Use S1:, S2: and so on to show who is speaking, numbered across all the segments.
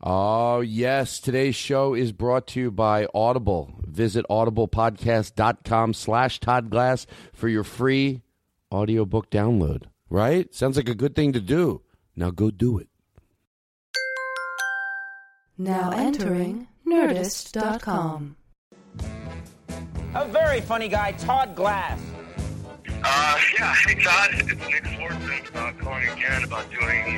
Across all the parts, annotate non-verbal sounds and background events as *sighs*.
S1: Oh, yes. Today's show is brought to you by Audible. Visit audiblepodcast.com slash Todd Glass for your free audiobook download. Right? Sounds like a good thing to do. Now go do it.
S2: Now entering Nerdist.com.
S3: A very funny guy, Todd Glass.
S4: Uh, yeah, hey Todd, it's Nick Swartzen uh, calling again about doing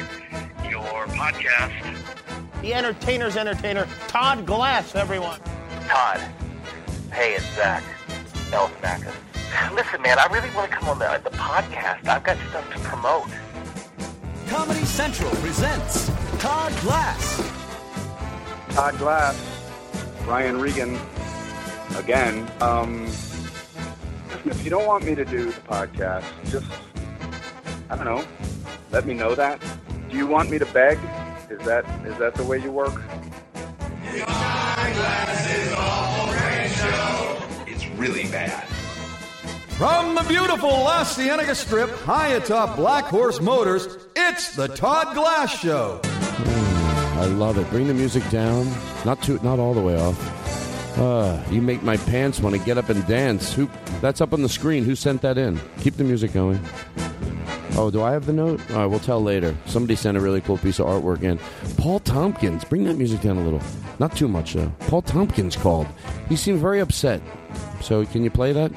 S4: your podcast.
S3: The entertainer's entertainer, Todd Glass, everyone.
S5: Todd. Hey, it's Zach. Elfnacka. Listen, man, I really want to come on the, the podcast. I've got stuff to promote.
S6: Comedy Central presents Todd Glass.
S7: Todd Glass, Ryan Regan, again. Um, if you don't want me to do the podcast, just I don't know. Let me know that. Do you want me to beg? Is that is that the way you work?
S8: It's really bad.
S6: From the beautiful Las Cienega Strip, high atop Black Horse Motors, it's the Todd Glass Show.
S1: Mm, I love it. Bring the music down. Not too, not all the way off. Uh, you make my pants want to get up and dance. Who? That's up on the screen. Who sent that in? Keep the music going. Oh, do I have the note? All right, we'll tell later. Somebody sent a really cool piece of artwork in. Paul Tompkins. Bring that music down a little. Not too much though. Paul Tompkins called. He seemed very upset. So can you play that?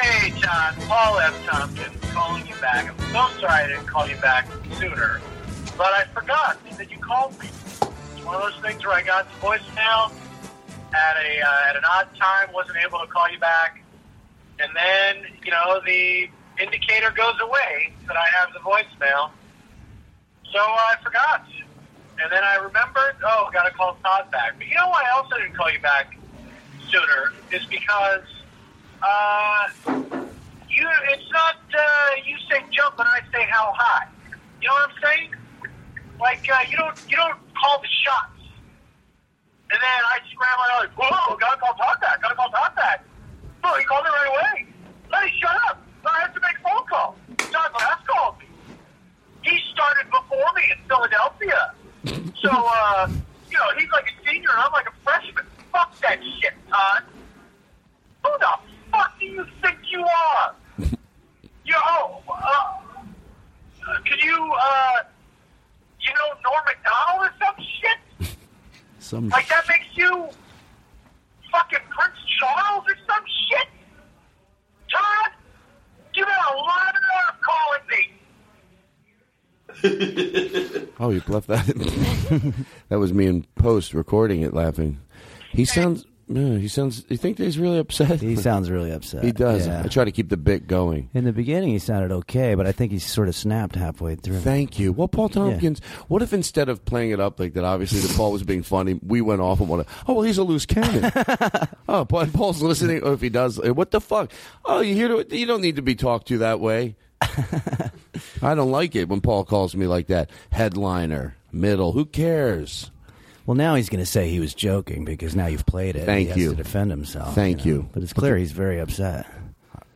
S9: Hey, John, Paul F. Tompkins calling you back. I'm so sorry I didn't call you back sooner, but I forgot that you called me. It's one of those things where I got the voicemail at a uh, at an odd time, wasn't able to call you back, and then you know the indicator goes away that I have the voicemail. So uh, I forgot, and then I remembered. Oh, got to call Todd back. But you know why else I didn't call you back sooner? Is because uh, you. It's not uh, you say jump and I say how high. You know what I'm saying? Like uh, you don't you don't call the shots. And then I scramble and I'm like, whoa, gotta call Todd back, gotta call Todd back. No, he called me right away. Hey, shut up. I have to make a phone call. Todd Glass called me. He started before me in Philadelphia. So, uh, you know, he's like a senior and I'm like a freshman. Fuck that shit, Todd. Who the fuck do you think you are? Yo, uh, can you, uh, you know, Norm MacDonald or some shit?
S1: Some
S9: Like that makes you fucking Prince Charles or some shit? Todd, you got a lot of nerve calling me.
S1: Oh, you left that. in. that *laughs* was me in post recording it, laughing. He sounds. Yeah, he sounds. You think that he's really upset?
S10: He sounds really upset.
S1: He does.
S10: Yeah.
S1: I try to keep the bit going.
S10: In the beginning, he sounded okay, but I think he sort of snapped halfway through.
S1: Thank you. Well, Paul Tompkins. What if instead of playing it up like that, obviously that Paul was being funny, we went off and went, oh well, he's a loose
S10: *laughs*
S1: cannon. oh, Paul, Paul's listening. Oh, if he does, eh, what the fuck? Oh, you hear? You don't need to be talked to that
S10: *laughs*
S1: way. I don't like it when Paul calls me like that. Headliner, middle. Who cares?
S10: Well, now he's going to say he was joking because now you've played it.
S1: Thank
S10: he has
S1: you.
S10: to defend himself.
S1: Thank
S10: know?
S1: you.
S10: But it's clear he's very upset.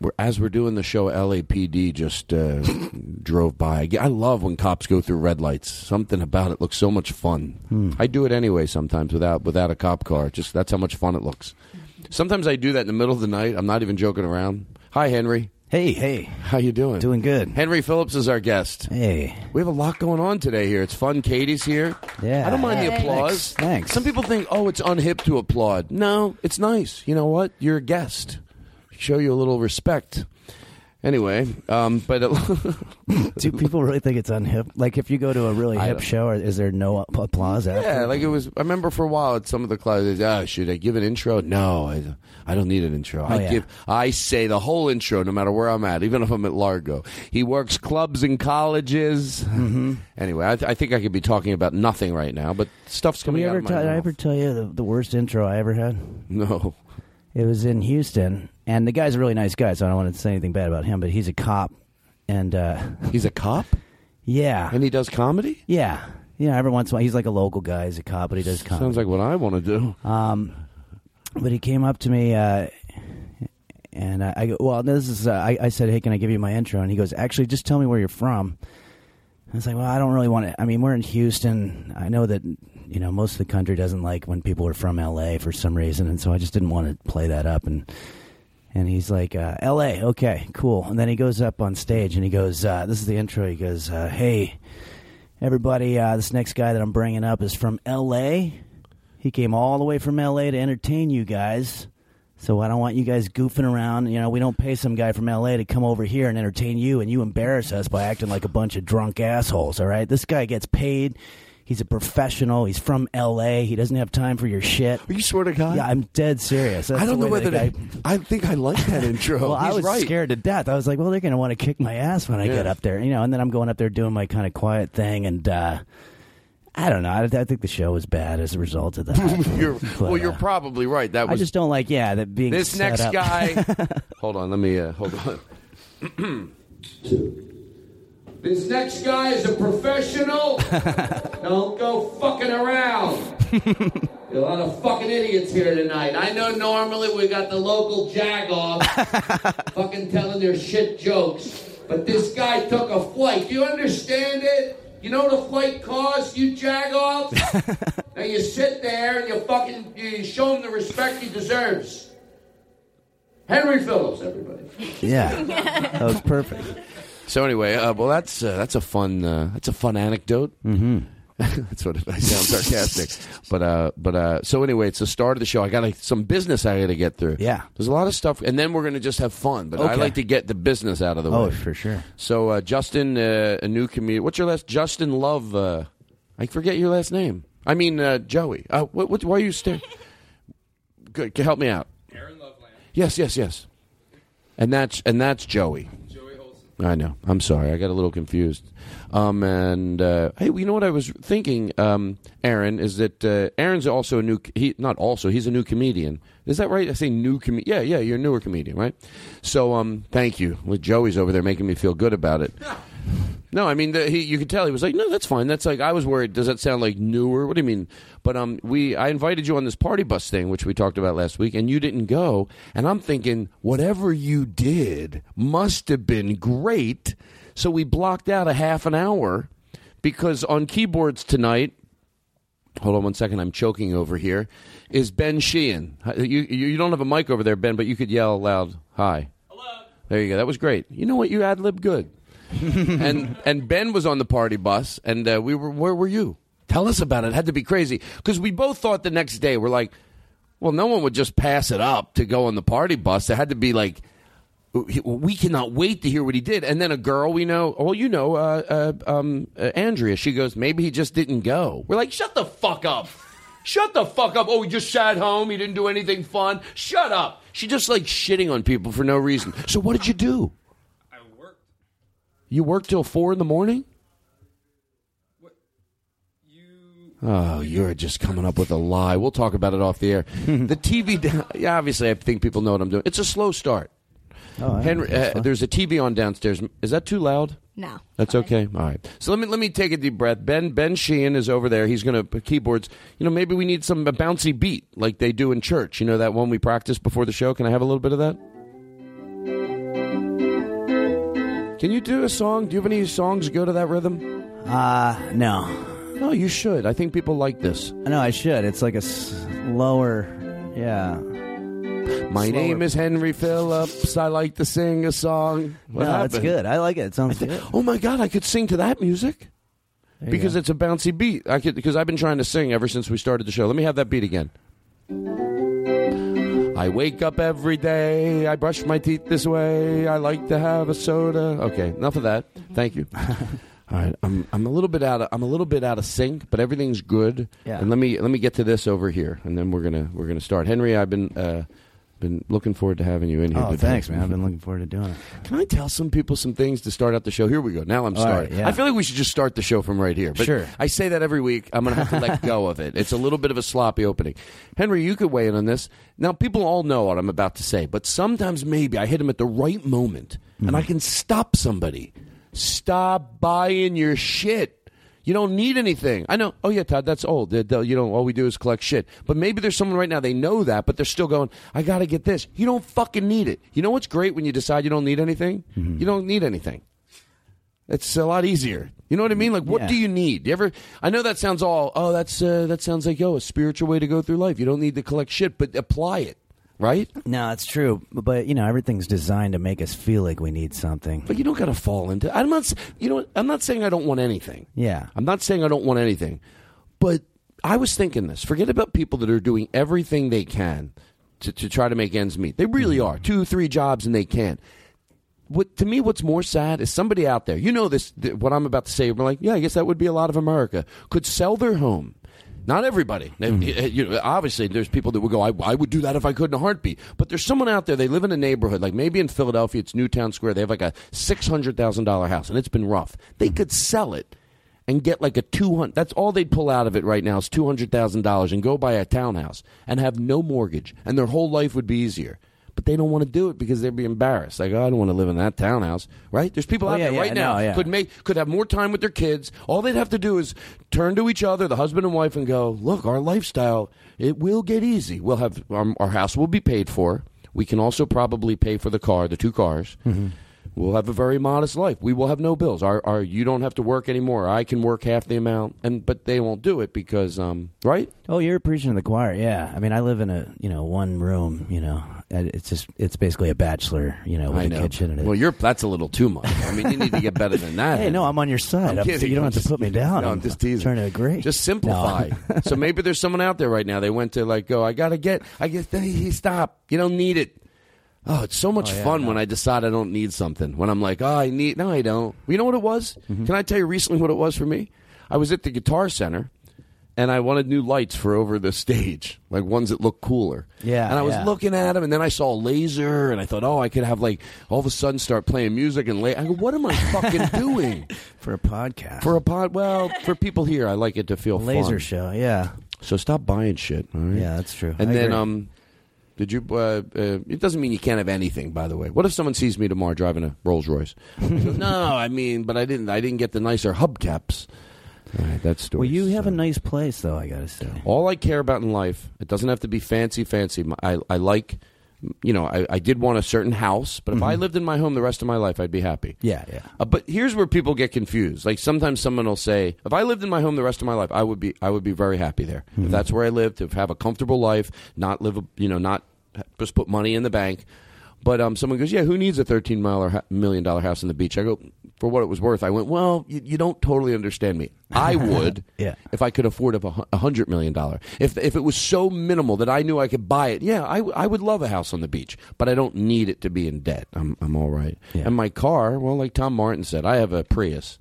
S1: We're, as we're doing the show, LAPD just uh, *laughs* drove by. I love when cops go through red lights. Something about it looks so much fun.
S6: Hmm.
S1: I do it anyway sometimes without without a cop car. Just that's how much fun it looks. Sometimes I do that in the middle of the night. I'm not even joking around. Hi, Henry.
S10: Hey, hey.
S1: How you doing? Eh.
S10: Doing good.
S1: Henry Phillips is our guest.
S10: Hey.
S1: We have a lot going on today here. It's fun. Katie's here.
S10: Yeah.
S1: I don't mind the
S10: Hey.
S1: applause.
S10: Thanks, thanks.
S1: Some people think, oh, it's unhip to applaud. No, it's nice. You know what? You're a guest. Show you a little respect. Anyway, um, but it, *laughs*
S10: Do people really think it's unhip? Like, if you go to a really
S1: I
S10: hip
S1: don't-
S10: show, is there no up- applause after?
S1: yeah, like it was. I remember for a while at some of the classes. Ah, should I give an intro? No, I, I don't need an intro. I
S10: Oh, yeah.
S1: give. I say the whole intro, no matter where I'm at, even if I'm at Largo. He works clubs and colleges.
S10: Mm-hmm.
S1: Anyway, I, th- I think I could be talking about nothing right now, but stuff's
S10: Did,
S1: coming
S10: we
S1: out
S10: ever
S1: of my
S10: tell- did I
S1: mouth.
S10: ever tell you the, the worst intro I ever had?
S1: *laughs* No.
S10: It was in Houston, and the guy's a really nice guy, so I don't want to say anything bad about him, but he's a cop. And uh,
S1: He's a cop?
S10: Yeah.
S1: And he does comedy?
S10: Yeah. Yeah, every once in a while. He's like a local guy, he's a cop, but he does comedy.
S1: Sounds like what I want to do.
S10: Um, but he came up to me, uh, and I, I go, "Well, this is." Uh, I, I said, "Hey, can I give you my intro?" And he goes, "Actually, just tell me where you're from." I was like, "Well, I don't really want to. I mean, we're in Houston. I know that you know most of the country doesn't like when people are from L.A. for some reason, and so I just didn't want to play that up." And and he's like, uh, "L.A. Okay, cool." And then he goes up on stage and he goes, uh, "This is the intro." He goes, uh, "Hey." Everybody, uh, this next guy that I'm bringing up is from L.A. He came all the way from LA to entertain you guys. So I don't want you guys goofing around. You know, we don't pay some guy from LA to come over here and entertain you and you embarrass us by acting like a bunch of drunk assholes, all right? This guy gets paid. He's a professional. He's from LA. He doesn't have time for your shit. Are
S1: you swear to God?
S10: Yeah, I'm dead serious. That's
S1: I don't
S10: the
S1: know
S10: way
S1: whether
S10: that
S1: to,
S10: guy-
S1: I think I like
S10: *laughs*
S1: that intro.
S10: well,
S1: Oh,
S10: I
S1: He's
S10: was
S1: right.
S10: scared to death. I was like, well, they're going to want to kick my ass when I
S1: Yeah.
S10: get up there, you know. And then I'm going up there doing my kind of quiet thing, and uh, I don't know. I, I think the show was bad as a result
S1: *laughs*
S10: of that.
S1: You're,
S10: But, uh,
S1: well, you're probably right. That
S10: I
S1: was
S10: just don't like, yeah, that being
S1: this
S10: set
S1: next
S10: up-
S1: guy. hold on, let me uh, hold on.
S11: *clears throat* This next guy is a
S10: *laughs*
S11: professional. Don't go fucking around. There are a lot of fucking idiots here tonight. I know normally we got the local
S10: *laughs*
S11: jagoff fucking telling their shit jokes, but this guy took a flight. Do you understand it? You know what a flight costs, you
S10: *laughs*
S11: jagoffs? now you sit there and you fucking you show him the respect he deserves. Henry Phillips, everybody.
S10: *laughs* yeah, that was perfect.
S1: So anyway, uh, well, that's uh, that's a fun uh, that's a fun anecdote. Mm-hmm. *laughs* that's what I sound sarcastic, but uh, but uh, so anyway, it's the start of the show. I got some business I got to get through.
S10: Yeah.
S1: there's a lot of stuff, and then we're going to just have fun. But I
S10: Okay.
S1: like to get the business out of the way.
S10: Oh, for sure.
S1: So uh, Justin, uh, a new comedian. What's your last? Justin Love. Uh, I forget your last name. I mean uh, Joey. Uh, what, what, why are you staring? *laughs* Good. Help me out. Aaron Loveland. Yes, yes, yes. And that's and that's Joey. Joey Olson. I know. I'm sorry. I got a little confused. Um, and uh, hey, you know what I was thinking, um, Aaron, is that uh, Aaron's also a new he not also he's a new comedian. Is that right? I say new com. Yeah, yeah. You're a newer comedian, right? So, um, thank you. Well, Joey's over there making me feel good about it. No, I mean the, he. You could tell he was like, "No, that's fine. That's like I was worried. Does that sound like newer? What do you mean?" But um, we I invited you on this party bus thing, which we talked about last week, and you didn't go. And I'm thinking, whatever you did must have been great. So we blocked out a half an hour because on keyboards tonight. Hold on one second. I'm choking over here. Is Ben Sheehan? You you, you don't have a mic over there, Ben, but you could yell loud. Hi. Hello. There you go. That was great. You know what? You ad lib good. *laughs* and and Ben was on the party bus, and uh, we were. Where were you? Tell us about it. it had to be crazy because we both thought the next day we're like, well, no one would just pass it up to go on the party bus. It had to be like, we cannot wait to hear what he did. And then a girl we know, well, you know, uh, uh, um, uh, Andrea. She goes, maybe he just didn't go. We're like, shut the fuck up. Shut the fuck up. Oh, he just sat home. He didn't do anything fun. Shut up. She just like shitting on people for no reason. So what did you do? You work till four in the morning? Oh, you're just coming up with a lie. We'll talk about it off the
S10: *laughs*
S1: air. the TV, down- yeah, obviously, I think people know what I'm doing. It's a slow start.
S10: Oh, I
S1: Henry,
S10: think that's
S1: uh,
S10: fine.
S1: there's a TV on downstairs. Is that too loud?
S12: No.
S1: That's okay. All right. So let me let me take a deep breath. Ben Ben Sheehan is over there. He's going to keyboards. You know, maybe we need some a bouncy beat like they do in church. You know that one we practice before the show. Can I have a little bit of that? Can you do a song? Do you have any songs that go to that rhythm?
S6: Uh, no.
S1: No, you should. I think people like this.
S6: No, I should. It's like a slower, yeah.
S1: My name is Henry Phillips. I like to sing a song. What
S6: no, it's
S1: happened?
S6: good. I like it. It sounds
S1: *laughs*
S6: good.
S1: Oh my god, I could sing to that music
S6: you
S1: because it's a bouncy beat. I could because I've been trying to sing ever since we started the show. Let me have that beat again. I wake up every day. I brush my teeth this way. I like to have a soda. Okay, enough of that.
S6: *laughs*
S1: Thank you. All right, I'm I'm a little bit out of I'm a little bit out of sync, but everything's good.
S6: Yeah.
S1: And let me let me get to this over here, and then we're gonna we're gonna start. Henry, I've been uh, been looking forward to having you in here.
S6: Oh,
S1: today.
S6: thanks, man. I've been looking forward to doing it.
S1: Can I tell some people some things to start out the show? Here we go. Now I'm
S6: All right,
S1: starting.
S6: yeah.
S1: I feel like we should just start the show from right here. But
S6: Sure.
S1: I say that every week. I'm going to have to let go of it. It's a little bit of a sloppy opening. Henry, you could weigh in on this. Now, people all know what I'm about to say, but sometimes maybe I hit them at the right moment and I can stop somebody. Stop buying your shit. You don't need anything. I know. Oh yeah, Todd, that's old. They- they'll- You know, all we do is collect shit. But maybe there's someone right now they know that, but they're still going. I got to get this. You don't fucking need it. You know what's great when you decide you don't need anything? You don't need anything. It's a lot easier. You know what I mean? Like, what
S6: Yeah.
S1: do you need? You ever? I know that sounds all. Oh, that's uh, that sounds like yo a spiritual way to go through life. You don't need to collect shit, but apply it, right?
S6: No, it's true. But you know, everything's designed to make us feel like we need something.
S1: But you don't got to fall into. I'm not. s- You know, what? I'm not saying I don't want anything.
S6: Yeah.
S1: I'm not saying I don't want anything, but I was thinking this. Forget about people that are doing everything they can to, to try to make ends meet. They really are. Two, three jobs and they can't. What to me, what's more sad is somebody out there. You know this. Th- what I'm about to say. We're like, yeah, I guess that would be a lot of America could sell their home. Not everybody. They- eh, you know, obviously, there's people that would go, I, I would do that if I could in a heartbeat. But there's someone out there, they live in a neighborhood, like maybe in Philadelphia, it's Newtown Square. They have like a $600,000 house, and it's been rough. They could sell it and get like a 200 that's all they'd pull out of it right now is $200,000 and go buy a townhouse and have no mortgage and their whole life would be easier but they don't want to do it because they'd be embarrassed like oh, I don't want to live in that townhouse right there's people
S6: Oh,
S1: out
S6: yeah,
S1: there
S6: yeah,
S1: right
S6: I
S1: now
S6: know, yeah.
S1: could make could have more time with their kids all they'd have to do is turn to each other the husband and wife and go look our lifestyle it will get easy we'll have um, our, our house will be paid for we can also probably pay for the car the two cars
S6: Mm-hmm.
S1: We'll have a very modest life. We will have no bills. Our, our, you don't have to work anymore. I can work half the amount, and but they won't do it because, um, right?
S6: Oh, you're preaching to the choir. Yeah. I mean, I live in a you know one room. You know, and it's just it's basically a bachelor. You know, with
S1: I
S6: a
S1: know.
S6: kitchen and a
S1: Well, you're that's a little too much. I mean, you need to get better than
S6: *laughs*
S1: that.
S6: Hey, no, I'm on your side.
S1: I'm
S6: I'm-
S1: kidding.
S6: you don't
S1: I'm
S6: have to
S1: just-
S6: put me down.
S1: No, I'm just teasing.
S6: Trying to agree.
S1: Just simplify. *laughs* so maybe there's someone out there right now. They went to like go. I gotta get. I guess then he stop. You don't need it. Oh, it's so much
S6: Oh, yeah,
S1: fun when I decide I don't need something. When I'm like, oh, I need. No, I don't. You know what it was?
S6: Mm-hmm.
S1: Can I tell you recently what it was for me? I was at the Guitar Center. And I wanted new lights for over the stage, like ones that look cooler.
S6: Yeah,
S1: And I was
S6: yeah.
S1: looking at them, and then I saw a laser, and I thought, oh, I could have like all of a sudden start playing music and la- I go, what am I
S6: *laughs*
S1: fucking doing?
S6: for a podcast.
S1: For a pod, well, for people here, I like it to feel
S6: Laser
S1: fun.
S6: show, yeah.
S1: So stop buying shit. All right.
S6: Yeah, that's true.
S1: And
S6: I
S1: then,
S6: agree.
S1: um, did you? Uh, uh, it doesn't mean you can't have anything. By the way, what if someone sees me tomorrow driving a
S6: *laughs*
S1: Rolls Royce? I go, no, I mean, but I didn't. I didn't get the nicer hubcaps. All right, that's story.
S6: Well, you have a nice place, though. I gotta say.
S1: All I care about in life, it doesn't have to be fancy, fancy. My- I, I like, you know, I, I did want a certain house, but if I lived in my home the rest of my life, I'd be happy.
S6: Mm-hmm. Yeah, yeah.
S1: Uh, but here's where people get confused. Like sometimes someone will say, "If I lived in my home the rest of my life, I would be I would be very happy there. If
S6: Mm-hmm.
S1: that's where I live, to have a comfortable life, not live, a, you know, not just put money in the bank." But um, someone goes, "Yeah, who needs a thirteen mile or million dollar house on the beach?" I go, "For what it was worth." I went, "Well, you, you don't totally understand me.
S6: *laughs*
S1: I would,
S6: Yeah.
S1: if I could afford a hu- a hundred million dollar. If if it was so minimal that I knew I could buy it, yeah, I, w- I would love a house on the beach, but I don't need it to be in debt. I'm I'm all right. And my car, well, like Tom Martin said, I have a Prius,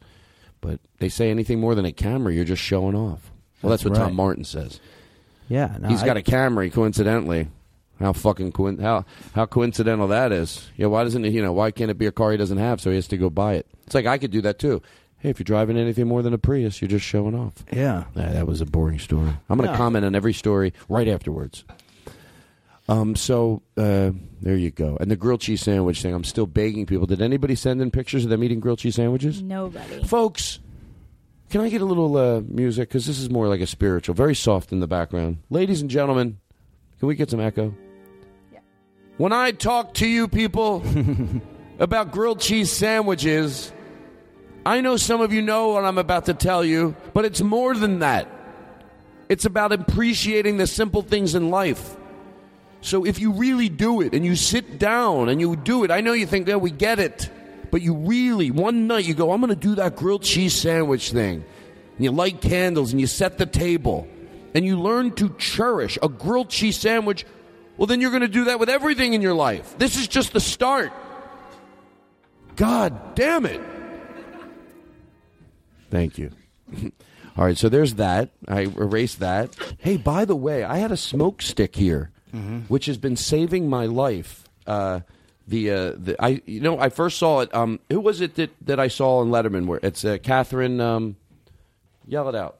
S1: but they say anything more than a camera, you're just showing off. Well, that's,
S6: That's
S1: what Tom
S6: right.
S1: Martin says.
S6: Yeah, no,
S1: He's
S6: I-
S1: got a Camry, coincidentally. How fucking coin- how how coincidental that is. Yeah, why doesn't it, you know why can't it be a car he doesn't have? So he has to go buy it. It's like I could do that too. Hey, if you're driving anything more than a Prius, you're just showing off.
S6: Yeah.
S1: Nah, that was a boring story. I'm going to
S6: No.
S1: comment on every story right afterwards. Um, so uh, there you go. And the grilled cheese sandwich thing. I'm still begging people. Did anybody send in pictures of them eating grilled cheese sandwiches?
S12: Nobody.
S1: Folks, can I get a little uh, music? Because this is more like a spiritual, very soft in the background. Ladies and gentlemen, can we get some echo? When I talk to you people about grilled cheese sandwiches, I know some of you know what I'm about to tell you, but it's more than that. It's about appreciating the simple things in life. So if you really do it and you sit down and you do it, I know you think, yeah, we get it. But you really, one night, you go, I'm going to do that grilled cheese sandwich thing. And you light candles and you set the table and you learn to cherish a grilled cheese sandwich. Well, then you're going to do that with everything in your life. This is just the start. God damn it. Thank you. All right, so there's that. I erased that. Hey, by the way, I had a smoke stick here, which has been saving my life. Uh, the uh, the I you know I first saw it. Um, who was it that, that I saw in Letterman? Where it's uh, Catherine. Um, yell it out.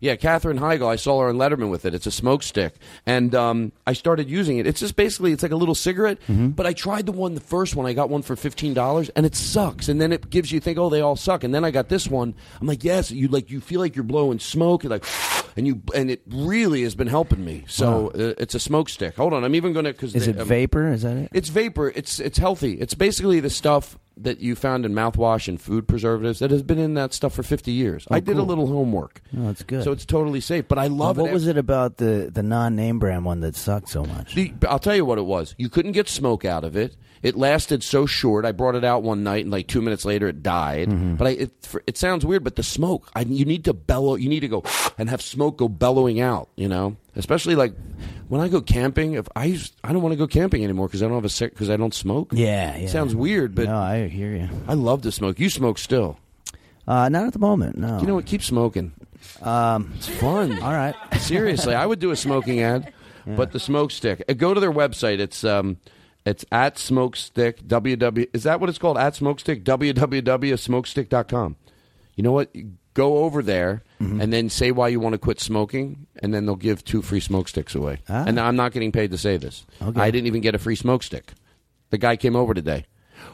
S1: Yeah, Katherine Heigl. I saw her in Letterman with it. It's a smoke stick, and um, I started using it. It's just basically it's like a little cigarette.
S6: Mm-hmm.
S1: But I tried the one, the first one. I got one for fifteen dollars, and it sucks. And then it gives you think, oh, they all suck. And then I got this one. I'm like, yes, you like you feel like you're blowing smoke, and like, and you and it really has been helping me. So uh, it's a smoke stick. Hold on, I'm even gonna because
S6: Is it vapor? Is that it?
S1: it's vapor. It's it's healthy. It's basically the stuff that you found in mouthwash and food preservatives that has been in that stuff for 50 years.
S6: Oh,
S1: I did a
S6: cool.
S1: little homework.
S6: No, it's good.
S1: So it's totally safe, but I love
S6: what
S1: it.
S6: was it about the the non name brand one that sucked so much?
S1: The, I'll tell you what it was. You couldn't get smoke out of it. It lasted so short. I brought it out one night, and like two minutes later, it died.
S6: Mm-hmm.
S1: But I, it, for, it sounds weird, but the smoke. I, you need to bellow. You need to go *sniffs* and have smoke go bellowing out. You know, especially like when I go camping. If I used- I don't want to go camping anymore because I don't have a sick because I don't smoke.
S6: Yeah, yeah.
S1: It sounds weird, but
S6: no, I hear you.
S1: I love to smoke. You smoke still.
S6: Uh, not at the moment. No.
S1: You know what? Keep smoking. Um, it's fun. All
S6: right.
S1: Seriously, I would do a smoking ad, but the smoke stick. Uh, Go to their website. It's um, it's at smokestick. www. Is that what it's called? At smokestick. www.smokestick.com. You know what? Go over there and then say why you want to quit smoking, and then they'll give two free smoke sticks away. And I'm not getting paid to say this.
S6: Okay.
S1: I didn't even get a free smoke stick. The guy came over today.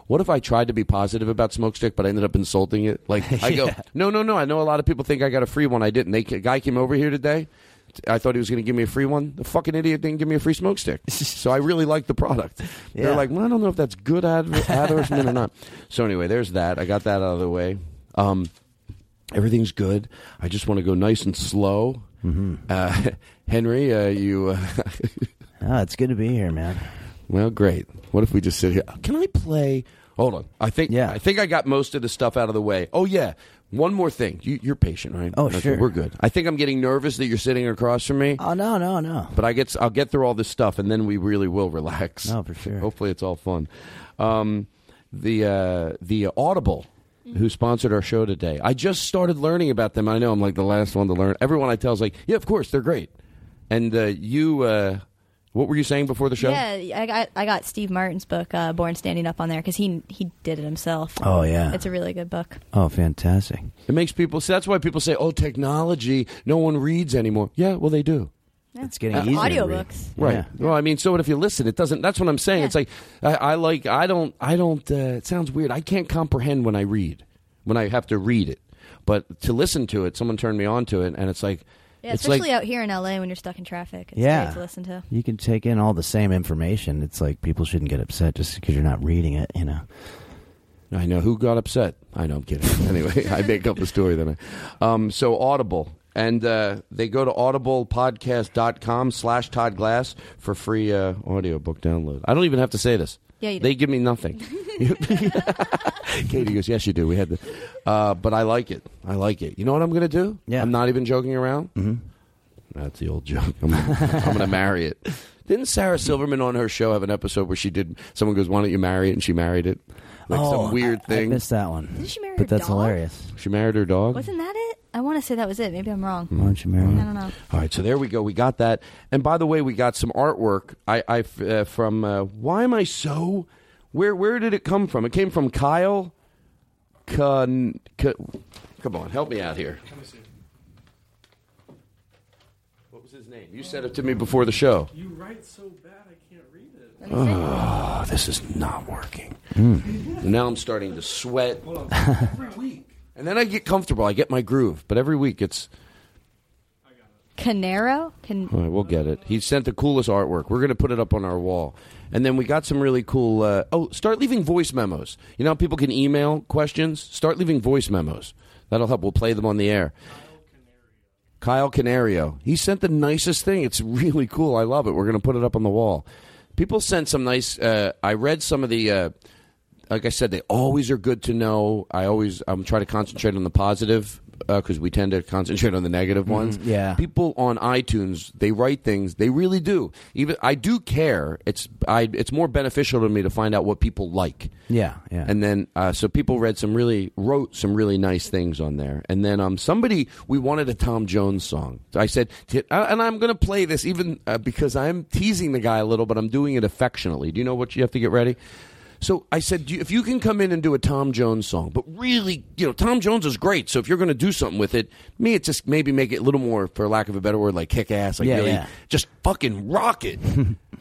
S1: What if I tried to be positive about smoke stick, but I ended up insulting it?
S6: *laughs*
S1: Like I go,
S6: Yeah.
S1: no, no, no. I know a lot of people think I got a free one. I didn't. They, a guy came over here today. I thought he was going to give me a free one. The fucking idiot didn't give me a free smoke stick. so I really like
S6: *laughs*
S1: the product.
S6: Yeah.
S1: They're like, well, I don't know if that's good adver-
S6: *laughs*
S1: advertisement or not. So anyway, there's that. I got that out of the way. Um, everything's good. I just want to go nice and slow.
S6: Mm-hmm.
S1: Uh, *laughs* Henry, uh, you. Uh, *laughs*
S6: Ah, it's good to be here, man.
S1: well, great. What if we just sit here? Can I play? Hold on. I think. Yeah. I think I got most of the stuff out of the way. Oh yeah. One more thing. You, you're patient, right?
S6: Oh,
S1: Okay,
S6: sure.
S1: We're good. I think I'm getting nervous that you're sitting across from me.
S6: Oh no, no, no.
S1: But I get. I'll get through all this stuff, and then we really will relax.
S6: No, for sure.
S1: *laughs* Hopefully, it's all fun. Um, the uh, the Audible. Who sponsored our show today? I just started learning about them. I know I'm like the last one to learn. Everyone I tell is like, "Yeah, of course, they're great." And uh, you, uh, what were you saying before the show?
S12: Yeah, I got I got Steve Martin's book, uh, Born Standing Up, on there because he he did it himself.
S6: Oh, yeah.
S12: it's a really good book.
S6: Oh, fantastic.
S1: It makes people. See, that's why people say, "Oh, technology, no one reads anymore." Yeah, well, they do.
S6: It's getting
S1: Uh,
S6: easier.
S12: Audiobooks.
S1: Right. Well, I mean, so what if you listen? It doesn't. That's what I'm saying. It's like I, I like. I don't. I don't. Uh, it sounds weird. I can't comprehend when I read. When I have to read it, but to listen to it, someone turned me on to it, and it's like,
S12: Yeah,
S1: it's
S12: especially
S1: like,
S12: out here in LA when you're stuck in traffic. It's
S6: yeah.
S12: great to listen to.
S6: You can take in all the same information. It's like people shouldn't get upset just because you're not reading it. You know.
S1: I know who got upset. I know I'm kidding. *laughs* anyway, I make up a story then. I, um, so Audible. And uh, they go to audiblepodcast.com slash Todd Glass for free uh, audiobook download. I don't even have to say this.
S12: Yeah, you do.
S1: They give me nothing. *laughs* Katie goes, yes, you do. We had the, uh, but I like it. I like it. You know what I'm going to do? Yeah. I'm not even joking around. Mm-hmm. That's the old joke. I'm going to marry it. Didn't Sarah Silverman on her show have an episode where she did? Someone goes, "Why don't you marry it?" and she married it, like
S6: oh,
S1: some weird
S6: I,
S1: thing.
S6: I missed that one. Did
S12: she marry
S6: But
S12: her
S6: that's
S12: dog?
S6: hilarious.
S1: She married her dog.
S12: Wasn't that it? I want to say that was it. Maybe I'm wrong.
S6: Why don't you marry
S12: I
S6: her?
S12: don't know.
S1: All right, so there we go. We got that. And by the way, we got some artwork. I, I uh, from uh, why am I so? Where where did it come from? It came from Kyle. Con, con, come on, help me out here. What was his name? You said it to me before the show.
S13: You write so bad, I can't read it.
S1: Oh, this is not working. Now I'm starting to sweat.
S13: Every week.
S1: And then I get comfortable. I get my groove. But every week it's,
S12: Canero? Can
S1: all right, we'll get it. He sent the coolest artwork. We're going to put it up on our wall. And then we got some really cool. Uh, oh, start leaving voice memos. You know how people can email questions? Start leaving voice memos. That'll help. We'll play them on the air. Kyle Canario. He sent the nicest thing. It's really cool. I love it. We're going to put it up on the wall. People sent some nice. Uh, I read some of the. Uh, like I said, they always are good to know. I always I'm trying to concentrate on the positive because we tend to concentrate on the negative ones.
S6: yeah.
S1: People on iTunes, they write things. They really do. Even I do care. It's I. It's more beneficial to me to find out what people like.
S6: Yeah, yeah.
S1: And then, uh, so people read some really, wrote some really nice things on there. And then um, somebody, we wanted a Tom Jones song. So I said, "T- uh, and I'm going to play this even uh, because I'm teasing the guy a little, but I'm doing it affectionately. Do you know what you have to get ready? So I said, "Do you- if you can come in and do a Tom Jones song, but really, you know, Tom Jones is great. So if you're going to do something with it, me, it's just maybe make it a little more, for lack of a better word, like kick ass, like
S6: Yeah,
S1: really
S6: yeah.
S1: just fucking
S6: *laughs*
S1: rock it.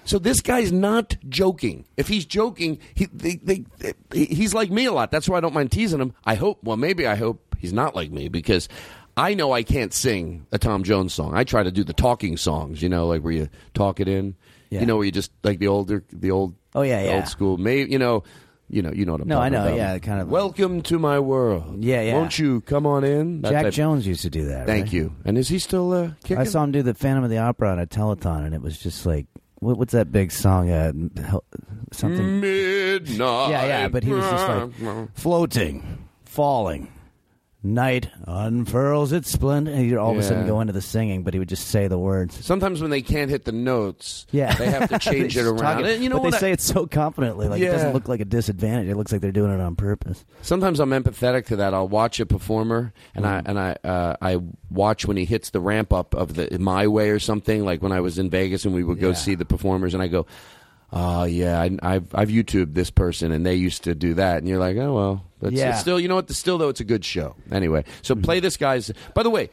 S1: so this guy's not joking. If he's joking, he they, they, he- he's like me a lot. That's why I don't mind teasing him. I hope. Well, maybe I hope he's not like me because I know I can't sing a Tom Jones song. I try to do the talking songs, you know, like where you talk it in.
S6: Yeah.
S1: You know, where you just like the older, the old.
S6: Oh, yeah,
S1: the
S6: yeah.
S1: Old school. Maybe you know. You know, you know what I'm
S6: No, I
S1: talking
S6: know,
S1: about.
S6: yeah, kind of like-
S1: Welcome to my world.
S6: Yeah, yeah.
S1: Won't you come on in? That
S6: Jack
S1: type-
S6: Jones used to do that.
S1: Thank
S6: right?
S1: you. And is he still uh, kicking?
S6: I saw him do the Phantom of the Opera on a telethon, and it was just like, what, what's that big song? Uh, hel- something.
S1: Midnight.
S6: Yeah, yeah, but he was just like floating, falling. Night unfurls its splendor. And he'd all of a sudden
S1: Yeah.
S6: go into the singing, but he would just say the words.
S1: Sometimes when they can't hit the notes,
S6: Yeah,
S1: they have to change
S6: *laughs* They
S1: it
S6: just talk
S1: around. And you know
S6: but
S1: what?
S6: they
S1: I-
S6: say it so confidently, like it
S1: Yeah.
S6: doesn't look like a disadvantage. It looks like they're doing it on purpose.
S1: Sometimes I'm empathetic to that. I'll watch a performer, and I and I uh, I watch when he hits the ramp up of the My Way or something. Like when I was in Vegas and we would go see the performers, and I go, "Oh yeah, I, I've I've YouTubed this person, and they used to do that." And you're like, "Oh well, that's
S6: Yeah.
S1: it's still you know what? Still though, it's a good show anyway." So play this guy's. By the way,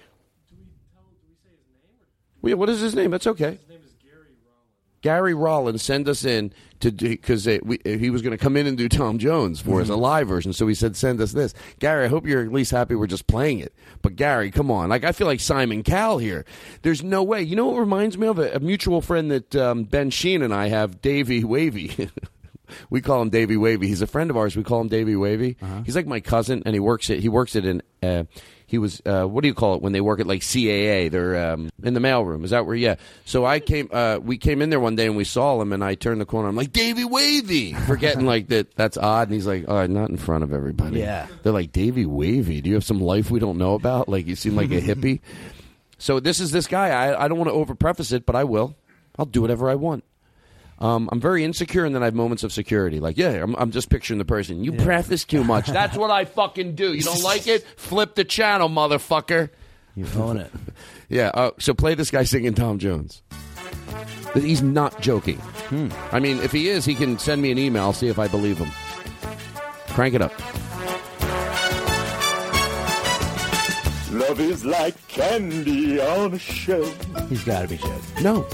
S1: Well, yeah, what is his name? That's okay. His name is Gary Rollins. Gary Rollins sent us in to because he was going to come in and do Tom Jones for us a live version. So he said, "Send us this, Gary. I hope you're at least happy we're just playing it." But Gary, come on, like I feel like Simon Cowell here. There's no way. You know what reminds me of a, a mutual friend that um, Ben Sheen and I have, Davey Wavy. *laughs* we call him Davey Wavy. He's a friend of ours. We call him Davey Wavy. He's like my cousin, and he works at he works at an uh, he was uh, what do you call it when they work at like CAA? They're um, in the mailroom. Is that where? Yeah. So I came uh, we came in there one day and we saw him, and I turned the corner. I'm like Davey Wavy, forgetting like that that's odd. And he's like, oh, not in front of everybody.
S6: Yeah.
S1: They're like Davey Wavy. Do you have some life we don't know about? Like you seem like a hippie. So this is this guy. I, I don't want to over preface it, but I will. I'll do whatever I want. Um, I'm very insecure, and then I have moments of security. Like, yeah, I'm, I'm just picturing the person. You preface too much. That's what I fucking do. You don't like it? Flip the channel, motherfucker. *laughs*
S6: You own it.
S1: Yeah. Uh, so play this guy singing Tom Jones. But He's not joking. I mean, if he is, he can send me an email. I'll see if I believe him. Crank it up.
S7: Love is like candy on a shelf.
S6: He's got to be joking.
S1: No.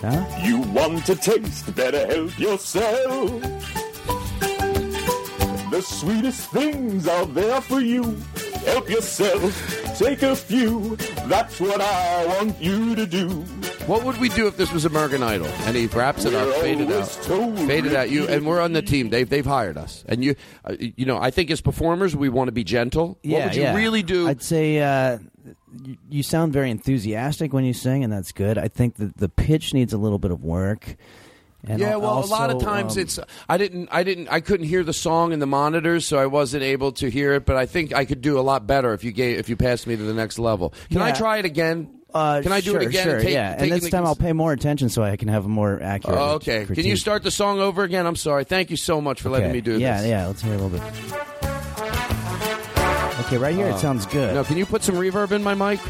S6: Huh?
S7: You want to taste, better help yourself. The sweetest things are there for you. Help yourself, take a few. That's what I want you to do.
S1: What would we do if this was American Idol? And he raps it up,
S7: We're
S1: faded out,
S7: always told
S1: faded out. You and we're on the team. They've they've hired us. And you, uh, you know, I think as performers, we want to be gentle. what would you
S6: yeah.
S1: really do?
S6: I'd say uh, you, you sound very enthusiastic when you sing, and that's good. I think that the pitch needs a little bit of work. And
S1: yeah,
S6: al-
S1: well, a lot of
S6: also,
S1: times
S6: um,
S1: it's uh, I didn't I didn't I couldn't hear the song in the monitors, so I wasn't able to hear it. But I think I could do a lot better if you gave if you passed me to the next level. Can I
S6: Yeah.
S1: try it again?
S6: Uh,
S1: can I do
S6: sure,
S1: it again?
S6: Sure,
S1: Take-
S6: yeah. And
S1: taking
S6: this
S1: the
S6: time I'll pay more attention so I can have a more accurate.
S1: Oh, okay. Can you
S6: critique.
S1: start the song over again? I'm sorry. Thank you so much for letting
S6: Okay.
S1: me do
S6: yeah,
S1: this.
S6: Yeah, let's hear a little bit. Okay, right here
S1: Oh.
S6: it sounds good.
S1: No, can you put some reverb in my mic?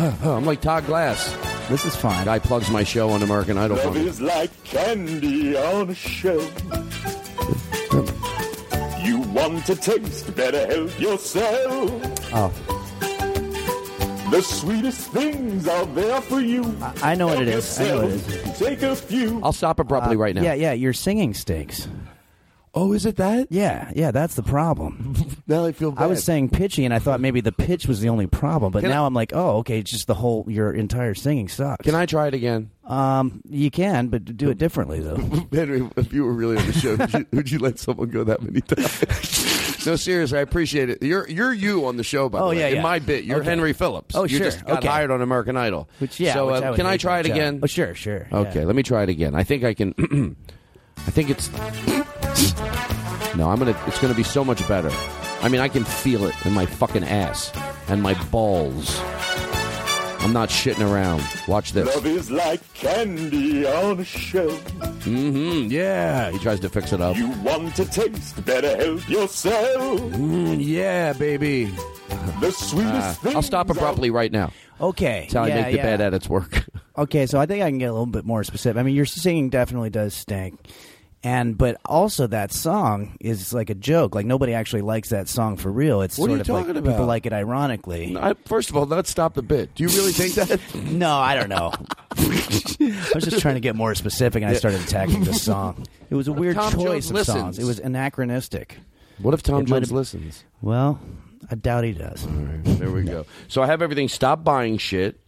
S1: *sighs* I'm like Todd Glass.
S6: This is fine.
S1: Guy plugs my show on American Idol.
S7: Love
S1: for me.
S7: is like candy on a shelf. You
S10: Oh.
S7: want to taste, better help yourself.
S6: Oh,
S7: The sweetest things are there for you.
S10: I know what it is. I know what it is.
S7: Take a few.
S1: I'll stop abruptly
S10: Uh,
S1: *laughs* right now.
S10: Yeah, yeah, you're singing stakes.
S1: Oh, is it that?
S10: Yeah, yeah, that's
S1: *laughs*
S10: the problem.
S1: now I feel
S10: I was saying pitchy, and I thought maybe the pitch was the only problem, but
S1: Can I-
S10: now I, am like, oh, okay, it's just the whole your entire singing sucks. Can
S1: I try it again?
S10: Um, you can, but do it
S1: *laughs*
S10: differently though.
S1: Henry, if you were really on the show, would you, would you let someone go that many
S10: *laughs*
S1: times? no, seriously, I appreciate it. You're you're you on the show, by
S10: Oh,
S1: the way.
S10: yeah,
S1: In
S10: yeah.
S1: my bit, you're
S10: Okay.
S1: Henry Phillips.
S10: Oh,
S1: you
S10: sure.
S1: just got
S10: Okay.
S1: hired on American Idol.
S10: Which yeah,
S1: So,
S10: which
S1: uh,
S10: would
S1: can I
S10: hate
S1: try it
S10: that job.
S1: again?
S10: Oh, sure, sure.
S1: Okay, let me try it again. I think I can. *clears throat* I think it's. No, I'm gonna. It's gonna be so much better. I mean, I can feel it in my fucking ass and my balls. I'm not shitting around. Watch this.
S7: Love is like candy on a shelf.
S1: Mm-hmm. Yeah. He tries to fix it up.
S7: You want to taste, better help yourself.
S1: Mm, yeah, baby.
S7: The sweetest
S1: Ah,
S7: thing.
S1: I'll stop abruptly right now.
S10: Okay.
S1: That's how
S10: yeah,
S1: I make the
S10: yeah.
S1: bad edits work.
S10: Okay, so I think I can get a little bit more specific. I mean, your singing definitely does stink. And but also that song is like a joke. Like nobody actually likes that song for real. It's
S1: What are
S10: sort
S1: you
S10: of like
S1: talking
S10: people
S1: about?
S10: like it ironically.
S1: I, first of all, let's stop the bit. Do you really think that?
S10: no, I
S1: *laughs*
S10: don't know. I was just trying to get more specific, and I
S1: Yeah.
S10: started attacking the song. It was a weird
S1: Tom
S10: choice
S1: Jones
S10: of songs.
S1: listens?
S10: It was anachronistic.
S1: *laughs* What if Tom
S10: It might
S1: Jones
S10: have-
S1: listens?
S10: Well, I doubt he does.
S1: There we go. So I have everything. Stop buying shit.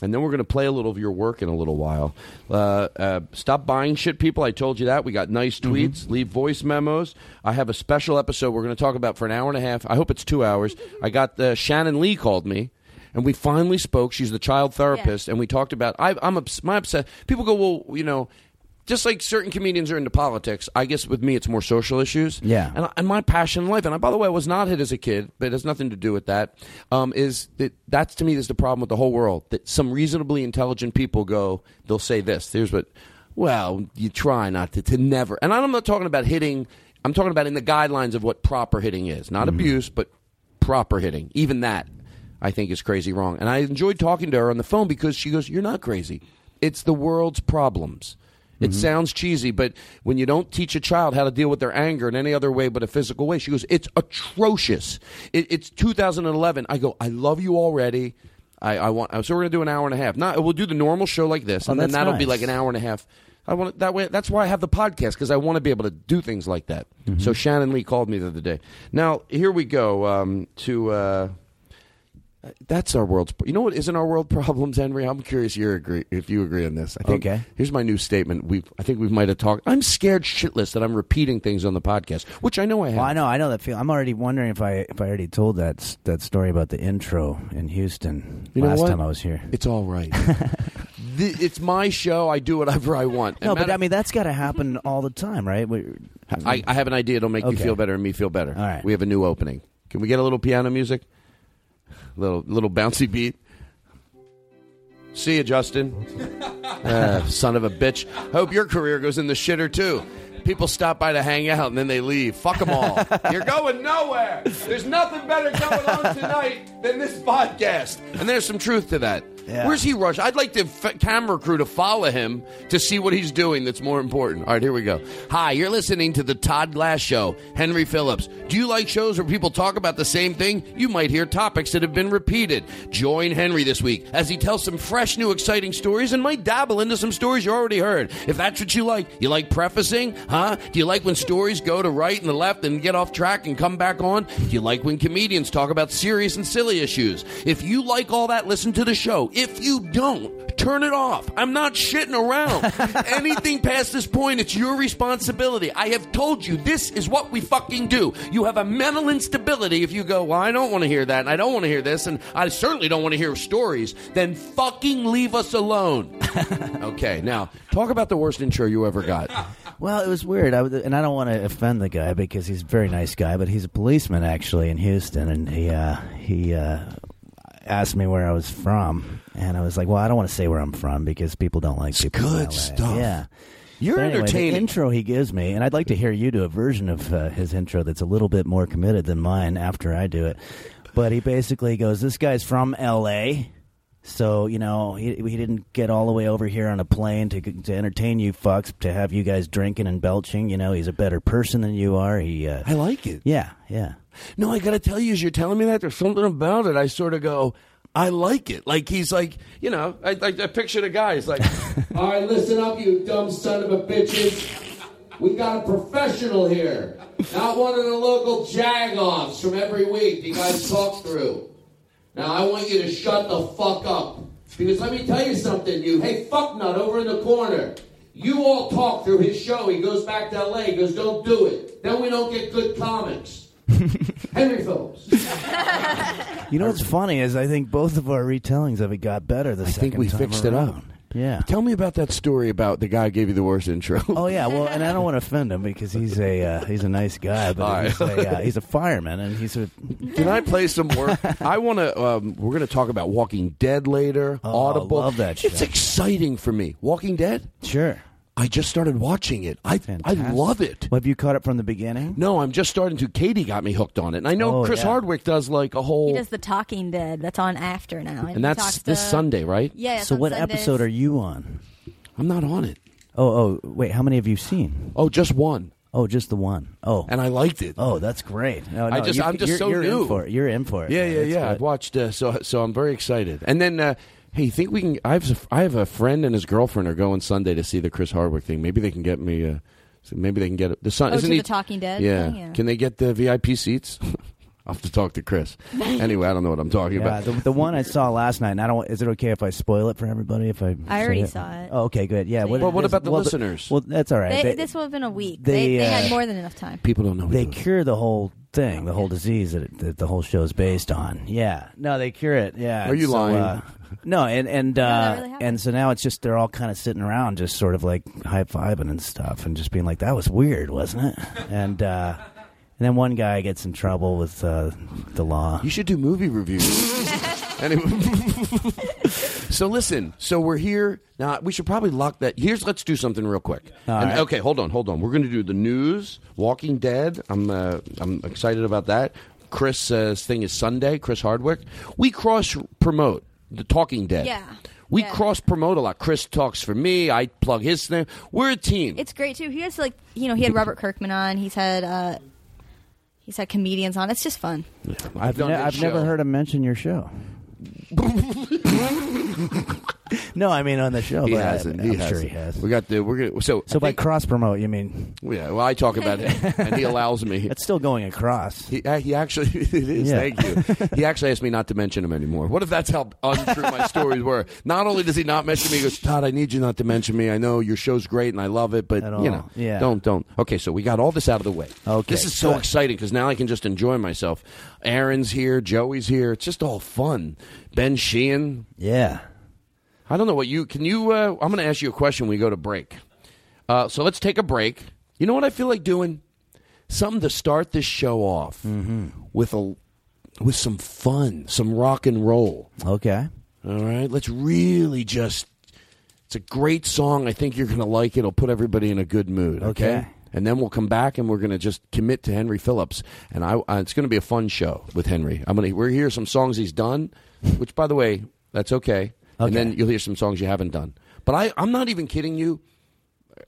S1: And then we're going to play a little of your work in a little while. Uh, uh, stop buying shit, people. I told you that. We got nice tweets. Leave voice memos. I have a special episode we're going to talk about for an hour and a half. I hope it's two hours. I got uh, Shannon Lee called me. And we finally spoke. She's the child therapist, and we talked about. I, I'm obs- my upset. People go, well, you know, just like certain comedians are into politics. I guess with me, it's more social issues.
S10: Yeah.
S1: And, and my passion in life, and I, by the way, I was not hit as a kid, but it has nothing to do with that. Um, is that that's to me is the problem with the whole world that some reasonably intelligent people go, they'll say this. There's what, well, you try not to, to never. And I'm not talking about hitting. I'm talking about in the guidelines of what proper hitting is, not abuse, but proper hitting. Even that, I think, is crazy wrong. And I enjoyed talking to her on the phone because she goes, "You're not crazy. It's the world's problems." It
S10: Mm-hmm.
S1: sounds cheesy, but when you don't teach a child how to deal with their anger in any other way but a physical way, she goes, "It's atrocious. It, it's 2011." I go, "I love you already. I, I want." So we're gonna do an hour and a half. Not we'll do the normal show like this,
S10: Oh,
S1: and then
S10: that's
S1: that'll be
S10: nice.
S1: like an hour and a half. I want that way. That's why I have the podcast because I want to be able to do things like that.
S10: Mm-hmm.
S1: So Shannon Lee called me the other day. Now here we go um, to. Uh, that's our world's. You know what isn't our world *laughs* problems, Henry? I'm curious you agree if you agree on this. I think,
S10: Okay.
S1: Here's my new statement. We I think we might have talked. I'm scared shitless that I'm repeating things on the podcast, which I know I have.
S10: Well, I know, I know that feel. I'm already wondering if I if I already told that s- that story about the intro in Houston
S1: You know
S10: last
S1: what?
S10: time I was here.
S1: It's all
S10: *laughs*
S1: right. Th- it's my show. I do whatever I want.
S10: No,
S1: And
S10: but
S1: matter-
S10: I mean that's got to happen all the time, right? We-
S1: I, I have an idea. It'll make you
S10: Okay.
S1: feel better and me feel better.
S10: All right.
S1: We have a new opening. Can we get a little piano music? *laughs* Little little bouncy beat. See you, Justin. *laughs* Ah, son of a bitch. Hope your career goes in the shitter too. People stop by to hang out and then they leave. Fuck them
S10: *laughs*
S1: all. You're going nowhere. There's nothing better going on tonight than this podcast. And there's some truth to that.
S10: Yeah.
S1: Where's he rush? I'd like the f- camera crew to follow him to see what he's doing that's more important. All right, here we go. Hi, you're listening to The Todd Glass Show, Henry Phillips. Do you like shows where people talk about the same thing? You might hear topics that have been repeated. Join Henry this week as he tells some fresh, new, exciting stories and might dabble into some stories you already heard. If that's what you like, you like prefacing? Huh? Do you like when stories go to right and the left and get off track and come back on? Do you like when comedians talk about serious and silly issues? If you like all that, listen to the show. If you don't, turn it off. I'm not shitting
S10: *laughs*
S1: around. Anything past this point, it's your responsibility. I have told you this is what we fucking do. You have a mental instability if you go, well, I don't want to hear that, and I don't want to hear this, and I certainly don't want to hear stories. Then fucking leave us
S10: *laughs*
S1: alone. okay, now talk about the worst intro you ever
S10: *laughs*
S1: got.
S10: Well, it was weird, I, was- and I don't want to offend the guy because he's a very nice guy, but he's a policeman actually in Houston, and he uh, he uh, asked me where I was from, and I was like, "Well, I don't want to say where I'm from because people don't like people." in
S1: good
S10: LA.
S1: stuff.
S10: Yeah,
S1: You're
S10: But anyway,
S1: entertaining.
S10: The intro he gives me, and I'd like to hear you do a version of uh, his intro that's a little bit more committed than mine after I do it. But he basically goes, "This guy's from L.A." So you know he he didn't get all the way over here on a plane to to entertain you fucks to have you guys drinking and belching. You know he's a better person than you are. He uh,
S1: I like it.
S10: yeah yeah
S1: No, I got to tell you, as you're telling me that, there's something about it. I sort of go, I like it. Like he's like, you know, I, I, I picture the guy. He's like,
S14: All right, listen up, you dumb son of a bitches. We got a professional here, not one of the local jagoffs from every week that you guys talk through. Now I want you to shut the fuck up because let me tell you something, you hey fucknut over in the corner. You all talk through his show. He goes back to L.A. He goes, don't do it. Then we don't get good comics. Henry Phillips.
S10: You know what's funny is I think both of our retellings of it got better the I second
S1: think we
S10: time
S1: fixed it up.
S10: around. Yeah.
S1: Tell me about that story about the guy gave you the worst
S10: *laughs*
S1: intro.
S10: Oh yeah, well, and I don't want to offend him because he's a uh, he's a nice guy, but
S1: All
S10: he's,
S1: right.
S10: a, uh, he's a fireman and he's a
S1: Can I play some work? I want to. Um, we're going to talk about Walking Dead later.
S10: Oh,
S1: Audible.
S10: love that
S1: It's
S10: show.
S1: exciting for me. Walking Dead.
S10: Sure.
S1: I just started watching it. I I love it.
S10: Well, have you caught it from the beginning?
S1: No, I'm just starting to. Katie got me hooked on it, and I know
S10: Oh,
S1: Chris
S10: yeah.
S1: Hardwick does like a whole.
S12: He does the Talking Dead. That's on after now,
S1: and that's this Sunday, right?
S12: Yeah, it's
S10: so
S12: on
S10: what
S12: Sundays.
S10: episode are you on?
S1: I'm not on it.
S10: Oh, oh, wait. How many have you seen?
S1: Oh, just one.
S10: Oh, just the one. Oh,
S1: and I liked it.
S10: Oh, that's great. No,
S1: I
S10: no,
S1: just-
S10: you-
S1: I'm just
S10: you're-
S1: so
S10: you're
S1: new.
S10: In for it. You're in for it.
S1: Yeah,
S10: man.
S1: yeah,
S10: It's
S1: yeah. I've watched uh, so so I'm very excited. And then uh, hey, you think we can I have s- I have a friend and his girlfriend are going Sunday to see the Chris Hardwick thing. Maybe they can get me uh, so maybe they can get the sun
S12: Oh,
S1: isn't
S12: to
S1: he
S12: the Talking Dead
S1: Yeah.
S12: thing? Yeah.
S1: Can they get the VIP seats? *laughs* I'll have to talk to Chris.
S12: *laughs*
S1: anyway, I don't know what I'm talking
S10: Yeah,
S1: about.
S10: the, the one I saw last night. And I don't. Is it okay if I spoil it for everybody? If I,
S12: I
S10: say
S12: already
S10: it?
S12: saw it.
S10: Oh, okay, good. Yeah.
S1: Well, what
S10: there's-
S1: about the
S10: well,
S1: listeners?
S10: well, that's all right.
S12: They,
S10: They-
S12: this would have been a week.
S10: they,
S12: They, they,
S10: uh,
S12: had more than enough time.
S1: People don't know.
S10: They cure the whole thing, the whole disease that, it, that the whole show is based on. Yeah. No, they cure it. Yeah.
S1: Are
S10: and
S1: you
S10: so,
S1: lying?
S10: uh, no, and and uh, and so now it's just they're all kind of sitting around, just sort of like high fiving and stuff, and just being like, "That was weird, wasn't it?" And uh, and then one guy gets in trouble with uh, the law.
S1: You should do
S12: *laughs*
S1: movie reviews. anyway. *laughs* so listen, so we're here. Now we should probably lock that. Here's let's do something real quick.
S10: All
S1: And-
S10: right.
S1: Okay, hold on, hold on. We're going to do the news, Walking Dead. I'm uh, I'm excited about that. Chris' uh, thing is Sunday. Chris Hardwick. We cross promote the Talking Dead.
S12: Yeah.
S1: We
S12: Yeah.
S1: cross promote a lot. Chris talks for me. I plug his thing. We're a team.
S12: It's great too. He has like you know he had Robert Kirkman on. He's had uh, he's had comedians on. It's just fun.
S10: I've,
S1: done
S10: ne-
S1: this
S10: I've never
S1: show.
S10: heard him mention
S1: *laughs*
S10: your show. no, I mean on the show.
S1: He
S10: but I-
S1: hasn't. He
S10: I'm
S1: hasn't.
S10: sure he has.
S1: We got the. We're gonna. So
S10: So
S1: I
S10: by
S1: think-
S10: cross promote, you mean?
S1: Yeah, well, I talk about it, and he allows
S10: *laughs*
S1: me.
S10: It's still going across.
S1: He, uh, he actually, *laughs* it is.
S10: Yeah.
S1: Thank you. He actually asked me not to mention him anymore. What if that's how untrue my stories were? Not only does he not mention me, he goes, Todd, I need you not to mention me. I know your show's great and I love it, but
S10: At
S1: you
S10: all.
S1: know,
S10: Yeah.
S1: don't, don't. Okay, so we got all this out of the way.
S10: Okay,
S1: this is so
S10: good.
S1: exciting because now I can just enjoy myself. Aaron's here, Joey's here. It's just all fun. Ben Sheehan.
S10: Yeah.
S1: I don't know what you can you. Uh, I'm going to ask you a question when we go to break. Uh, so let's take a break. You know what I feel like doing? Something to start this show off with a with some fun, some rock and roll.
S10: Okay.
S1: All right, let's really just. It's a great song. I think you're going to like it. It'll put everybody in a good mood. Okay.
S10: Okay.
S1: And then we'll come back and we're going to just commit to Henry Phillips. And I, uh, it's going to be a fun show with Henry. I'm going to we're hear some songs he's done, which by the way, that's okay. And then you'll hear some songs you haven't done. But I, I'm not even kidding you.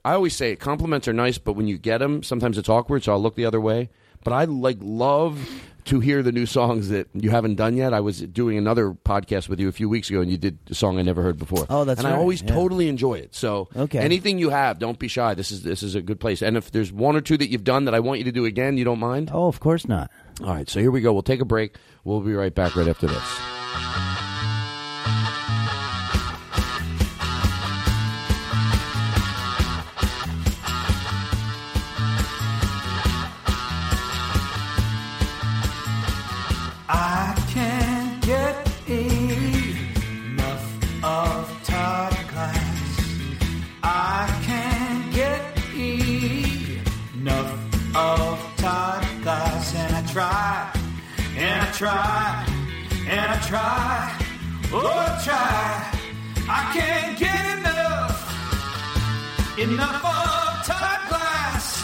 S1: I always say compliments are nice, but when you get them, sometimes it's awkward. So I'll look the other way. But I like love to hear the new songs that you haven't done yet. I was doing another podcast with you a few weeks ago, and you did a song I never heard before.
S10: Oh, that's
S1: and I
S10: right,
S1: always
S10: yeah.
S1: totally enjoy it. So
S10: Okay.
S1: anything you have, don't be shy. This is this is a good place. And if there's one or two that you've done that I want you to do again, you don't mind.
S10: Oh, of course not.
S1: All right, so here we go. We'll take a break. We'll be right back right after this.
S6: I can't get enough of Todd Glass. I can't get enough of Todd Glass. And I try, and I try, and I try, oh, I try. I can't get enough, enough of Todd Glass.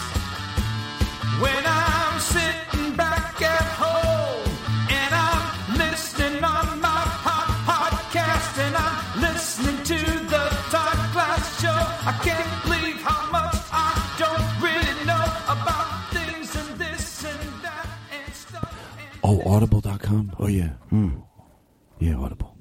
S6: When I'm sitting back at home and I'm listening on my pod- podcast and I'm listening to the Todd Glass Show, I can't believe how much I don't really know about things and this and that and stuff.
S1: Oh, audible.com? Oh, yeah. Yeah, Audible.
S10: Hmm.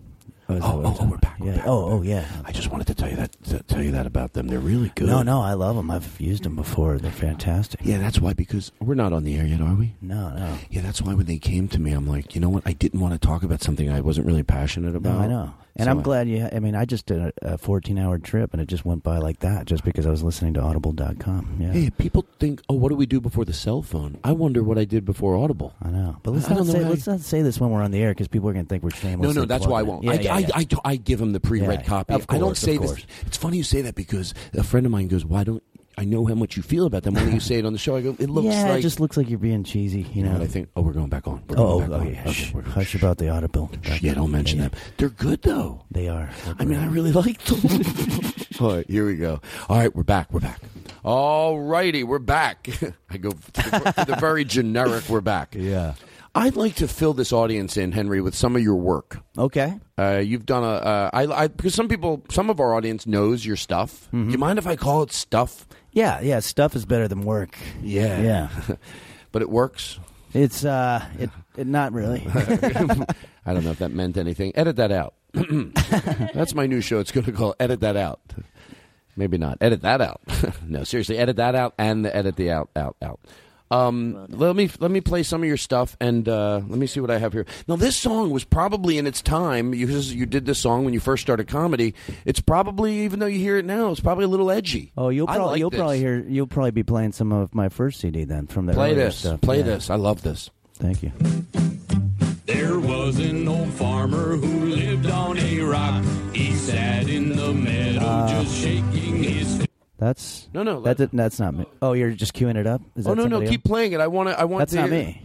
S10: Oh, is that
S1: oh,
S10: what it
S1: oh,
S10: was?
S1: oh, we're back.
S10: Yeah. Oh, oh, yeah.
S1: I just wanted to tell you that to tell you that about them. They're really good.
S10: No, no, I love them. I've used them before. They're fantastic.
S1: Yeah, that's why because we're not on the air yet, are we?
S10: No, no.
S1: Yeah, that's why when they came to me, I'm like, you know what? I didn't want to talk about something I wasn't really passionate
S10: No,
S1: about.
S10: I know. And
S1: Oh, So
S10: I'm
S1: I-
S10: glad you. I mean, I just did a, a 14 hour trip and it just went by like that just because I was listening to audible.com. Yeah.
S1: Hey, people think, oh, what do we do before the cell phone? I wonder what I did before Audible.
S10: I know. But let's
S1: I don't
S10: not,
S1: know
S10: say,
S1: how
S10: let's not say this when we're on the air because people are going to think we're shameless.
S1: No, no, that's why I won't.
S10: Yeah,
S1: I,
S10: yeah,
S1: I,
S10: yeah.
S1: I, I give them the pre-read
S10: Yeah,
S1: copy.
S10: of
S1: I don't
S10: course,
S1: say
S10: of
S1: this.
S10: course.
S1: It's funny you say that because a friend of mine goes, "Why don't I know how much you feel about them?" Why don't you say it on the show? I go, "It looks
S10: yeah,
S1: like."
S10: it just looks like you're being cheesy. You
S1: you know
S10: know.
S1: what I think? Oh, we're going back on. We're
S10: Oh,
S1: going
S10: oh,
S1: back on.
S10: yeah.
S1: Okay,
S10: Shh.
S1: we're-
S10: Hush about the audible.
S1: yeah, don't mention them. They're good though.
S10: They are.
S1: I mean, I really like *laughs* them. All right, here we go. All right, we're back. We're back. All righty, we're back. *laughs* I go for the, for the very generic. We're back.
S10: Yeah.
S1: I'd like to fill this audience in, Henry, with some of your work.
S10: Okay.
S1: Uh, you've done a uh, I, I because some people, some of our audience knows your stuff. Do you mind if I call it stuff?
S10: Yeah, yeah. Stuff is better than work.
S1: Yeah,
S10: Yeah.
S1: but it works.
S10: It's uh, it, it not really.
S1: *laughs* I don't know if that meant anything. Edit that out. *clears throat* That's my new show. It's going to call Edit That Out. Maybe not. Edit that out. *laughs* no, seriously, edit that out and the edit the out out out. Um, let me let me play some of your stuff and uh, let me see what I have here. Now, this song was probably in its time. You you did this song when you first started comedy. It's probably even though you hear it now, it's probably a little edgy.
S10: Oh, you'll
S1: I
S10: probably
S1: like
S10: you'll
S1: this.
S10: probably hear you'll probably be playing some of my first CD then from the
S1: play
S10: earlier
S1: this
S10: stuff.
S1: play
S10: Yeah.
S1: this. I love this.
S10: Thank you.
S2: There was an old farmer who lived on a rock. He sat in the meadow
S10: Uh,
S2: just shaking his
S10: That's
S1: No, no,
S10: That, did- that's not me. Oh, you're just queuing it up. Is
S1: oh
S10: that
S1: no no
S10: somebody
S1: keep playing it. I want to I want
S10: That's
S1: to
S10: not
S1: hear-
S10: me.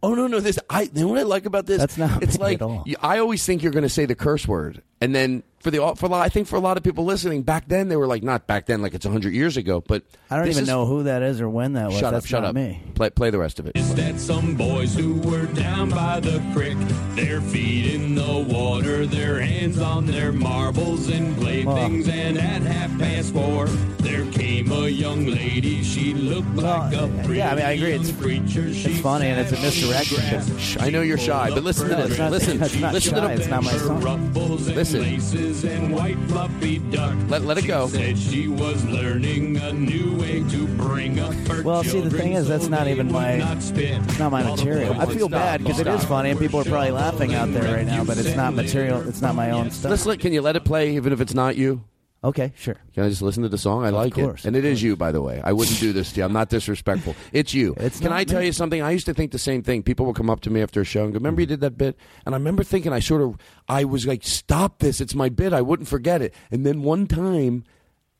S1: Oh no no this I you know what I like about this
S10: That's not
S1: it's
S10: me
S1: like
S10: at all.
S1: y- I always think you're going to say the curse word and then for the for a lot, I think for a lot of people listening back then they were like not back then like it's 100 years ago but
S10: else? I don't
S1: this
S10: even
S1: is-
S10: know who that is or when that was.
S1: Shut
S10: that's
S1: up shut
S10: not
S1: up
S10: me.
S1: play play the rest of it
S2: is that some boys who were down by the creek, their feet in the water, their hands on their marbles and playthings, and at half past four, there came a young lady. She looked like a pretty
S10: yeah, I mean, I agree. It's-
S2: young creature. She
S10: It's funny and it's a misdirection.
S1: Shh, I know you're shy but listen to
S10: No, it's
S1: this
S10: not-
S1: listen
S10: it's not
S1: listen
S10: shy,
S1: to the
S10: it's not my song.
S2: ruffles and
S1: Listen.
S2: laces and white fluffy duck.
S1: Let- let it
S2: she
S1: go.
S2: Said she was learning a new way to bring up her
S10: Well, see, the thing
S2: children
S10: is, that's
S2: so
S10: not
S2: they
S10: even
S2: would
S10: my-
S2: not spit.
S10: It's not my
S2: While the
S10: material.
S2: boys
S10: I feel
S2: would
S10: bad
S2: stop
S10: because it
S2: by.
S10: is funny and people are probably laughing out there right now, but it's not material. It's not my own stuff.
S1: let's let can you let it play even if it's not you
S10: Okay, sure.
S1: can I just listen to the song? I like
S10: course,
S1: it, and it is you, by the way. I wouldn't do this to you. I'm not
S10: *laughs*
S1: disrespectful. It's you. Can
S10: not
S1: I tell
S10: me.
S1: you something? I used to think the same thing. People would come up to me after a show and go, "Remember you
S10: Mm-hmm.
S1: did that bit?" And I remember thinking, I sort of, I was like, "Stop this! It's my bit. I wouldn't forget it." And then one time,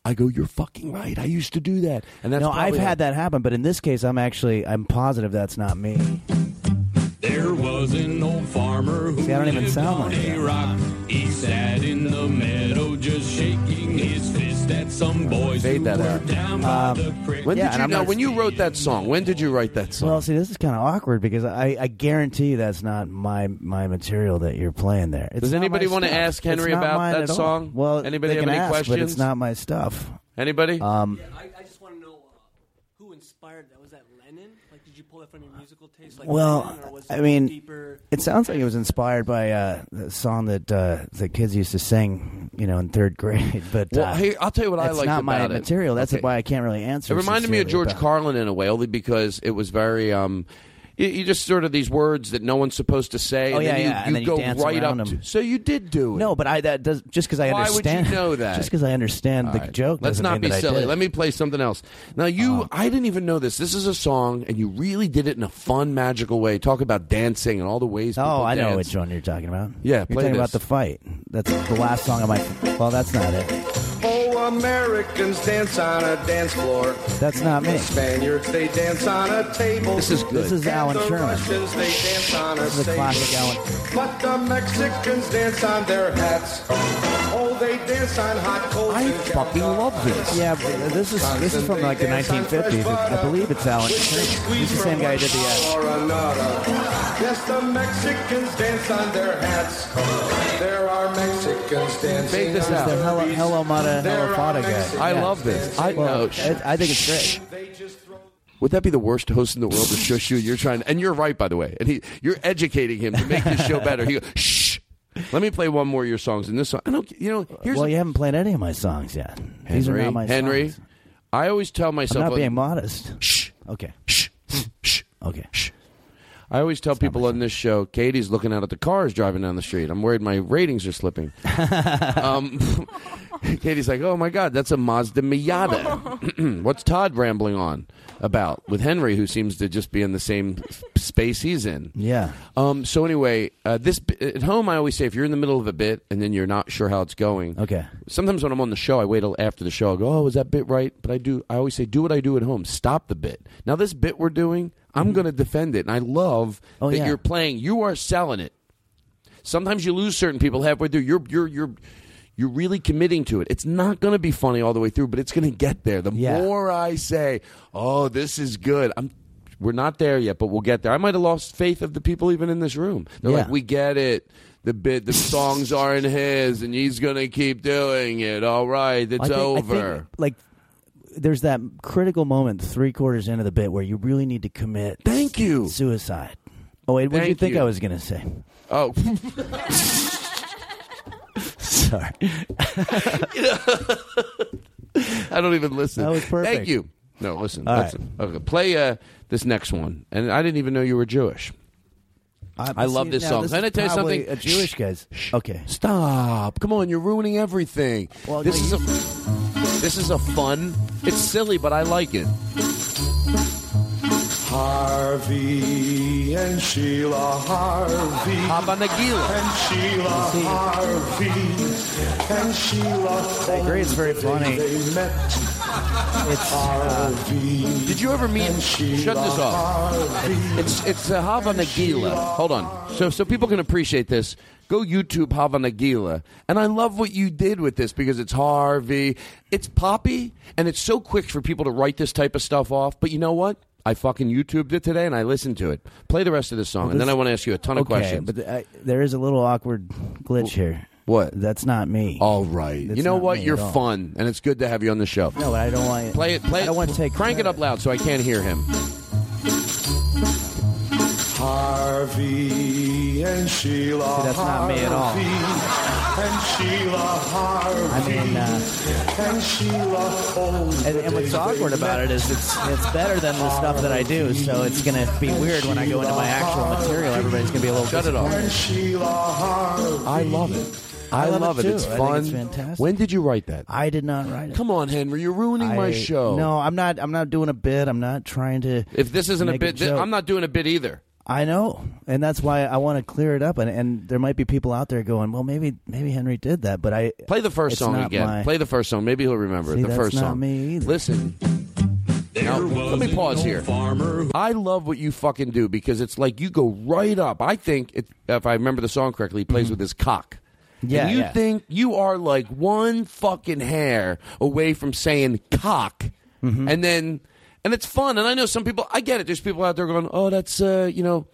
S1: I go, "You're fucking right. I used to do that." And that's
S10: no, I've
S1: probably-
S10: had that happen, but in this case, I'm actually I'm positive that's not me.
S2: There was an old farmer who
S10: See, I don't even
S2: lived
S10: sound
S2: on
S10: like
S2: a
S10: that.
S2: rock. He sat in the meadow just shaking his fist at some boys
S1: Fade
S2: who
S1: that
S2: were
S1: out.
S2: down by the creek.
S1: When
S10: Um, Yeah,
S1: did
S10: and
S1: you
S10: I'm
S1: know?
S10: not-
S1: When you wrote that song? When did you write that song?
S10: Well, see, this is kind of awkward because I, I guarantee that's not my my material that you're playing there. It's
S1: Does
S10: not my
S1: anybody wanna
S10: stuff.
S1: ask Henry
S10: It's not
S1: about
S10: mine
S1: that
S10: at all.
S1: song?
S10: Well,
S1: Anybody
S10: they
S1: have
S10: can
S1: any
S10: ask, But
S1: questions?
S10: it's not my stuff.
S1: Anybody?
S10: Um,
S15: I, I just want to know uh, who inspired that. Was that Lennon? Like, did you pull that from your musical taste? Like Lennon, or
S10: well,
S15: was
S10: I
S15: it
S10: mean,
S15: deeper.
S10: it sounds like it was inspired by uh, the song that uh, the kids used to sing, you know, in third *laughs* grade. But
S1: Well,
S10: uh,
S1: here- I'll tell you what I
S10: that's
S1: liked
S10: not my
S1: about it.
S10: material. That's
S1: Okay.
S10: why I can't really answer.
S1: It reminded me of
S10: sincerely
S1: George
S10: about-
S1: Carlin in a way, only because it was very. Um, you, you just sort of these words that no one's supposed to say.
S10: Oh,
S1: and
S10: yeah,
S1: then you,
S10: yeah, and
S1: you
S10: then you
S1: go
S10: dance
S1: right up.
S10: around 'em.
S1: To, so you did do it.
S10: No, but I that does just because I
S1: Why would you
S10: understand. *laughs*
S1: know that?
S10: Just because I understand the joke.
S1: Let's
S10: doesn't
S1: not
S10: mean
S1: be
S10: that I
S1: silly.
S10: did Uh-huh. it.
S1: Let me play something else. Now you, I didn't even know this. This is a song, and you really did it in a fun, magical way. Talk about dancing and all the ways.
S10: Oh,
S1: people
S10: I know
S1: dance.
S10: which one you're talking about.
S1: Yeah,
S10: you're
S1: play
S10: talking about
S1: this.
S10: the fight. That's the last song of my. Well, that's not it.
S6: Oh, Americans dance on a dance floor.
S10: That's not me.
S6: Spaniards, they dance on a table.
S10: This is good. This is
S6: And
S10: Alan
S6: the
S10: Sherman.
S6: Russians, they dance on a
S10: This is a
S6: sable.
S10: classic Alan.
S6: But the Mexicans dance on their hats. Oh, they dance on hot coals.
S1: I
S6: and
S1: fucking love this.
S10: Yeah, but this is this is from like the 1950s. I believe it's Alan. Sherman. It's the same guy who did the. Uh,
S6: Or another. Yes, the Mexicans dance on their hats. There are Mexicans dancing
S1: Fade this
S6: on
S1: out.
S10: uh, the hello, hello, Mata, hello, Fada guy.
S1: I
S10: Yeah.
S1: love this. I know.
S10: Well, I, I think it's great.
S1: Would that be the worst host in the world to shush you? You're trying, and you're right, by the way. And he, you're educating him to make his show better. He goes, shh. Let me play one more of your songs. And this song, I don't, you know, here's
S10: well,
S1: a-
S10: you haven't played any of my songs yet.
S1: Henry,
S10: These are not my
S1: Henry,
S10: songs.
S1: I always tell
S10: I'm
S1: myself
S10: not
S1: on-
S10: being modest.
S1: Shh.
S10: Okay.
S1: Shh. Shh.
S10: Okay.
S1: Shh. I always tell people on this show, Katie's looking out at the cars driving down the street. I'm worried my ratings are
S10: *laughs*
S1: slipping. um, *laughs* Katie's like, oh my God, that's a Mazda Miata. *clears throat* What's Todd rambling on about with Henry, who seems to just be in the same space he's in?
S10: Yeah.
S1: Um, so anyway, uh, this bi- at home, I always say if you're in the middle of a bit and then you're not sure how it's going.
S10: Okay.
S1: Sometimes when I'm on the show, I wait till after the show. I go, "Oh, was that bit right?" But I do. I always say, "Do what I do at home. Stop the bit." Now this bit we're doing, I'm going to defend it, and I love
S10: Mm-hmm. Oh,
S1: that
S10: yeah.
S1: you're playing. You are selling it. Sometimes you lose certain people halfway through. You're you're you're you're really committing to it. It's not going to be funny all the way through, but it's going to get there. The more I say, "Oh, this is good," I'm. We're not there yet, but we'll get there. I might have lost faith of the people even in this room. They're like,
S10: Yeah.
S1: "We get it." The bit, the
S10: *laughs*
S1: songs aren't his, and he's going to keep doing it. All right, it's
S10: I think- I think,
S1: over.
S10: like, there's that critical moment three quarters into the bit where you really need to commit.
S1: Thank you.
S10: Suicide. Oh wait, what did you
S1: Thank
S10: think
S1: you.
S10: I was gonna say? *laughs*
S1: Oh. *laughs*
S10: Sorry.
S1: I don't even listen.
S10: That was perfect.
S1: Thank you. No, listen.
S10: All right.
S1: listen. Okay, play uh, this next one. And I didn't even know you were Jewish. I love
S10: see,
S1: this
S10: now,
S1: song.
S10: This
S1: Can I
S10: is
S1: tell you
S10: probably
S1: something?
S10: A Jewish guy's. Okay.
S1: Stop! Come on, you're ruining everything.
S10: Well,
S1: this
S10: no,
S1: is a this is a fun. It's silly, but I like it.
S6: Harvey and Sheila Harvey.
S1: Habanagila.
S6: And Sheila Harvey. And Sheila. I
S10: agree, it's very funny. uh,
S6: They met. It's Harvey.
S1: Did you ever meet?
S6: and Sheila
S1: Shut this off.
S6: Harvey.
S1: It's it's uh, Hava Nagila. Hold on. So so people can appreciate this. Go YouTube Hava Nagila, and I love what you did with this because it's Harvey, it's poppy, and it's so quick for people to write this type of stuff off. But you know what? I fucking YouTubed it today, and I listened to it. Play the rest of this song, and then
S10: this-
S1: I want to ask you a ton of
S10: okay,
S1: questions.
S10: but th- I, there is a little awkward glitch here.
S1: What? Oh.
S10: That's not me.
S1: All right.
S10: That's
S1: you know
S10: not
S1: what?
S10: me
S1: You're
S10: at all.
S1: fun, and it's good to have you on the show.
S10: No, but I don't want.
S1: Play it. Play it.
S10: I don't want to take.
S1: Crank it up loud so I can't hear him.
S6: Harvey and Sheila.
S10: See, that's not me at all.
S6: Harvey And Sheila Harvey.
S10: I mean, uh,
S6: and Sheila. Oh,
S10: And,
S6: the
S10: and what's
S6: days they
S10: awkward about it
S6: met.
S10: is it's it's better than the stuff that I do, so it's gonna be weird when I go into my actual material. Everybody's gonna be a little.
S1: Shut it off.
S6: And Sheila Harvey.
S1: I love it. I,
S10: I love
S1: love,
S10: it
S1: it.
S10: too.
S1: It's
S10: I think
S1: fun.
S10: it's fantastic.
S1: When did you write that?
S10: I did not write it.
S1: Come on, Henry. You're ruining my
S10: I-
S1: show.
S10: No, I'm not. I'm not doing a bit. I'm not trying to.
S1: If this isn't a
S10: make
S1: bit, thi-
S10: joke.
S1: I'm not doing a bit either.
S10: I know, and that's why I want to clear it up. And, and there might be people out there going, "Well, maybe maybe Henry did that," but I
S1: Play the first
S10: It's
S1: song
S10: not
S1: again.
S10: my-
S1: Play the first song. Maybe he'll remember
S10: See,
S1: it. The
S10: that's
S1: first
S10: not
S1: song.
S10: me either.
S1: Listen. Now, let me pause here. I love what you fucking do because it's like you go right up. I think it, if I remember the song correctly, he plays with his cock.
S10: Mm-hmm. Yeah,
S1: And you
S10: yeah.
S1: think you are like one fucking hair away from saying cock, and then and it's fun. And I know some people. I get it. There's people out there going, "Oh, that's uh, you know,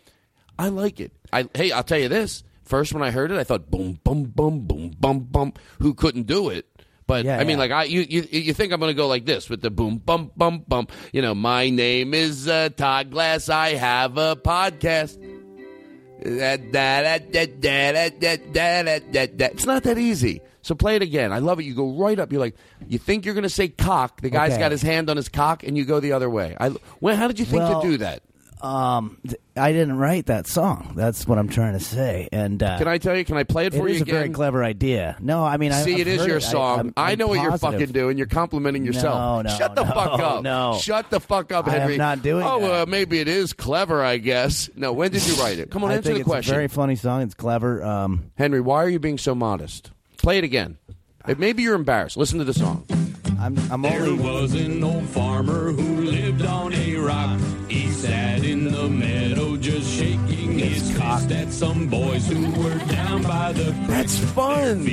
S1: I like it." I hey, I'll tell you this. First, when I heard it, I thought, "Boom, boom, boom, boom, boom, boom." Who couldn't do it? But
S10: Yeah,
S1: I mean,
S10: yeah.
S1: like I you, you you think I'm going to go like this with the boom bum bum bum? You know, my name is uh, Todd Glass. I have a podcast. Da, da, da, da, da, da, da, da, da, da. It's not that easy. So play it again. I love it. You go right up. You're like, you think you're going to say cock. The guy's
S10: Okay.
S1: got his hand on his cock, and you go the other way. I well, how did you think
S10: Well,
S1: to do that?
S10: um th- I didn't write that song. That's what I'm trying to say. And uh,
S1: Can I tell you? Can I play it
S10: It
S1: for you
S10: is a
S1: again?
S10: very clever idea. No, I mean, I,
S1: See,
S10: I've
S1: it is
S10: heard
S1: your
S10: I-
S1: song.
S10: I'm-
S1: I,
S10: I'm
S1: know what you're
S10: positive.
S1: fucking doing. You're complimenting yourself.
S10: No, no,
S1: Shut the
S10: no,
S1: fuck up.
S10: no.
S1: Shut the fuck up,
S10: I am
S1: Henry.
S10: not doing
S1: Oh,
S10: that.
S1: uh, maybe it is clever, I guess. No, when did you write it? Come on,
S10: I
S1: answer
S10: think
S1: the
S10: it's
S1: question.
S10: a very funny song. It's clever. Um,
S1: Henry, why are you being so modest? Play it again. If maybe you're embarrassed. Listen to the song.
S10: I'm I'm
S2: There
S10: only
S2: was an old farmer who lived on a rock. He sat in the meadow just shaking his fist at some boys who were down by the
S1: That's fun.
S10: that'd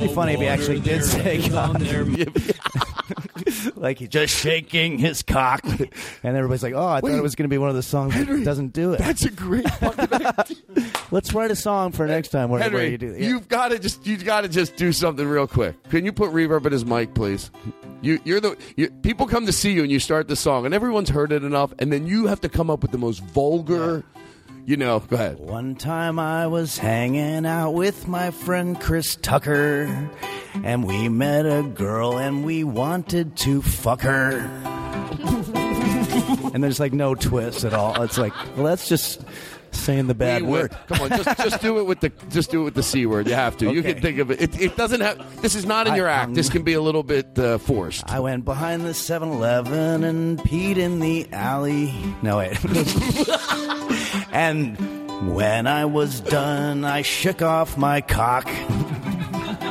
S10: be funny if he actually did say cock.
S2: their
S10: *laughs* like he's just shaking his cock, and everybody's like, "Oh, I
S1: Wait.
S10: thought it was going to be one of the songs that doesn't do it."
S1: That's a great *laughs* fucking
S10: Let's write a song for next time where, where
S1: Henry.
S10: you do. yeah.
S1: You've got to just you got to just do something real quick. Can you put reverb in his mic, please? You, you're the you, people come to see you and you start the song and everyone's heard it enough, and then you have to come up with the most vulgar. You know, go ahead.
S10: One time I was hanging out with my friend Chris Tucker, and we met a girl and we wanted to fuck her. *laughs* and there's like no twist at all. It's like, well, that's just saying the bad
S1: We
S10: word.
S1: would- Come on, just just do it with the just do it with the c word. You have to. You
S10: Okay.
S1: can think of it. It, it doesn't have. This is not in your
S10: I-
S1: act.
S10: um,
S1: this can be a little bit uh, forced.
S10: I went behind the 7 Eleven and peed in the alley. No, wait. *laughs* and when I was done, I shook off my cock.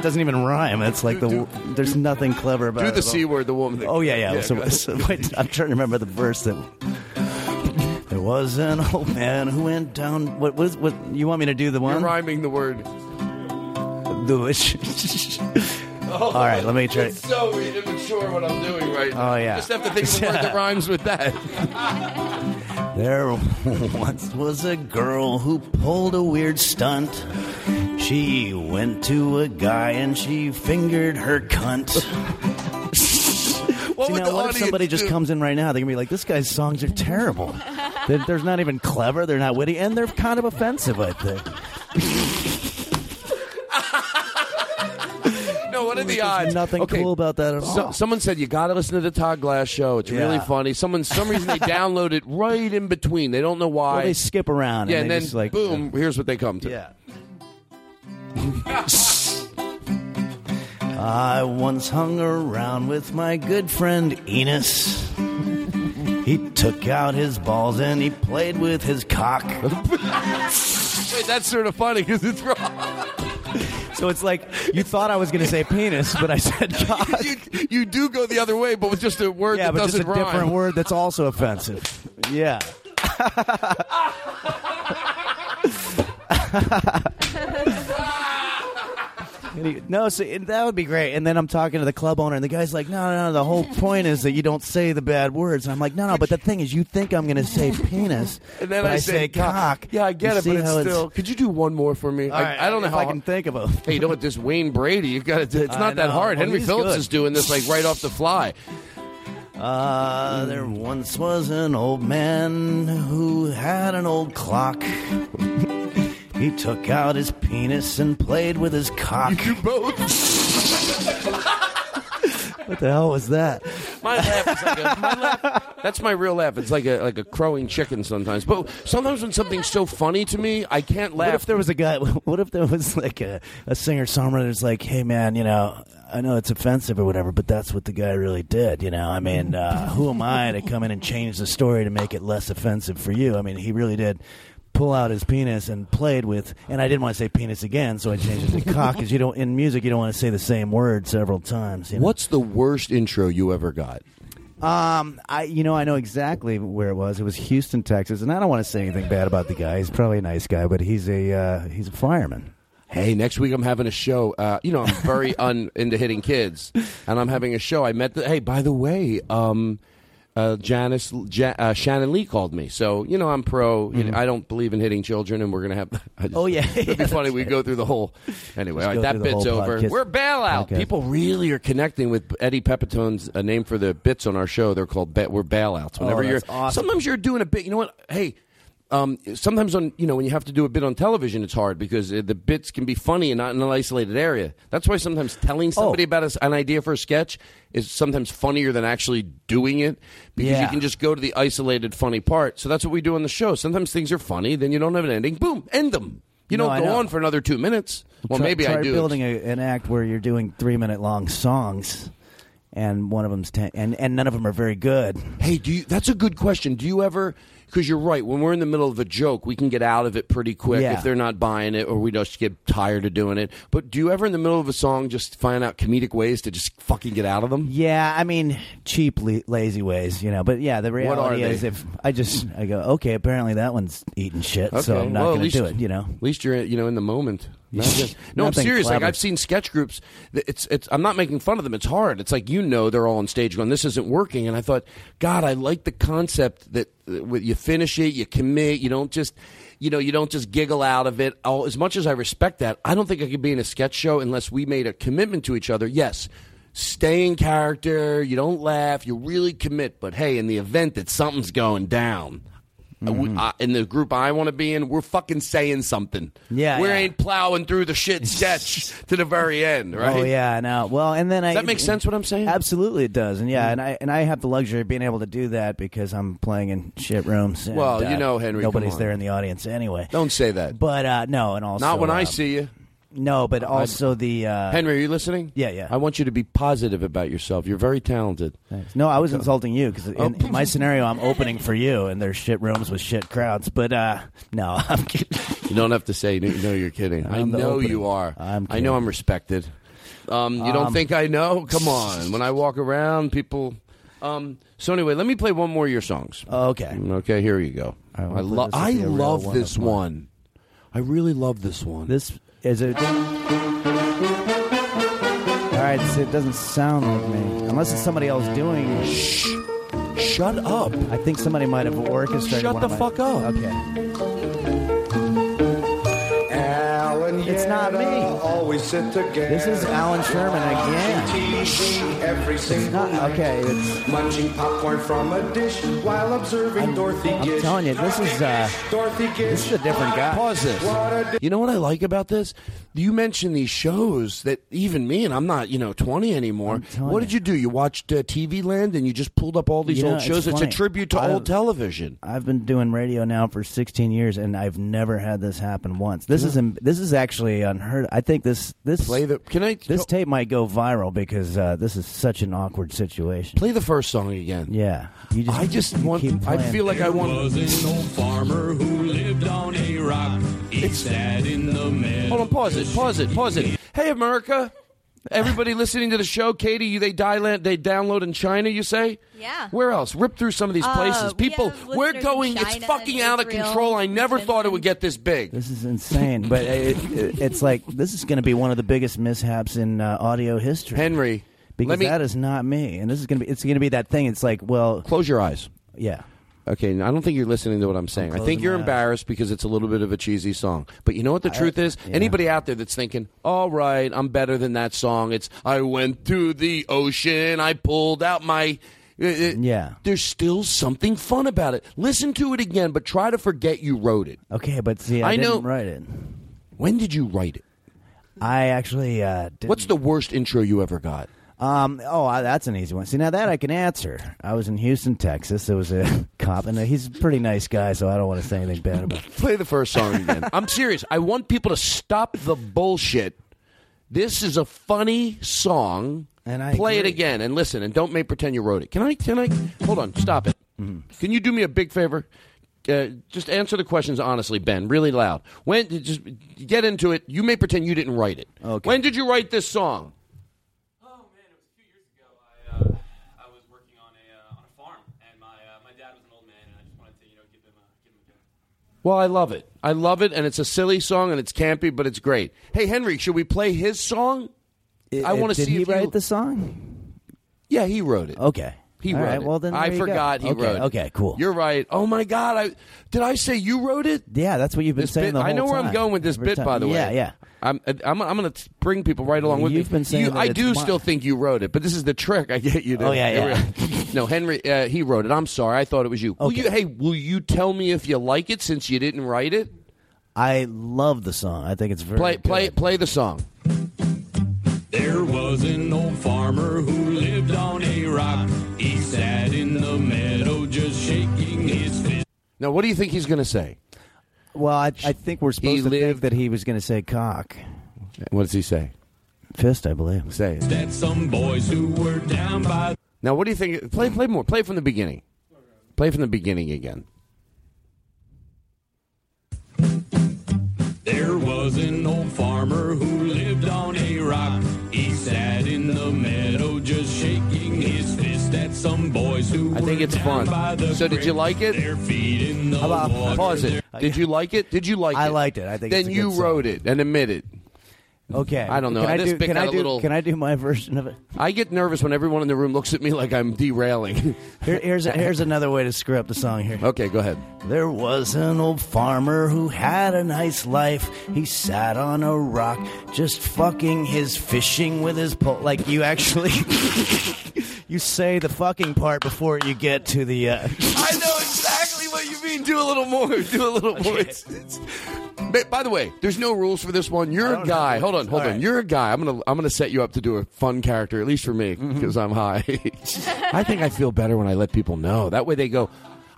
S10: Doesn't even rhyme. It's like the there's nothing clever about
S1: Do
S10: it.
S1: the
S10: at all.
S1: c word, the woman. Thing.
S10: Oh yeah, yeah.
S1: go
S10: so,
S1: ahead.
S10: so- *laughs* wait, I'm trying to remember the verse that. There was an old man who went down. What was what? You want me to do the one?
S1: You're rhyming the word.
S10: The witch. *laughs*
S1: Oh.
S10: All right, let me try.
S1: It's so immature what I'm doing right now.
S10: Oh, yeah.
S1: Just have to think of a word
S10: *laughs*
S1: that rhymes with that.
S10: There *laughs* once was a girl who pulled a weird stunt. She went to a guy and she fingered her cunt. *laughs*
S1: What
S10: See,
S1: would
S10: now,
S1: the
S10: what if
S1: audience
S10: somebody just
S1: do?
S10: comes in right now? They're gonna be like, "This guy's songs
S1: *laughs*
S10: are terrible. they're, they're not even clever. They're not witty, and they're kind of offensive." I think.
S1: No, what are the
S10: There's
S1: odds?
S10: nothing cool about that at
S1: So,
S10: all.
S1: someone said you got to listen to the Todd Glass show. It's really
S10: Yeah.
S1: funny. Someone, some reason
S10: *laughs*
S1: they download it right in between. They don't know why.
S10: Well, they skip around.
S1: yeah,
S10: and,
S1: and,
S10: they
S1: then
S10: just like
S1: boom, here's what they come to.
S10: Yeah. *laughs* I once hung around with my good friend Enos. He took out his balls and he played with his cock.
S1: *laughs* Wait, that's sort of funny because it's wrong. *laughs*
S10: so it's like you thought I was going to say penis, but I *laughs* said cock.
S1: You, you do go the other way, but with just a word
S10: yeah,
S1: that
S10: but just
S1: doesn't
S10: a
S1: rhyme.
S10: different word that's also offensive. Yeah. *laughs* And he- no, so and that would be great. And then I'm talking to the club owner, and the guy's like, "No, no, no. The whole point is that you don't say the bad words." And I'm like, "No, no. But the thing is, you think I'm going to say penis,
S1: *laughs* And then
S10: but
S1: I,
S10: say cock.
S1: Yeah, I get
S10: You
S1: it,
S10: see
S1: but it's
S10: how
S1: still. Could you do one more for me?
S10: All
S1: I,
S10: right,
S1: I don't know
S10: if
S1: how
S10: I can think of a.
S1: Hey, you know what? This Wayne Brady, you've got to. do- It's
S10: I
S1: not that
S10: know.
S1: hard.
S10: Well,
S1: Henry
S10: he's
S1: Phillips
S10: good.
S1: is doing this like right off the fly.
S10: Uh, there once was an old man who had an old clock. he took out his penis and played with his cock. what the hell was that?
S1: My laugh is like a, my laugh, that's my real laugh. It's like a like a crowing chicken sometimes. But sometimes when something's so funny to me, I can't laugh.
S10: What if there was a guy? *laughs* What if there was like a, a singer songwriter that's like, "Hey man, you know, I know it's offensive or whatever, but that's what the guy really did." You know, I *laughs* mean, uh, who am I to come in and change the story to make it less offensive for you? I mean, he really did pull out his penis and played with, and I didn't want to say penis again, so I changed it to cock because you don't in music you don't want to say the same word several times. You know?
S1: What's the worst intro you ever got?
S10: Um, I you know I know exactly where it was. It was Houston, Texas, and I don't want to say anything bad about the guy. He's probably a nice guy, but he's a uh, he's a fireman.
S1: Hey, next week I'm having a show. Uh, you know, I'm
S10: *laughs*
S1: very un into hitting kids, and I'm having a show. I met the. Hey, by the way, um, uh, Janice ja- uh, Shannon Lee called me. So you know, I'm pro. You know, I don't believe in hitting children, and we're gonna have. *laughs* I just,
S10: Mm-hmm. Oh, yeah.
S1: it'd be funny. We go through the whole. Anyway, all right,
S10: go
S1: that
S10: through the
S1: bit's
S10: whole
S1: over.
S10: podcast.
S1: We're bailout.
S10: Podcast.
S1: People really are connecting with Eddie Pepitone's uh, name for the bits on our show. They're called ba- We're bailouts. Whenever
S10: Oh, that's
S1: you're
S10: awesome.
S1: sometimes you're doing a bit. You know what? Hey. Um, sometimes on you know when you have to do a bit on television, it's hard because uh, the bits can be funny and not in an isolated area. That's why sometimes telling
S10: Oh.
S1: somebody about a s an idea for a sketch is sometimes funnier than actually doing it because you
S10: Yeah.
S1: can just go to the isolated funny part. So that's what we do on the show. Sometimes things are funny, then you don't have an ending. Boom, end them. You
S10: No,
S1: don't
S10: I
S1: go
S10: know.
S1: on for another two minutes. Well,
S10: Try-
S1: maybe
S10: try
S1: I do.
S10: building a, an act where you're doing three minute long songs, and one of them's ten, and and none of them are very good.
S1: Hey, do you, that's a good question. Do you ever? Because you're right. When we're in the middle of a joke, we can get out of it pretty quick
S10: Yeah.
S1: if they're not buying it, or we just get tired of doing it. But do you ever, in the middle of a song, just find out comedic ways to just fucking get out of them?
S10: Yeah, I mean, cheap, la- lazy ways, you know. But yeah, the
S1: are
S10: reality is,
S1: they?
S10: if I just I go, okay, apparently that one's eating shit, so I'm not
S1: well, at
S10: going to
S1: least-
S10: do it. You know,
S1: At least you're you know in the
S10: *laughs*
S1: moment. Not just- no, I'm
S10: Nothing
S1: serious. Like
S10: clever.
S1: I've seen sketch groups. that It's it's. I'm not making fun of them. It's hard. It's like you know they're all on stage going, "This isn't working." And I thought, God, I like the concept that uh, with- you finish it, you commit, you don't just. You know, you don't just giggle out of it. Oh, as much as I respect that, I don't think I could be in a sketch show unless we made a commitment to each other. Yes, stay in character. You don't laugh. You really commit. But hey, in the event that something's going down, uh,
S10: Mm-hmm.
S1: we, uh, in the group I want to be in, we're fucking saying something.
S10: Yeah,
S1: we
S10: yeah.
S1: ain't plowing through the
S10: *laughs*
S1: shit sketch to the very end, right?
S10: Oh yeah, I know. Well, and then
S1: Does
S10: I
S1: that make sense what I'm saying?
S10: Absolutely, it does. And yeah, and I and I have the luxury of being able to do that because I'm playing in shit rooms. and,
S1: Well,
S10: uh,
S1: you know, Henry, come
S10: nobody's
S1: on.
S10: there in the audience anyway.
S1: Don't say that.
S10: But uh, no, and also
S1: Not when I
S10: uh,
S1: see you.
S10: No, but also the uh,
S1: Henry, are you listening?
S10: Yeah, yeah.
S1: I want you to be positive about yourself. You're very talented.
S10: No, I was insulting you because in, in my scenario, I'm opening for you, and there's shit rooms with shit crowds. But uh, no, *laughs* I'm kidding.
S1: You don't have to say no. no, You're kidding. i
S10: I'm the
S1: know
S10: opening.
S1: you are.
S10: I'm
S1: I know
S10: kidding.
S1: I'm respected. Um, you don't
S10: Um,
S1: think I know? Come on. When I walk around, people. Um, so anyway, let me play one more of your songs.
S10: Okay.
S1: Okay. Here you go. I,
S10: wanna play
S1: lo-
S10: this will
S1: I
S10: be a real
S1: love
S10: one
S1: this
S10: of mine.
S1: one. I really love this one.
S10: This is it. All right, so it doesn't sound like me unless it's somebody else doing. it.
S1: Shh. Shut up.
S10: I think somebody might have orchestrated.
S6: Shut
S10: one
S6: the
S10: of my-
S6: fuck up.
S10: Okay.
S6: Alan
S10: It's not me.
S6: Yedda Always sit together.
S10: This is Alan Sherman again.
S6: Watching TV every single
S10: not- okay,
S6: night.
S10: it's-
S6: munching popcorn from a dish while observing Dorothy
S10: I'm
S6: Gish.
S10: telling you, this is uh,
S6: Dorothy Gish.
S10: this is a different guy.
S1: Pause this. You know what I like about this? You mentioned these shows that even me, and I'm not, you know, 20 anymore. What did you do? You watched uh, TV Land and you just pulled up all these
S10: You know,
S1: old shows. It's,
S10: funny.
S1: a tribute to
S10: I've-
S1: old television.
S10: I've been doing radio now for 16 years, and I've never had this happen once. This is im- this is actually unheard. I think this this
S1: Play the. Can I
S10: this tape might go viral because uh, this is such an awkward situation.
S1: play the first song again?
S10: Yeah, you just
S1: I just
S10: you
S1: want.
S10: keep
S1: I
S10: playing.
S1: feel like I want.
S2: was an old farmer who lived on a rock. He sat in the middle.
S1: Hold on. Pause it. Pause it. Pause it. Hey, America. Everybody listening to the show, Katie, you, they dial they download in China. You say,
S16: Yeah.
S1: Where else? Rip through some of these
S16: Uh,
S1: places,
S16: we
S1: people.
S16: have
S1: We're
S16: listeners in
S1: going. It's
S16: China,
S1: fucking
S16: in
S1: out of
S16: Israel,
S1: control. I never thought it would get this big.
S10: This is insane, but it, it, it's like this is going to be one of the biggest mishaps in uh, audio history.
S1: Henry,
S10: because
S1: let me-
S10: that is not me, and this is going to be it's going to be that thing. It's like, well,
S1: Close your eyes.
S10: yeah,
S1: Okay, I don't think you're listening to what I'm saying. I think
S10: closing
S1: you're
S10: my eyes.
S1: embarrassed because it's a little bit of a cheesy song. But you know what the truth is? Anybody out there that's thinking, "All right, I'm better than that song." It's I went to the ocean, I pulled out my uh, uh,"
S10: yeah.
S1: There's still something fun about it. Listen to it again, but try to forget you wrote it.
S10: Okay, but see, I,
S1: I know-
S10: didn't write it.
S1: When did you write it?
S10: I actually uh, did.
S1: What's the worst intro you ever got?
S10: Um, oh, I, that's an easy one. See, now that I can answer. I was in Houston, Texas. There was a *laughs* cop, and he's a pretty nice guy, so I don't want to say anything bad about. him.
S1: Play the first song again. *laughs* I'm serious. I want people to stop the bullshit. This is a funny song.
S10: And I
S1: play
S10: agree.
S1: it again and listen and don't make pretend you wrote it. Can I? Can I? Hold on. Stop it.
S10: Mm-hmm.
S1: Can you do me a big favor? Uh, just answer the questions honestly, Ben, really loud. When just get into it. You may pretend you didn't write it.
S10: Okay.
S1: When did you write this song?
S17: I was working on a uh, on a farm, and my uh, my dad was an old man, and I just wanted to you know give him a give him a gift.
S1: Well, I love it. I love it, and it's a silly song, and it's campy, but it's great. Hey, Henry, should we play his song? I
S10: Uh,
S1: wanna
S10: Did
S1: see
S10: he
S1: if you-
S10: write the song?
S1: Yeah, he wrote it.
S10: Okay,
S1: He
S10: All
S1: wrote
S10: right,
S1: it.
S10: Well, then
S1: I
S10: there you go.
S1: forgot he
S10: okay,
S1: wrote it.
S10: Okay, cool.
S1: You're right. Oh my god! I did I say you wrote it?
S10: yeah, that's what you've been
S1: This
S10: saying
S1: bit-
S10: the whole
S1: I know where I'm
S10: time.
S1: going with this
S10: Every
S1: bit,
S10: time.
S1: by the way.
S10: Yeah, yeah.
S1: I'm I'm, I'm going to bring people right along with me.
S10: You've been saying
S1: You-
S10: that
S1: I
S10: it's
S1: do
S10: mine.
S1: still think you wrote it, but this is the trick I get you to.
S10: Oh, yeah, yeah.
S1: no, Henry, uh, he wrote it. I'm sorry, I thought it was you. Will you. Hey, will you tell me if you like it since you didn't write it?
S10: I love the song. I think it's very
S1: Play
S10: good.
S1: play play the song.
S2: There was an old farmer who lived on a rock. He sat in the meadow just shaking his fist.
S1: Now, what do you think he's going to say?
S10: Well, I, I think we're supposed to think that he was going to say cock
S1: What does he say?
S10: fist. I believe.
S1: Say it.
S2: That some boys who were down by
S1: Now, what do you think? Play play more. Play from the beginning. Play from the beginning again.
S2: There was an old farmer who lived on a rock. He sat in the meadow just shaking his fist at some boys who
S1: I think
S2: were
S1: it's
S2: down
S1: fun.
S2: by the
S1: So did you
S2: creek.
S1: like it?
S2: Their feet in the
S1: How about
S2: water.
S1: pause it? Did you like it? Did you like
S10: I
S1: it?
S10: liked it. I think
S1: Then
S10: it's a
S1: you
S10: good song.
S1: wrote it and admit it.
S10: Okay,
S1: I don't know.
S10: Can I
S1: This
S10: do?
S1: bit
S10: Can
S1: got
S10: I
S1: a
S10: do?
S1: little-
S10: Can I do my *laughs* version of it?
S1: I get nervous when everyone in the room looks at me like I'm derailing. *laughs*
S10: Here, here's here's another way to screw up the song here.
S1: okay, go ahead.
S10: There was an old farmer who had a nice life. He sat on a rock, just fucking his fishing with his pole. Like you actually, *laughs* you say the fucking part before you get to the. Uh,
S1: I know exactly what you mean. mean, do a little more. Do a little more. It's, it's, Ba- by the way, there's no rules for this one. You're a guy. Hold on, hold on. You're a guy. I'm gonna I'm gonna set you up to do a fun character, at least for me,
S10: Mm-hmm.
S1: because I'm
S10: *laughs*
S1: high. I think I feel better when I let people know. That way they go.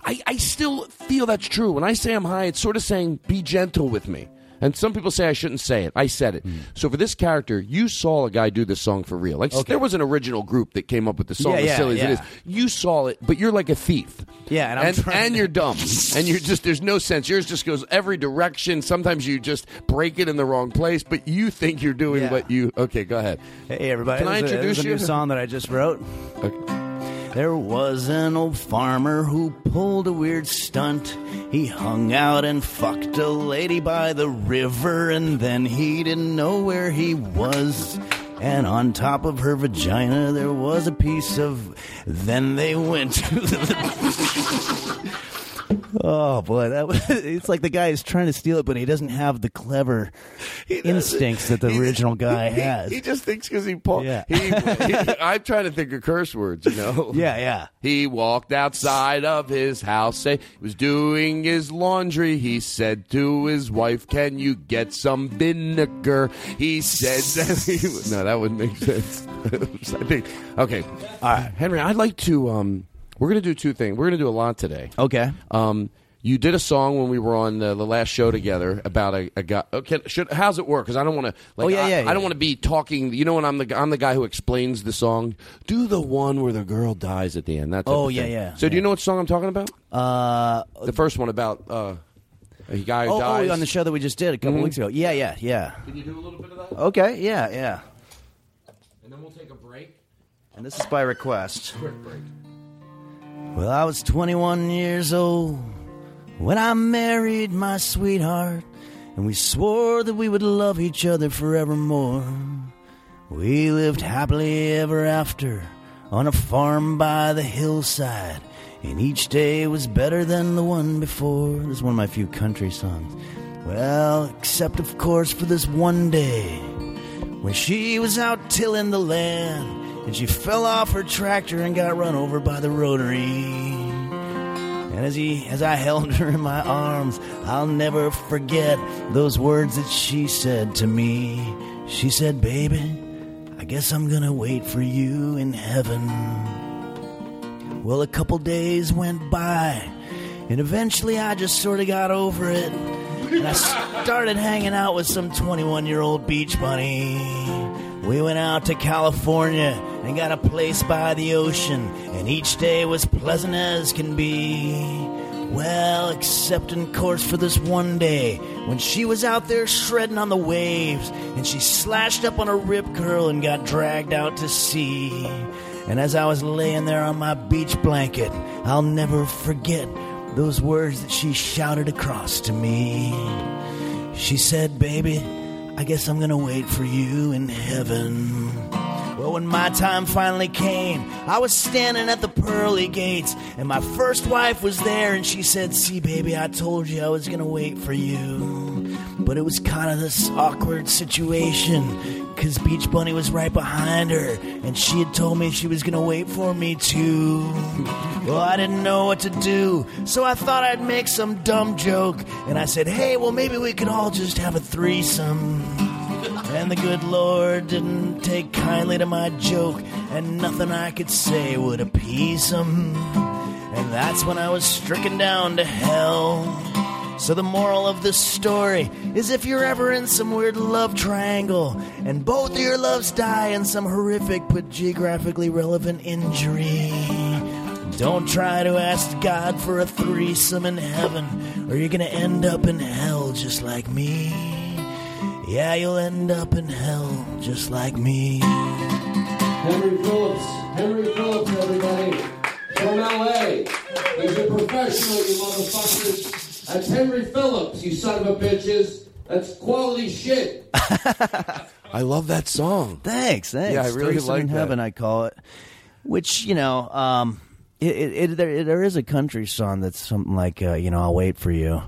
S1: I, I still feel that's true. When I say I'm high, it's sort of saying be gentle with me. And some people say I shouldn't say it. I said it.
S10: Mm.
S1: So for this character, you saw a guy do this song for real. Like
S10: Okay.
S1: there was an original group that came up with the song
S10: Yeah,
S1: as
S10: yeah,
S1: silly as it
S10: yeah.
S1: is. You saw it, but you're like a thief.
S10: Yeah, and I'm
S1: and,
S10: trying-
S1: and you're dumb, and you're just there's no sense. Yours just goes every direction. Sometimes you just break it in the wrong place, but you think you're doing
S10: Yeah.
S1: what you. Okay, go ahead.
S10: Hey, everybody.
S1: Can I
S10: this is a-
S1: introduce
S10: this is a
S1: you?
S10: new song that I just wrote? There was an old farmer who pulled a weird stunt. He hung out and fucked a lady by the river, and then he didn't know where he was. And on top of her vagina, there was a piece of. Then they went *laughs* to the. Oh boy, that was, *laughs* it's like the guy is trying to steal it, but he doesn't have the clever instincts that the
S1: *laughs*
S10: original guy
S1: He-
S10: has.
S1: He, just thinks because he paused.
S10: Yeah.
S1: I'm trying to think of curse words, you know?
S10: *laughs* Yeah, yeah.
S1: He walked outside of his house, say, was doing his laundry. He said to his wife, Can you get some vinegar? He said *laughs* that he was. No, that wouldn't make sense. *laughs* I think. Okay. All right. Henry, I'd like to. um We're going to do two things. We're going to do a lot today.
S10: Okay.
S1: Um, you did a song when we were on the, the last show together about a, a guy. Okay, should, how's it work? Because I don't want to. Like,
S10: Oh, yeah,
S1: I,
S10: yeah,
S1: I
S10: yeah.
S1: don't want to be talking. You know, when I'm the gu- I'm the guy who explains the song. Do the one where the girl dies at the end. That type
S10: Oh,
S1: of
S10: yeah,
S1: thing.
S10: yeah,
S1: So do you know what song I'm talking about?
S10: Uh,
S1: the first one about uh, a guy who
S10: Oh,
S1: dies
S10: oh, on the show that we just did a couple
S1: Mhm.
S10: weeks ago. Yeah, yeah, yeah.
S1: Can you do a little bit of that?
S10: Okay, yeah, yeah.
S1: And then we'll take a break.
S10: And this is by request.
S1: Quick break.
S10: Well, I was 21 years old when I married my sweetheart, and we swore that we would love each other forevermore. We lived happily ever after on a farm by the hillside, and each day was better than the one before. This is one of my few country songs. Well, except, of course, for this one day when she was out tilling the land and she fell off her tractor and got run over by the rotary. And as he as I *laughs* held her in my arms, I'll never forget those words that she said to me. She said, "Baby, I guess I'm going to wait for you in heaven." Well, a couple days went by, and eventually I just sort of got over it. And I started hanging out with some 21 year old beach bunny. We went out to California and got a place by the ocean, and each day was pleasant as can be. Well, except in course for this one day when she was out there shredding on the waves and she slashed up on a rip curl and got dragged out to sea. And as I was laying there on my beach blanket, I'll never forget those words that she shouted across to me. She said, Baby, I guess I'm gonna wait for you in heaven. Well, when my time finally came, I was standing at the pearly gates, and my first wife was there, and she said, See, baby, I told you I was gonna wait for you. But it was kind of this awkward situation, because Beach Bunny was right behind her, and she had told me she was gonna wait for me too. Well, I didn't know what to do, so I thought I'd make some dumb joke, and I said, Hey, well, maybe we could all just have a threesome. And the good Lord didn't take kindly to my joke, and nothing I could say would appease him. And that's when I was stricken down to hell. So the moral of this story is if you're ever in some weird love triangle, and both of your loves die in some horrific but geographically relevant injury, don't try to ask God for a threesome in heaven, or you're gonna end up in hell just like me. Yeah, you'll end up in hell just like me.
S6: Henry Phillips. Henry Phillips, everybody. From LA. He's a professional, you motherfuckers. That's Henry Phillips, you son of a bitches. That's quality shit.
S10: *laughs*
S1: I love that song.
S10: Thanks, thanks.
S1: Yeah, I really
S10: Threesome
S1: like
S10: in
S1: that.
S10: heaven. I call it, which you know, um, it, it, it, there, it, there is a country song that's something like uh, you know, I'll wait for you,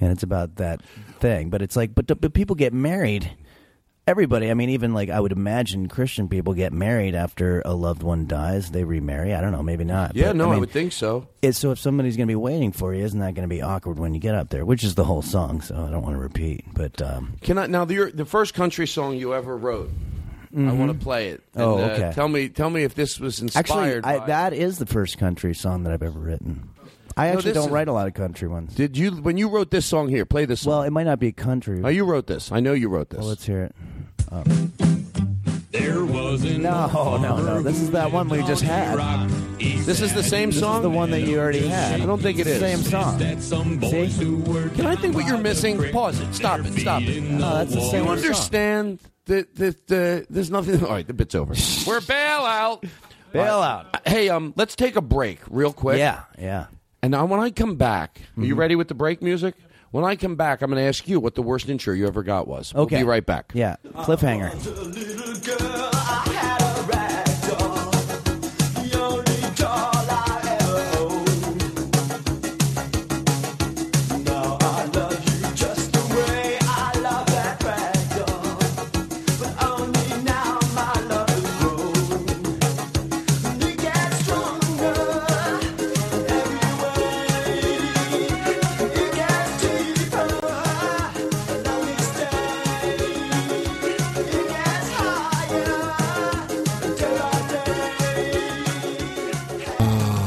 S10: and it's about that thing. But it's like, but but people get married everybody. I mean, even like I would imagine Christian people get married after a loved one dies. They remarry. I don't know. Maybe not.
S1: Yeah,
S10: but,
S1: no, I,
S10: mean,
S1: would think so.
S10: It's so if somebody's going to be waiting for you, isn't that going to be awkward when you get up there? Which is the whole song, so I don't want to repeat. But um,
S1: Can I now the the first country song you ever wrote? I
S10: Mhm.
S1: want to play it.
S10: Oh,
S1: And, uh,
S10: okay.
S1: tell me, tell me if this was
S10: actually,
S1: inspired.
S10: I,
S1: by-
S10: that is the first country song that I've ever written. I
S1: No,
S10: actually
S1: this
S10: don't
S1: is-
S10: write a lot of country ones.
S1: Did you when you wrote this song here? Play this. Song. Well,
S10: it might not be country.
S1: Oh, you wrote this. I know you wrote this.
S10: Well, let's hear it. Oh.
S18: There wasn't
S10: no, no, no. This is that one we just had.
S1: This is the same
S10: This is
S1: song.
S10: the one that you already had.
S1: I don't think it is.
S10: Same song. See?
S1: Can I think what you're missing? Pause it. Stop it. Stop it.
S10: No, that's the same
S1: You
S10: song.
S1: understand that that uh, there's nothing. *laughs* All right, the bit's over. We're bailout.
S10: Bailout.
S1: Uh, Hey, um, let's take a break real quick.
S10: Yeah, Mm-hmm. yeah.
S1: And now when I come back, are you ready with the break music? When I come back, I'm going to ask you what the worst intro you ever got was. We'll
S10: Okay.
S1: be right back.
S10: Yeah. Cliffhanger.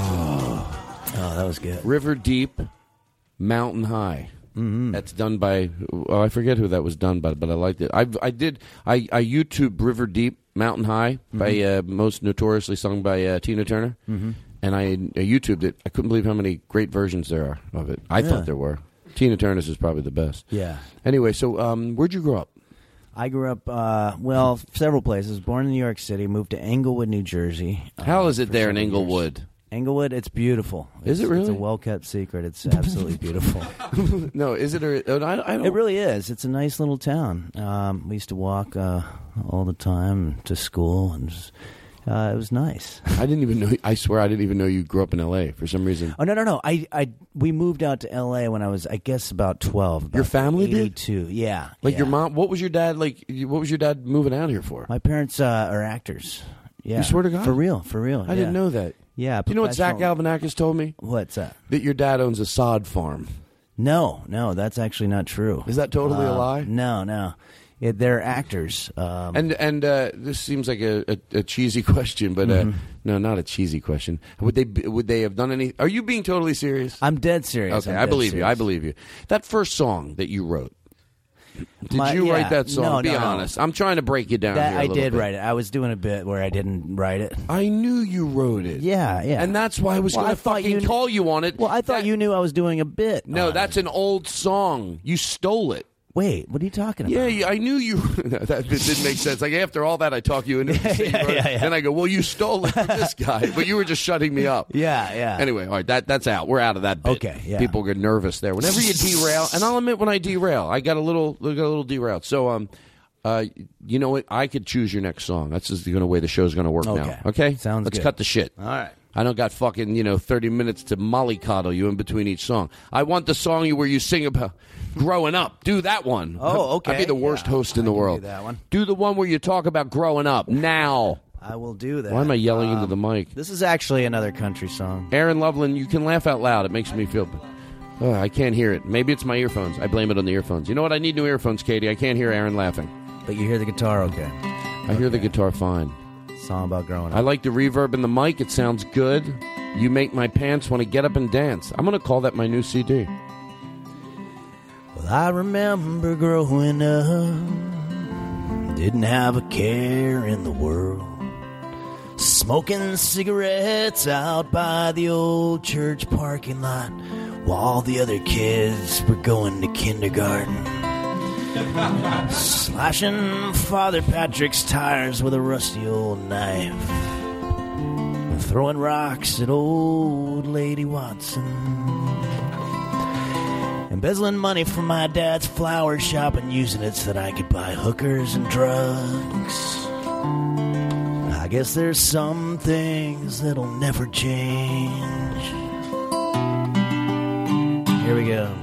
S10: Oh, that was good.
S1: River Deep, Mountain High. Mm-hmm. That's done by oh, I forget who that was done by, but I liked it. I I did I I YouTube River Deep, Mountain High by uh, most notoriously sung by uh, Tina Turner,
S10: Mhm.
S1: and I, I YouTubed it. I couldn't believe how many great versions there are of it. I
S10: Yeah.
S1: thought there were. Tina Turner's is probably the best.
S10: Yeah.
S1: Anyway, so um, where'd you grow up?
S10: I grew up, uh, well, several places. Born in New York City, moved to Englewood, New Jersey.
S1: How is it there in Englewood?
S10: Englewood, it's beautiful.
S1: Is
S10: It's-
S1: it really?
S10: It's a well kept secret. It's
S1: *laughs*
S10: absolutely beautiful.
S1: no, is it? Or, oh, I, I don't.
S10: It really is. It's a nice little town. Um, we used to walk uh, all the time to school, and just, uh, it was nice.
S1: I didn't even know. I swear, I didn't even know you grew up in L.A. For some reason,
S10: Oh no no no! I I we moved out to L.A. when I was I guess about twelve. About
S1: Your family did?
S10: Eighty-two. Yeah.
S1: like
S10: yeah.
S1: your mom. What was your dad like? you- What was your dad moving out here for?
S10: My parents uh, are actors. Yeah.
S1: You swear to God?
S10: For real. For real.
S1: I didn't
S10: yeah.
S1: know that.
S10: Yeah.
S1: Do you know what Zach
S10: professional-
S1: Galvanakis told me?
S10: What's that?
S1: That your dad owns a sod farm.
S10: No, no, that's actually not true.
S1: Is that totally a
S10: Uh,
S1: lie?
S10: No, no. It, they're actors. Um,
S1: And and uh, this seems like a, a, a cheesy *laughs* question, but uh,
S10: Mhm.
S1: no, not a cheesy question. Would they be- would they have done any? Are you being totally serious?
S10: I'm dead serious.
S1: Okay,
S10: I'm
S1: I
S10: dead
S1: believe you. I
S10: serious.
S1: believe you. That first song that you wrote. Did
S10: My-
S1: you
S10: yeah,
S1: write that song?
S10: no,
S1: be
S10: no, no.
S1: honest. I'm trying to break you down.
S10: That-
S1: here a
S10: I
S1: little
S10: did
S1: bit.
S10: write it. I was doing a bit where I didn't write it.
S1: I knew you wrote it.
S10: Yeah, yeah.
S1: And that's why I was
S10: Well,
S1: going
S10: I
S1: to
S10: thought
S1: fucking
S10: you kn-
S1: call you on it.
S10: Well, I thought you knew I was doing a bit. Uh,
S1: No, that's an old song. You stole it.
S10: Wait, what are you talking about?
S1: Yeah, yeah, I knew you. *laughs* No, that bit didn't make sense. Like after all that, I talk you *laughs* into the same road. Then I go, "Well, you stole it from this guy, but you were just shutting me up."
S10: Yeah, yeah.
S1: Anyway, all right, that that's out. We're out of that. Bit.
S10: Okay, yeah.
S1: People get nervous there. Whenever you derail, and I'll admit when I derail, I got a little, I got a little derailed. So, um, uh, you know what? I could choose your next song. That's just the gonna way the show's gonna work
S10: Okay.
S1: now. Okay,
S10: Sounds
S1: Let's
S10: good.
S1: cut the shit.
S10: All right.
S1: I don't got fucking you know thirty minutes to mollycoddle you in between each song. I want the song you where you sing about growing up. Do that one.
S10: Oh, okay.
S1: I'd be the worst host in the world.
S10: do that one.
S1: Do the one where you talk about growing up now.
S10: I will do that. um,
S1: Why am I yelling into the mic?
S10: This is actually another country song.
S1: Aaron Loveland, you can laugh out loud. It makes me feel. Ugh, I can't hear it. Maybe it's my earphones. I blame it on the earphones. You know what? I need new earphones, Katie. I can't hear Aaron laughing.
S10: But you hear the guitar okay.
S1: I hear the guitar fine.
S10: Song about growing
S1: I
S10: up.
S1: like the reverb in the mic. It sounds good. You make my pants want to get up and dance. I'm going to call that my new CD.
S10: well, I remember growing up. Didn't have a care in the world. Smoking cigarettes out by the old church parking lot while all the other kids were going to kindergarten. Slashing Father Patrick's tires with a rusty old knife. And Throwing rocks at old Lady Watson. Embezzling money from my dad's flower shop and using it so that I could buy hookers and drugs. I guess there's some things that'll never change. Here we go.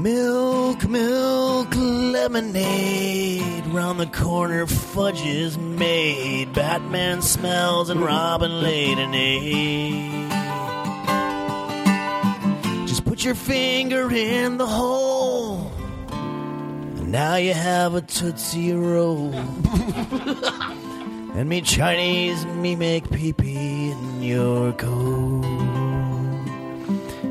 S10: Mill Milk, milk, lemonade. Round the corner, fudge is made. Batman smells and Robin laid an egg. Just put your finger in the hole. And now you have a Tootsie Roll. *laughs* and me Chinese, me make pee pee in your coat.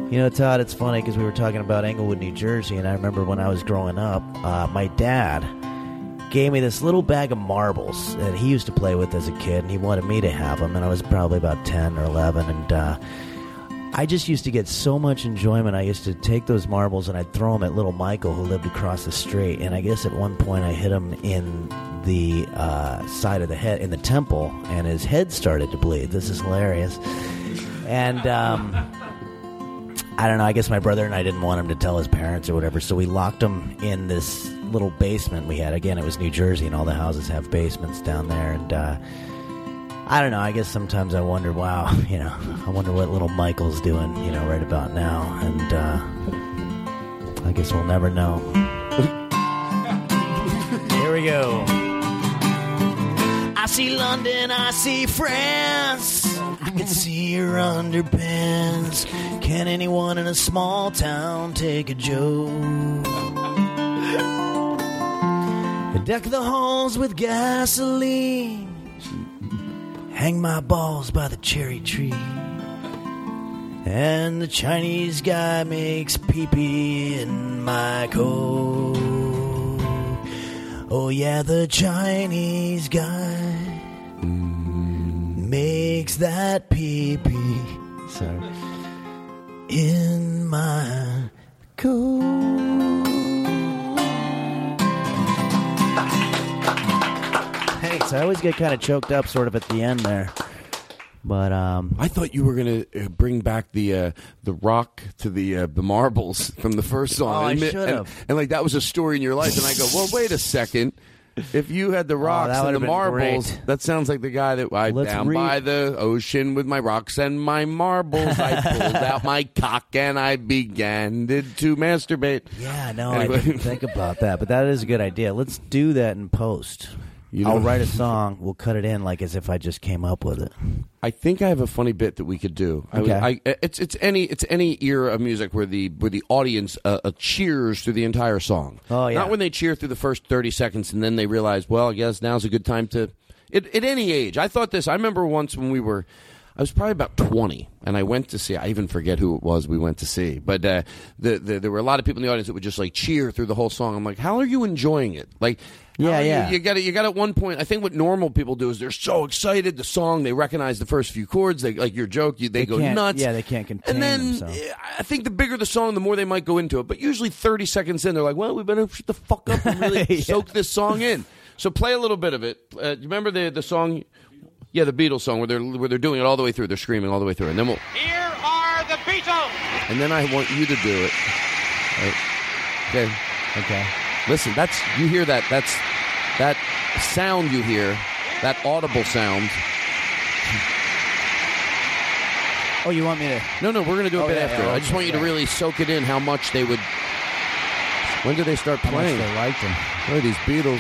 S10: You know, Todd, it's funny because we were talking about Englewood, New Jersey, and I remember when I was growing up, uh, my dad gave me this little bag of marbles that he used to play with as a kid, and he wanted me to have them, and I was probably about 10 or 11, and uh, I just used to get so much enjoyment. I used to take those marbles and I'd throw them at little Michael who lived across the street, and I guess at one point I hit him in the uh, side of the head, in the temple, and his head started to bleed. This is hilarious. And, um... I don't know. I guess my brother and I didn't want him to tell his parents or whatever, so we locked him in this little basement we had. Again, it was New Jersey, and all the houses have basements down there. And uh, I don't know. I guess sometimes I wonder, wow, *laughs* you know, I wonder what little Michael's doing, you know, right about now. And uh, I guess we'll never *laughs* know. Here we go. I see London, I see France. I can see your underpants. Can anyone in a small town take a joke? Deck the halls with gasoline. Hang my balls by the cherry tree. And the Chinese guy makes pee pee in my coat. Oh, yeah, the Chinese guy makes that pee pee. Sorry. In my Thanks. I always get kind of choked up sort of at the end there. But um,
S1: I thought you were gonna uh, bring back the uh, the rock to the uh, the marbles *laughs* from the first song.
S10: Oh, I
S1: and, mi-
S10: should've.
S1: and, and like that was a story in your life, and I go, well, wait a second. If you had the rocks
S10: Oh, that
S1: and the
S10: would've been
S1: marbles,
S10: great.
S1: that sounds like the guy that I
S10: Let's
S1: down
S10: re-
S1: by the ocean with my rocks and my marbles. I
S10: *laughs*
S1: pulled out my cock and I began to, to masturbate.
S10: Yeah, no,
S1: Anyway.
S10: I didn't think about that, but that is a good idea. Let's do that in post. I'll
S1: *laughs*
S10: write a song. We'll cut it in like as if I just came up with it.
S1: I think I have a funny bit that we could do. I, was-
S10: Okay.
S1: I- it's it's any it's any era of music where the where the audience uh, uh, cheers through the entire song.
S10: Oh, yeah.
S1: Not when they cheer through the first thirty seconds and then they realize, well, I guess now's a good time to. At, at any age, I thought this. I remember once when we were, I was probably about twenty, and I went to see. I even forget who it was we went to see, but uh, the, the there were a lot of people in the audience that would just like cheer through the whole song. I'm like, how are you enjoying it? Like. how
S10: Yeah,
S1: are you-
S10: yeah.
S1: you you got it. You got at one point. I think what normal people do is they're so excited. The song they recognize the first few chords. They like your joke. You, they, go
S10: can't-
S1: nuts.
S10: yeah, they can't contain
S1: And then
S10: themselves.
S1: eh, I think the bigger the song, the more they might go into it. But usually thirty seconds in, they're like, "Well, we better shut the fuck up and
S10: *laughs*
S1: really soak this song in." So play a little bit of it. Uh, you remember the the song? Yeah, the Beatles song where they're where they're doing it all the way through. They're screaming all the way through, and then we'll
S3: Here are the Beatles.
S1: and then I want you to do it. Right. Okay.
S10: Okay.
S1: Listen, that's you hear that? That's that sound you hear, that audible sound.
S10: Oh, you want me to?
S1: No, no, we're gonna do a
S10: Oh,
S1: bit
S10: yeah,
S1: after.
S10: yeah,
S1: I just
S10: okay,
S1: want you to
S10: yeah.
S1: really soak it in how much they would. When do they start
S10: much
S1: playing?
S10: they liked them.
S1: Look at these Beatles.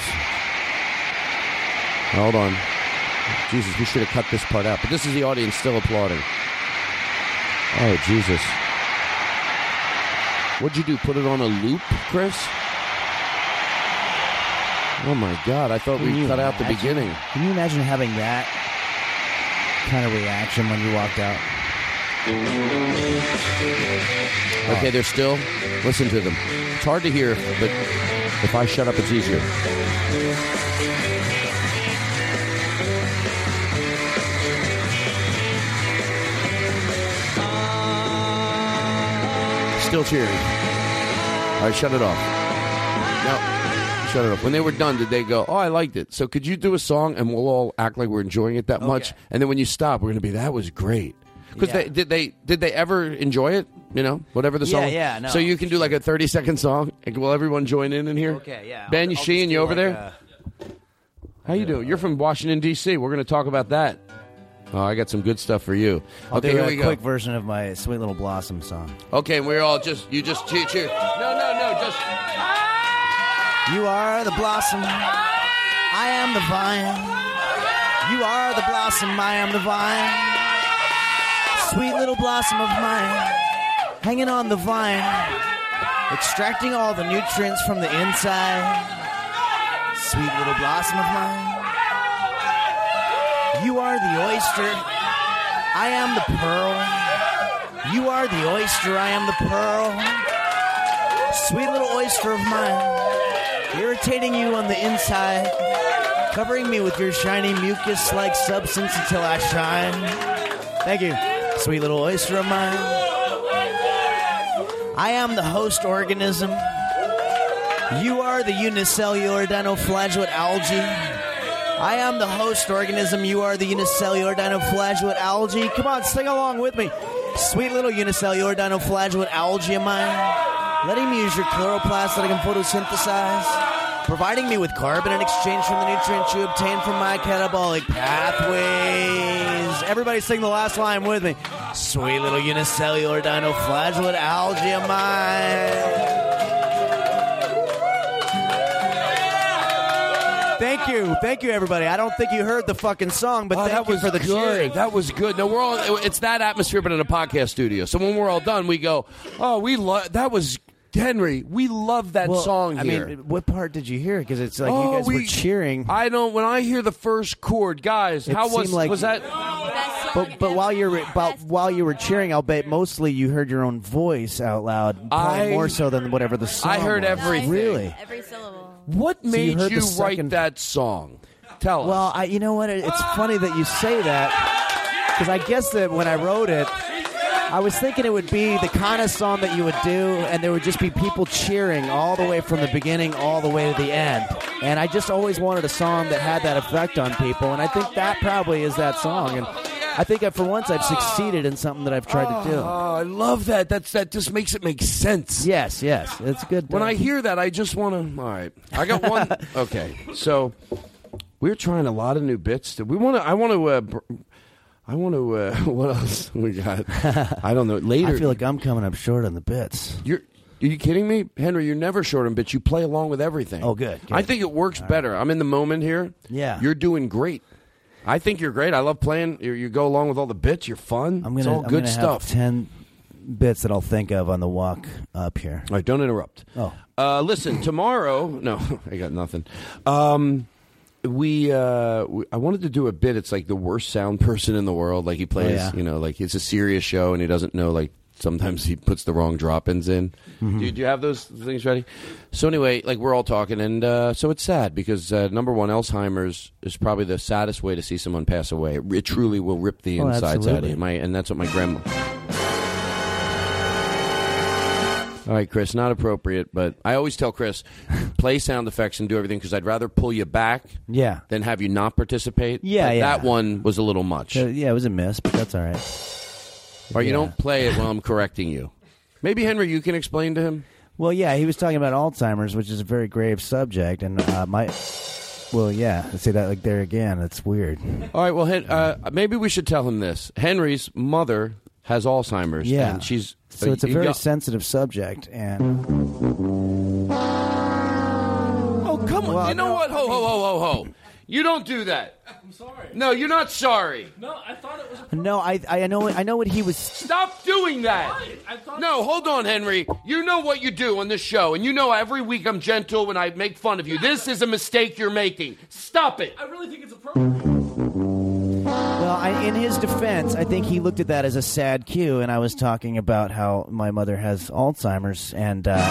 S1: Hold on. Jesus, we should have cut this part out, but this is the audience still applauding. Oh, Jesus. What'd you do? Put it on a loop, Chris? Oh my God! I thought
S10: Can
S1: we
S10: you
S1: cut out the
S10: imagine?
S1: beginning.
S10: Can you imagine having that kind of reaction when you walked out?
S1: Okay, they're still. Listen to them. It's hard to hear, but if I shut up, it's easier. Still cheering. All right, shut it off. No, shut it up. When they were done, did they go, oh, I liked it. So could you do a song and we'll all act like we're enjoying it that much? And then when you stop, we're going to be, that was great. Because
S10: Yeah.
S1: they, did they did they ever enjoy it? You know, whatever the
S10: Yeah,
S1: song.
S10: yeah, no.
S1: So you can do like a thirty second song. And will everyone join in in here?
S10: Okay, yeah.
S1: Ben,
S10: I'll-
S1: you
S10: I'll
S1: Sheen,
S10: just
S1: you
S10: do
S1: over
S10: like
S1: there?
S10: a-
S1: How you doing? You're from Washington D.C. We're going to talk about that. Oh, I got some good stuff for you.
S10: I'll
S1: okay,
S10: do
S1: here
S10: a
S1: we go.
S10: quick version of my Sweet Little Blossom song.
S1: Okay, we're all just you just cheer, cheer. No, no, no, just
S10: You are the blossom. I am the vine. You are the blossom. I am the vine. Sweet little blossom of mine. Hanging on the vine. Extracting all the nutrients from the inside. Sweet little blossom of mine. You are the oyster. I am the pearl. You are the oyster. I am the pearl. Sweet little oyster of mine. Irritating you on the inside. Covering me with your shiny mucus like substance until I shine. Thank you. Sweet little oyster of mine. I am the host organism. You are the unicellular dinoflagellate algae. I am the host organism. You are the unicellular dinoflagellate algae. Come on, sing along with me. Sweet little unicellular dinoflagellate algae of mine. Letting me use your chloroplast that I can photosynthesize. Providing me with carbon in exchange for the nutrients you obtain from my catabolic pathways. Everybody sing the last line with me. Sweet little unicellular dinoflagellate algae of mine. Thank you, thank you, everybody. I don't think you heard the fucking song, but
S1: Oh,
S10: thank
S1: that
S10: you
S1: was
S10: for the
S1: good.
S10: cheering.
S1: That was good. No, we're all. It's that atmosphere, but in a podcast studio. So when we're all done, we go. Oh, we love that was Henry. We love that
S10: Well,
S1: song
S10: I
S1: here.
S10: mean, what part did you hear? Because it's like
S1: Oh,
S10: you guys were
S1: we-
S10: cheering.
S1: I don't. When I hear the first chord, guys,
S10: It
S1: how was
S10: seemed like-
S1: was that?
S10: But but while you're but while you were cheering, I'll bet mostly you heard your own voice out loud, probably
S1: I-
S10: more so than whatever the song.
S1: I heard
S10: was.
S1: everything.
S10: Really?
S12: Every syllable.
S1: What
S10: So you
S1: made
S10: heard
S1: you,
S10: the
S1: write
S10: second-
S1: that song? Tell us.
S10: Well, I, you know what? It- It's funny that you say that because I guess that when I wrote it, I was thinking it would be the kind of song that you would do, and there would just be people cheering all the way from the beginning all the way to the end. And I just always wanted a song that had that effect on people, and I think that probably is that song. And I think that for once I've succeeded in something that I've tried to do.
S1: Oh, I love that. That's that just makes it make sense.
S10: Yes, yes, it's good.
S1: When I hear that, I just want to. All right, I got
S10: *laughs*
S1: one. okay, so we're trying a lot of new bits. That we want to. I want to. Uh, br- I want to. Uh, *laughs* what else we
S10: *laughs*
S1: got? I don't know. Later,
S10: I feel like I'm coming up short on the bits.
S1: You're are you kidding me, Henry? You're never short on bits. You play along with everything.
S10: Oh, good,
S1: I
S10: good.
S1: think it works better. I'm in the moment here.
S10: Yeah.
S1: you're doing great. I think you're great. I love playing. You, you go along with all the bits. You're fun.
S10: I'm
S1: it's
S10: gonna,
S1: all
S10: I'm
S1: good
S10: gonna
S1: stuff.
S10: Have Ten bits that I'll think of on the walk up here.
S1: All right, don't interrupt.
S10: Oh.
S1: Uh, listen, tomorrow. No, *laughs* I got nothing. Um, we, uh, we, I wanted to do a bit. It's like the worst sound person in the world. Like he plays,
S10: Oh, yeah.
S1: you know, like it's a serious show, and he doesn't know. Like sometimes he puts the wrong drop-ins in.
S10: Mm-hmm.
S1: Do, you, do you have those things ready? So anyway, like we're all talking, and uh, so it's sad because uh, number one, Alzheimer's is probably the saddest way to see someone pass away. It, it truly will rip the
S10: Oh,
S1: insides out of
S10: absolutely.
S1: you. My, and that's what my grandma. All right, Chris, not appropriate, but I always tell Chris, play sound effects and do everything because I'd rather pull you back
S10: Yeah.
S1: than have you not participate.
S10: Yeah,
S1: But
S10: yeah.
S1: That one was a little much.
S10: So, yeah, it was a miss, but that's all right.
S1: or you
S10: yeah.
S1: don't play it while I'm correcting you. Maybe, Henry, you can explain to him.
S10: Well, yeah, he was talking about Alzheimer's, which is a very grave subject, and uh, my. Well, yeah, I say that like there again. It's weird.
S1: All right, well, Hen- uh, maybe we should tell him this. Henry's mother has Alzheimer's.
S10: Yeah,
S1: And she's.
S10: so it's a
S1: you
S10: very
S1: got-
S10: sensitive subject, and
S1: Oh, come on. you know what? Ho, ho, ho, ho, ho. You don't do that. I'm sorry. No, you're not sorry.
S15: No, I thought it was.
S10: no, I I know I know what he was.
S1: Stop doing that.
S15: I thought.
S1: No, hold on, Henry. You know what you do on this show, and you know every week I'm gentle when I make fun of you. This is a mistake you're making. Stop it.
S15: I really think it's appropriate.
S10: Well, I, in his defense, I think he looked at that as a sad cue, and I was talking about how my mother has Alzheimer's, and uh,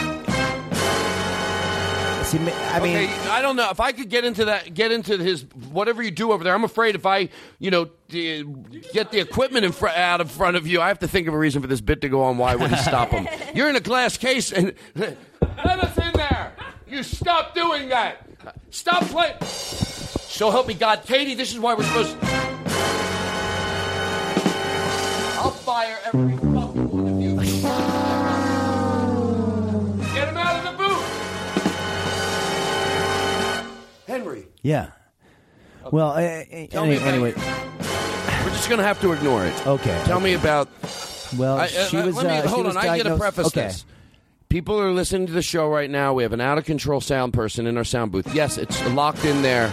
S10: see, ma- I mean,
S1: okay, I don't know if I could get into that. Get into his whatever you do over there. I'm afraid if I, you know, d- get the equipment in fr- out of front of you, I have to think of a reason for this bit to go on. Why would he stop
S10: *laughs*
S1: him? You're in a glass case, and let us in there. You stop doing that. Stop playing. So help me God, Katie. This is why we're supposed. to... I'll fire every fucking one of
S10: *laughs*
S1: you. Get him out of the booth, Henry.
S10: Yeah. Well, I, I-
S1: Tell
S10: any-
S1: me about
S10: anyway.
S1: We're just going to have to ignore it.
S10: Okay.
S1: Tell me about.
S10: Well,
S1: I-
S10: she
S1: I-
S10: was.
S1: let me-
S10: uh, she
S1: hold
S10: was
S1: on. I get to
S10: diagnosed-
S1: preface
S10: okay.
S1: this. People are listening to the show right now. We have an out of control sound person in our sound booth. Yes, it's locked in there.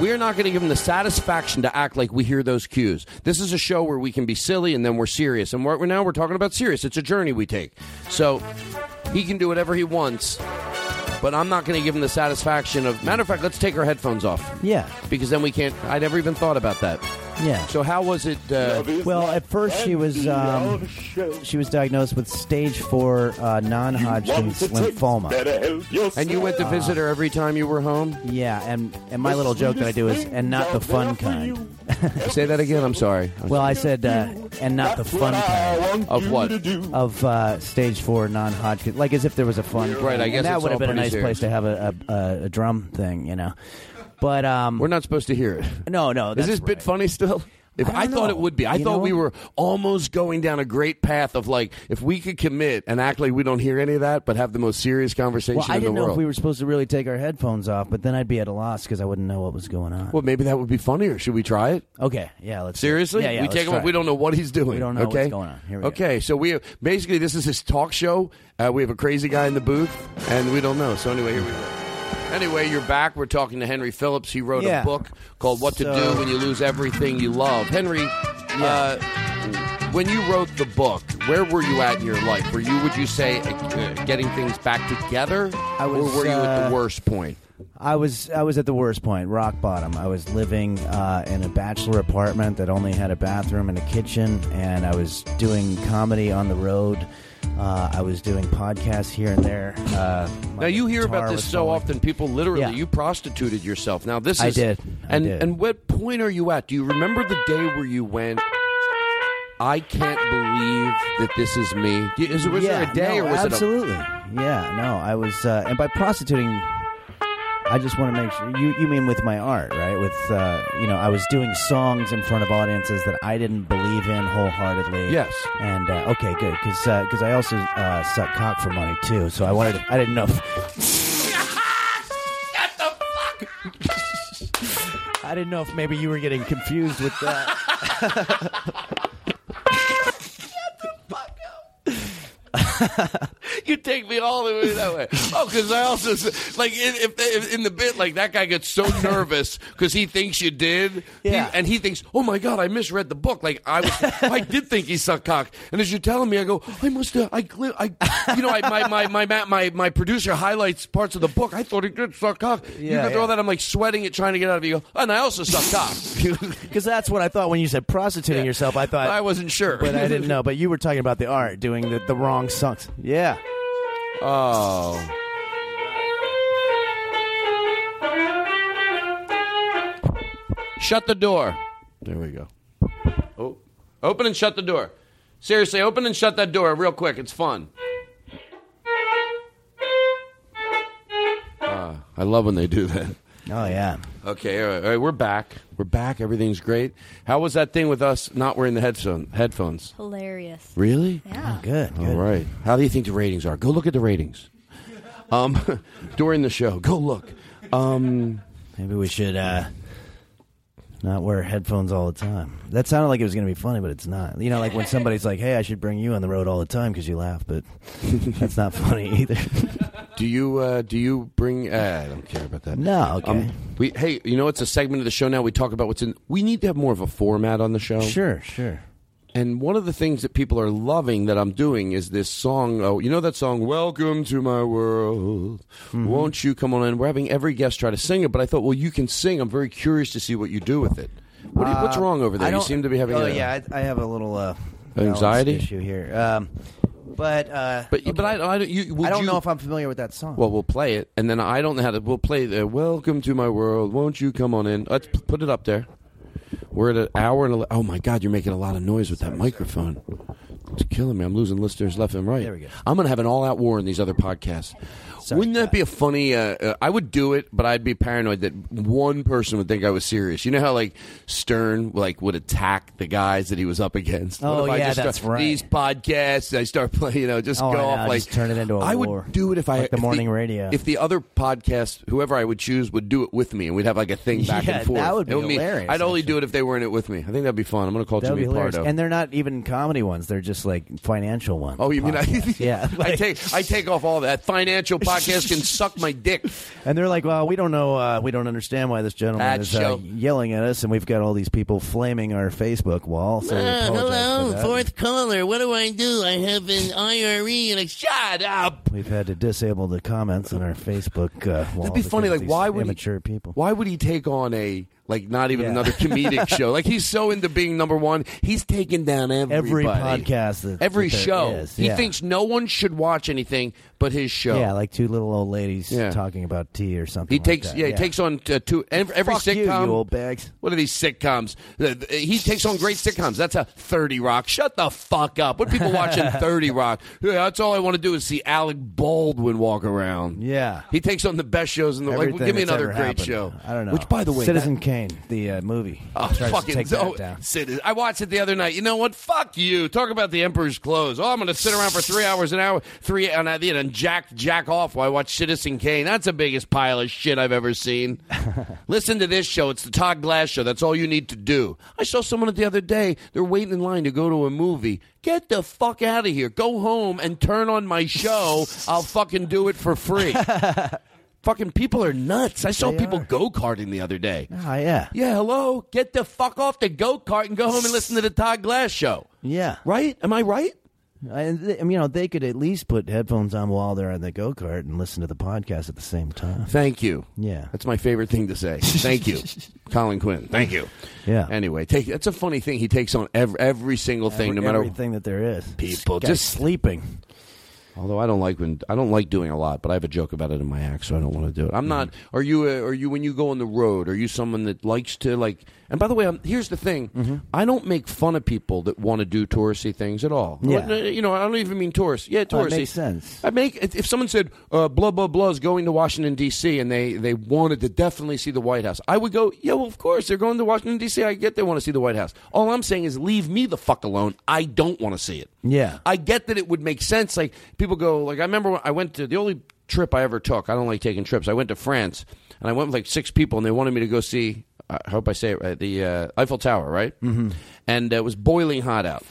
S1: We are not going to give them the satisfaction to act like we hear those cues. This is a show where we can be silly and then we're serious. And we're, now we're talking about serious. It's a journey we take. So he can do whatever he wants, but I'm not going to give him the satisfaction of. Matter of fact, let's take our headphones off
S10: Yeah.
S1: because then we can't. I never even thought about that.
S10: Yeah.
S1: So how was it? Uh,
S10: Well, at first she was um, she was diagnosed with stage four uh, non-Hodgkin's lymphoma.
S1: And you went to visit her every time you were home.
S10: Yeah, and and my little joke that I do is and not the fun kind. *laughs*
S1: Say that again. I'm sorry.
S10: Well, I said uh, and not the fun kind
S1: of what
S10: of uh, stage four non-Hodgkin, like as if there was a fun.
S1: Right, I
S10: And
S1: guess
S10: that
S1: it's
S10: would
S1: all
S10: have been
S1: pretty
S10: a nice
S1: serious.
S10: place to have a, a, a, a drum thing, you know. But um,
S1: we're not supposed to hear it.
S10: No, no.
S1: Is
S10: that's
S1: this bit funny still? If I,
S10: I don't
S1: thought
S10: know.
S1: it would be, I
S10: You
S1: thought
S10: know?
S1: we were almost going down a great path of like if we could commit and act like we don't hear any of that, but have the most serious conversation
S10: Well, I
S1: in
S10: didn't
S1: the
S10: know
S1: world.
S10: if we were supposed to really take our headphones off, but then I'd be at a loss because I wouldn't know what was going on.
S1: Well, maybe that would be funnier. Should we try it?
S10: Okay, yeah, let's do it.
S1: seriously.
S10: Yeah, yeah,
S1: we
S10: let's
S1: take him.
S10: try
S1: off. We
S10: it.
S1: don't know what he's doing.
S10: We don't know what's
S1: okay?
S10: going on. Here we go.
S1: okay, so we basically this is his talk show. Uh, we have a crazy guy in the booth, and we don't know. So anyway, here we go. Anyway, you're back. We're talking to Henry Phillips. He wrote
S10: Yeah.
S1: a book called "What to
S10: So-
S1: Do When You Lose Everything You Love." Henry, uh, when you wrote the book, where were you at in your life? Were you, would you say, uh, getting things back together, I
S10: was,
S1: or were you at
S10: uh,
S1: the worst point?
S10: I was I was at the worst point, rock bottom. I was living uh, in a bachelor apartment that only had a bathroom and a kitchen, and I was doing comedy on the road. Uh, I was doing podcasts here and there. Uh, my
S1: Now you hear
S10: guitar
S1: about this
S10: was
S1: so
S10: falling.
S1: often. People literally,
S10: Yeah.
S1: you prostituted yourself. Now this is
S10: I did. I
S1: and
S10: did.
S1: and what point are you at? Do you remember the day where you went? I can't believe that this is me. Do- Is, was there
S10: Yeah,
S1: a day
S10: no,
S1: or was
S10: absolutely. Yeah, no, I was, uh, and by prostituting, I just want to make sure you you mean with my art, right? With uh, you know, I was doing songs in front of audiences that I didn't believe in wholeheartedly.
S1: Yes.
S10: and uh, okay, good, because because I also uh, suck cock for money too, so I wanted to, I
S1: *laughs*
S10: didn't know. I didn't know if maybe you were getting confused with that.
S1: it? A, you take me all the way that way. Oh, because I also s- like in, if, if, in the bit like that guy gets
S10: *laughs*
S1: so nervous because he thinks you did. He-
S10: Yeah.
S1: and he thinks, oh my god, I misread the book. Like I was, I did think he sucked cock. And as you're telling me, I go, I must have, I, gl- I, you know, I, my, my, my, my, my, my producer highlights parts of the book. I thought he did suck cock. you go
S10: Yeah,
S1: through
S10: yeah.
S1: all that. I'm like sweating it, trying to get out of it. You go, "Oh, and I also suck cock.
S10: Because that's what I thought when you said prostituting yourself. I thought
S1: I wasn't sure,
S10: *laughs* *laughs* but I didn't know. But you were talking about the art, doing the, the wrong songs. Yeah.
S1: Oh. Shut the door. There we go. Oh, open and shut the door. Seriously, open and shut that door real quick. It's fun. Uh, I love when they do that.
S10: Oh yeah.
S1: Okay, all right, all right, we're back. We're back. Everything's great. How was that thing with us not wearing the headphone, headphones?
S12: Hilarious.
S1: Really?
S12: Yeah.
S10: Oh, good,
S1: All right. How do you think the ratings are? Go look at the ratings. Um, *laughs* during the show, go look. Um,
S10: Maybe we should uh, not wear headphones all the time. That sounded like it was going to be funny, but it's not. You know, like when somebody's like, "Hey, I should bring you on the road all the time because you laugh,"
S1: *laughs*
S10: but that's not funny either.
S1: Do you uh, do you bring? Uh, I don't care about that.
S10: No, okay.
S1: Um, we hey, you know it's a segment of the show now. We talk about what's in. We need to have more of a format on the show.
S10: Sure, sure.
S1: And one of the things that people are loving that I'm doing is this song. Oh, you know that song, "Welcome to My World."
S10: Mm-hmm.
S1: Won't you come on in? We're having every guest try to sing it, but I thought, well, you can sing. I'm very curious to see what you do with it. What do you, what's
S10: Uh,
S1: wrong over
S10: I
S1: there? You
S10: don't-
S1: seem to be having.
S10: Oh
S1: a,
S10: yeah, I, I have a little uh, balance
S1: anxiety
S10: issue here. Um, but uh,
S1: but but I, I don't- you, would
S10: I don't
S1: you-
S10: know if I'm familiar with that song.
S1: Well, we'll play it, and then I don't know how to. We'll play the "Welcome to My World." Won't you come on in? Let's p- put it up there. We're at an hour and ele- oh my god, you're making a lot of noise with that microphone. It's killing me. I'm losing listeners left and right.
S10: There we go.
S1: I'm gonna have an all-out war in these other podcasts.
S10: Sucks.
S1: Wouldn't that be a funny? Uh, uh, I would do it, but I'd be paranoid that one person would think I was serious. You know how like Stern like would attack the guys that he was up against. What
S10: Oh,
S1: if I
S10: yeah,
S1: just
S10: that's
S1: start,
S10: right.
S1: These podcasts, I start *laughs* playing. You know, just
S10: Oh,
S1: go
S10: I know,
S1: off like
S10: just turn it into a
S1: I would
S10: war.
S1: do it if I
S10: Like the
S1: if
S10: morning radio.
S1: If the other podcast, whoever I would choose, would do it with me, and we'd have like a thing back
S10: Yeah,
S1: and forth.
S10: that would be
S1: It mean-
S10: hilarious,
S1: I'd only do it if they weren't in it with me. I think that'd be fun. I'm going to call
S10: That would be
S1: Jimmy
S10: hilarious.
S1: Pardo.
S10: And they're not even comedy ones; they're just like financial ones.
S1: Oh, you mean I, *laughs*
S10: yeah?
S1: I take I take off all that financial podcast
S10: *laughs*
S1: can suck my dick.
S10: And they're like, "Well, we don't know. Uh, we don't understand why this gentleman
S1: That
S10: is uh,
S1: show-
S10: yelling at us, and we've got all these people flaming our Facebook wall." So we
S6: Uh,
S10: apologize
S6: hello,
S10: for that.
S6: fourth caller. What do I do? I have an IRE and a shut up.
S10: We've had to disable the comments on our Facebook uh, wall.
S1: That'd be funny.
S10: because
S1: Like,
S10: of
S1: why
S10: these
S1: would
S10: immature
S1: he,
S10: people?
S1: Why would he take on a like not even
S10: Yeah.
S1: another
S10: *laughs*
S1: comedic show? Like he's so into being number one, he's taking down everybody.
S10: podcast that-
S1: every
S10: that there
S1: show.
S10: is,
S1: He
S10: yeah.
S1: thinks no one should watch anything but his show.
S10: Yeah, like two little old ladies
S1: Yeah.
S10: talking about tea or something.
S1: He
S10: like
S1: takes
S10: that,
S1: yeah, he takes on uh, two every, every
S10: Fuck you,
S1: sitcom.
S10: you old bags.
S1: What are these sitcoms? Uh, He takes on great sitcoms. That's a Thirty Rock. Shut the fuck up. What are people
S10: *laughs*
S1: watching Thirty Rock? Yeah, that's all I want to do is see Alec Baldwin walk around.
S10: Yeah.
S1: he takes on the best shows in the like.
S10: Everything
S1: Give me
S10: that's
S1: another
S10: ever
S1: great
S10: happened.
S1: show.
S10: I don't know.
S1: Which, by the way,
S10: Citizen Kane, the uh, movie.
S1: that, oh,
S10: tries to
S1: fucking
S10: take that
S1: oh,
S10: down.
S1: Citizen. I watched it the other night. You know what? Fuck you. Talk about the Emperor's clothes. Oh, I'm going to sit around for three hours an hour, three and I, you know, jack jack off while I watch Citizen Kane. That's the biggest pile of shit I've ever
S10: *laughs*
S1: seen. Listen to this show. It's the Todd Glass show. That's all you need to do. I saw someone the other day. They're waiting in line to go to a movie. Get the fuck out of here. Go home and turn on my show. I'll fucking do it for
S10: *laughs*
S1: free. fucking people are nuts. I saw people go karting the other day.
S10: Ah, yeah.
S1: Yeah, hello. Get the fuck off the go kart and go home and listen to the Todd Glass show.
S10: Yeah.
S1: Right? Am I right?
S10: And th- I mean, you know, they could at least put headphones on while they're on the go kart and listen to the podcast at the same time.
S1: Thank you.
S10: Yeah.
S1: That's my favorite thing to
S10: *laughs*
S1: say. Thank you. Colin Quinn. Thank you.
S10: Yeah.
S1: Anyway, take that's a funny thing. He takes on every, every single thing,
S10: Every-
S1: no matter
S10: everything that there is.
S1: people
S10: Guy's
S1: just
S10: sleeping.
S1: Although I don't like when I don't like doing a lot, but I have a joke about it in my act, so I don't want to do it. I'm not.
S10: Mm-hmm.
S1: Are you? A, are you when you go on the road? Are you someone that likes to like? And by the way, I'm, here's the thing:
S10: Mm-hmm.
S1: I don't make fun of people that want to do touristy things at all.
S10: Yeah.
S1: What- uh, you know, I don't even mean tourists. Yeah,
S10: Oh,
S1: touristy
S10: it makes sense.
S1: I make if if someone said uh, blah blah blah is going to Washington D.C. and they they wanted to definitely see the White House, I would go, yeah, well, of course they're going to Washington D.C. I get they want to see the White House. All I'm saying is leave me the fuck alone. I don't want to see it.
S10: Yeah.
S1: I get that it would make sense. Like people go, like I remember when I went to the only trip I ever took. I don't like taking trips. I went to France and I went with like six people, and they wanted me to go see. I hope I say it right. The uh, Eiffel Tower, right? Mm-hmm. And uh, it was boiling hot out.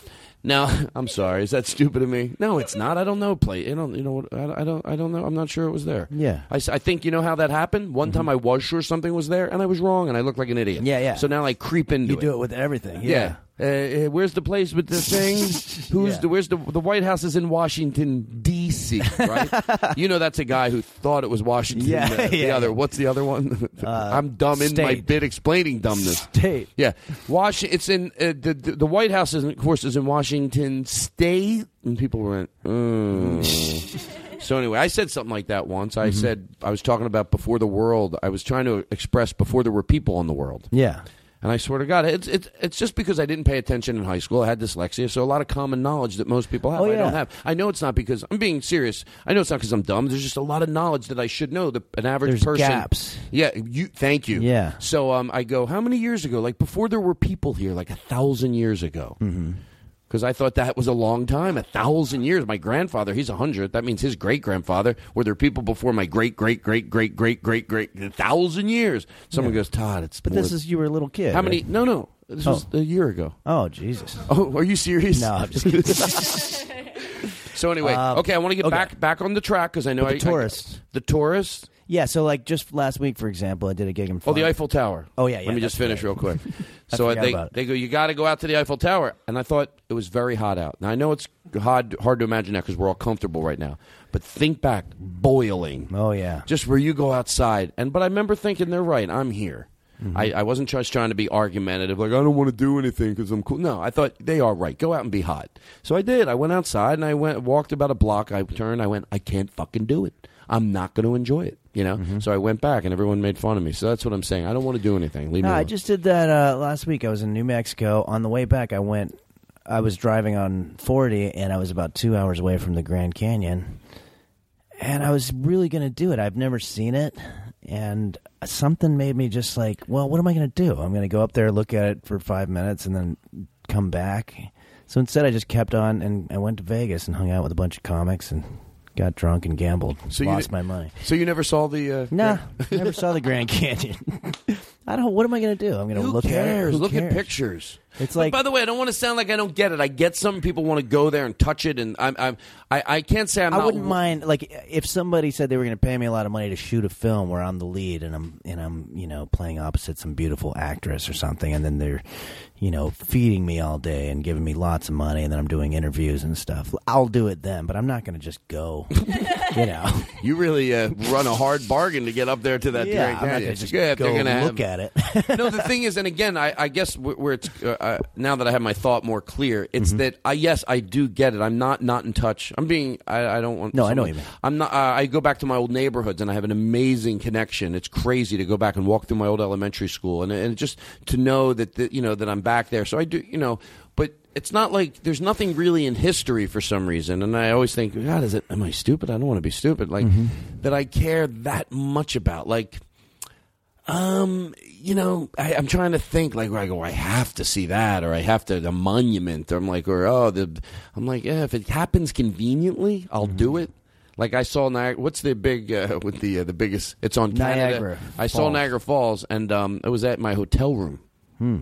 S1: Now *laughs* I'm sorry. Is that stupid of me? No, it's not. I don't know. Play. You don't. You know what? I, I don't. I don't know. I'm not sure it was there.
S10: Yeah. Mm-hmm.
S1: I, s- I think you know how that happened. One time I was sure something was there, and I was wrong, and I looked like an idiot.
S10: Yeah, yeah.
S1: So now I creep into
S10: You do it with everything.
S1: yeah. Uh, uh, where's the place with the
S10: *laughs*
S1: thing? Who's
S10: Yeah.
S1: the? Where's the? The White House is in Washington D.C.
S10: *laughs*
S1: Right? you know that's a guy who thought it was Washington.
S10: Yeah,
S1: uh, The
S10: yeah. Uh,
S1: other. What's the other one? *laughs* I'm dumb in my
S10: state.
S1: bit explaining dumbness.
S10: State.
S1: Yeah. Wash. It's in uh, the, the the White House is of course is in Washington State, and people went. Mm. So anyway, I said something like that once.
S10: Mm-hmm.
S1: I said I was talking about before the world. I was trying to express before there were people in the world.
S10: Yeah.
S1: And I swear to God, it's, it's, it's just because I didn't pay attention in high school. I had dyslexia, so a lot of common knowledge that most people have,
S10: Oh,
S1: I don't
S10: yeah.
S1: have. I know it's not because I'm being serious. I know it's not because I'm dumb. There's just a lot of knowledge that I should know. That an average
S10: There's
S1: person,
S10: gaps.
S1: yeah. You thank you.
S10: Yeah.
S1: So um, I go, how many years ago? Like before there were people here, like a thousand years ago. Mm-hmm. Because I thought that was a long time, a thousand years. My grandfather, he's a hundred. That means his great grandfather. Were there people before my great great great great great great great a thousand years? Someone goes, Todd, it's
S10: But
S1: more-
S10: this is you were a little kid.
S1: how many?
S10: right?
S1: No, no. This was a year ago.
S10: Oh Jesus.
S1: Oh, are you serious?
S10: No, I'm just kidding.
S1: *laughs* So anyway,
S10: Um,
S1: okay. I want to get
S10: okay.
S1: back back on the track because I know
S10: But the
S1: I,
S10: tourists.
S1: I, the tourists.
S10: yeah. So like just last week, for example, I did a gig in.
S1: Oh,
S10: Florida.
S1: the Eiffel Tower.
S10: Oh, yeah, yeah,
S1: Let me just
S10: that's
S1: finish real quick.
S10: *laughs* I
S1: so
S10: forgot
S1: they
S10: about it.
S1: they go, you got to go out to the Eiffel Tower, and I thought it was very hot out. Now I know it's hard hard to imagine that because we're all comfortable right now, but think back, boiling.
S10: Oh yeah.
S1: just where you go outside. And but I remember thinking they're right. I'm here. I, I wasn't just trying to be argumentative, like I don't want to do anything because I'm cool. No, I thought they are right. Go out and be hot. So I did. I went outside and I went walked about a block. I turned. I went. I can't fucking do it. I'm not going to enjoy it. You know. So I went back and everyone made fun of me. So that's what I'm saying. I don't want to do anything. Leave
S10: No,
S1: me.
S10: I
S1: alone.
S10: just did that uh, last week. I was in New Mexico. On the way back, I went. I was driving on 40, and I was about two hours away from the Grand Canyon, and I was really going to do it. I've never seen it, and something made me just like, well, what am I going to do? I'm going to go up there, look at it for five minutes, and then come back. So instead, I just kept on, and I went to Vegas and hung out with a bunch of comics and got drunk and gambled.
S1: So you
S10: lost
S1: di-
S10: my money.
S1: So you never saw the. Uh,
S10: Nah, *laughs* never saw the Grand Canyon. *laughs* I don't. What am I going to do? I'm going to
S1: Who
S10: look at it.
S1: cares?
S10: Who
S1: Look at
S10: cares?
S1: pictures.
S10: It's like
S1: By the way, I don't want to sound like I don't get it. I get some people want to go there and touch it, and I'm, I'm I, I can't say I'm.
S10: I
S1: not
S10: wouldn't mind like if somebody said they were going to pay me a lot of money to shoot a film where I'm the lead and I'm and I'm you know playing opposite some beautiful actress or something, and then they're you know feeding me all day and giving me lots of money, and then I'm doing interviews and stuff. I'll do it then, but I'm not going to just go. *laughs* you know,
S1: You really uh, run a hard bargain to get up there to that
S10: Yeah,
S1: Grand
S10: I'm not
S1: Canyon.
S10: gonna just
S1: Yeah,
S10: go
S1: they're gonna
S10: look
S1: have-
S10: at it. *laughs*
S1: no, the thing is, and again, I, I guess where, where it's uh, uh, now that I have my thought more clear, it's
S10: Mm-hmm.
S1: that I yes, I do get it. I'm not not in touch. I'm being I, I don't want
S10: No, I
S1: someone-
S10: know what you mean.
S1: I'm not. Uh, I go back to my old neighborhoods, and I have an amazing connection. It's crazy to go back and walk through my old elementary school, and and just to know that that you know that I'm back there. So I do, you know, but. It's not like there's nothing really in history for some reason, and I always think, God, is it? Am I stupid? I don't want to be stupid. Like
S10: Mm-hmm.
S1: that, I care that much about. Like um, you know, I, I'm trying to think like where I go. I have to see that, or I have to the monument. Or I'm like, or oh, the, I'm like, yeah, if it happens conveniently, I'll do
S10: Mm-hmm.
S1: it. Like I saw Niagara. What's the big uh, *laughs* with the uh, the biggest? It's on Canada.
S10: Niagara
S1: I saw
S10: Falls.
S1: Niagara Falls, and um, it was at my hotel room.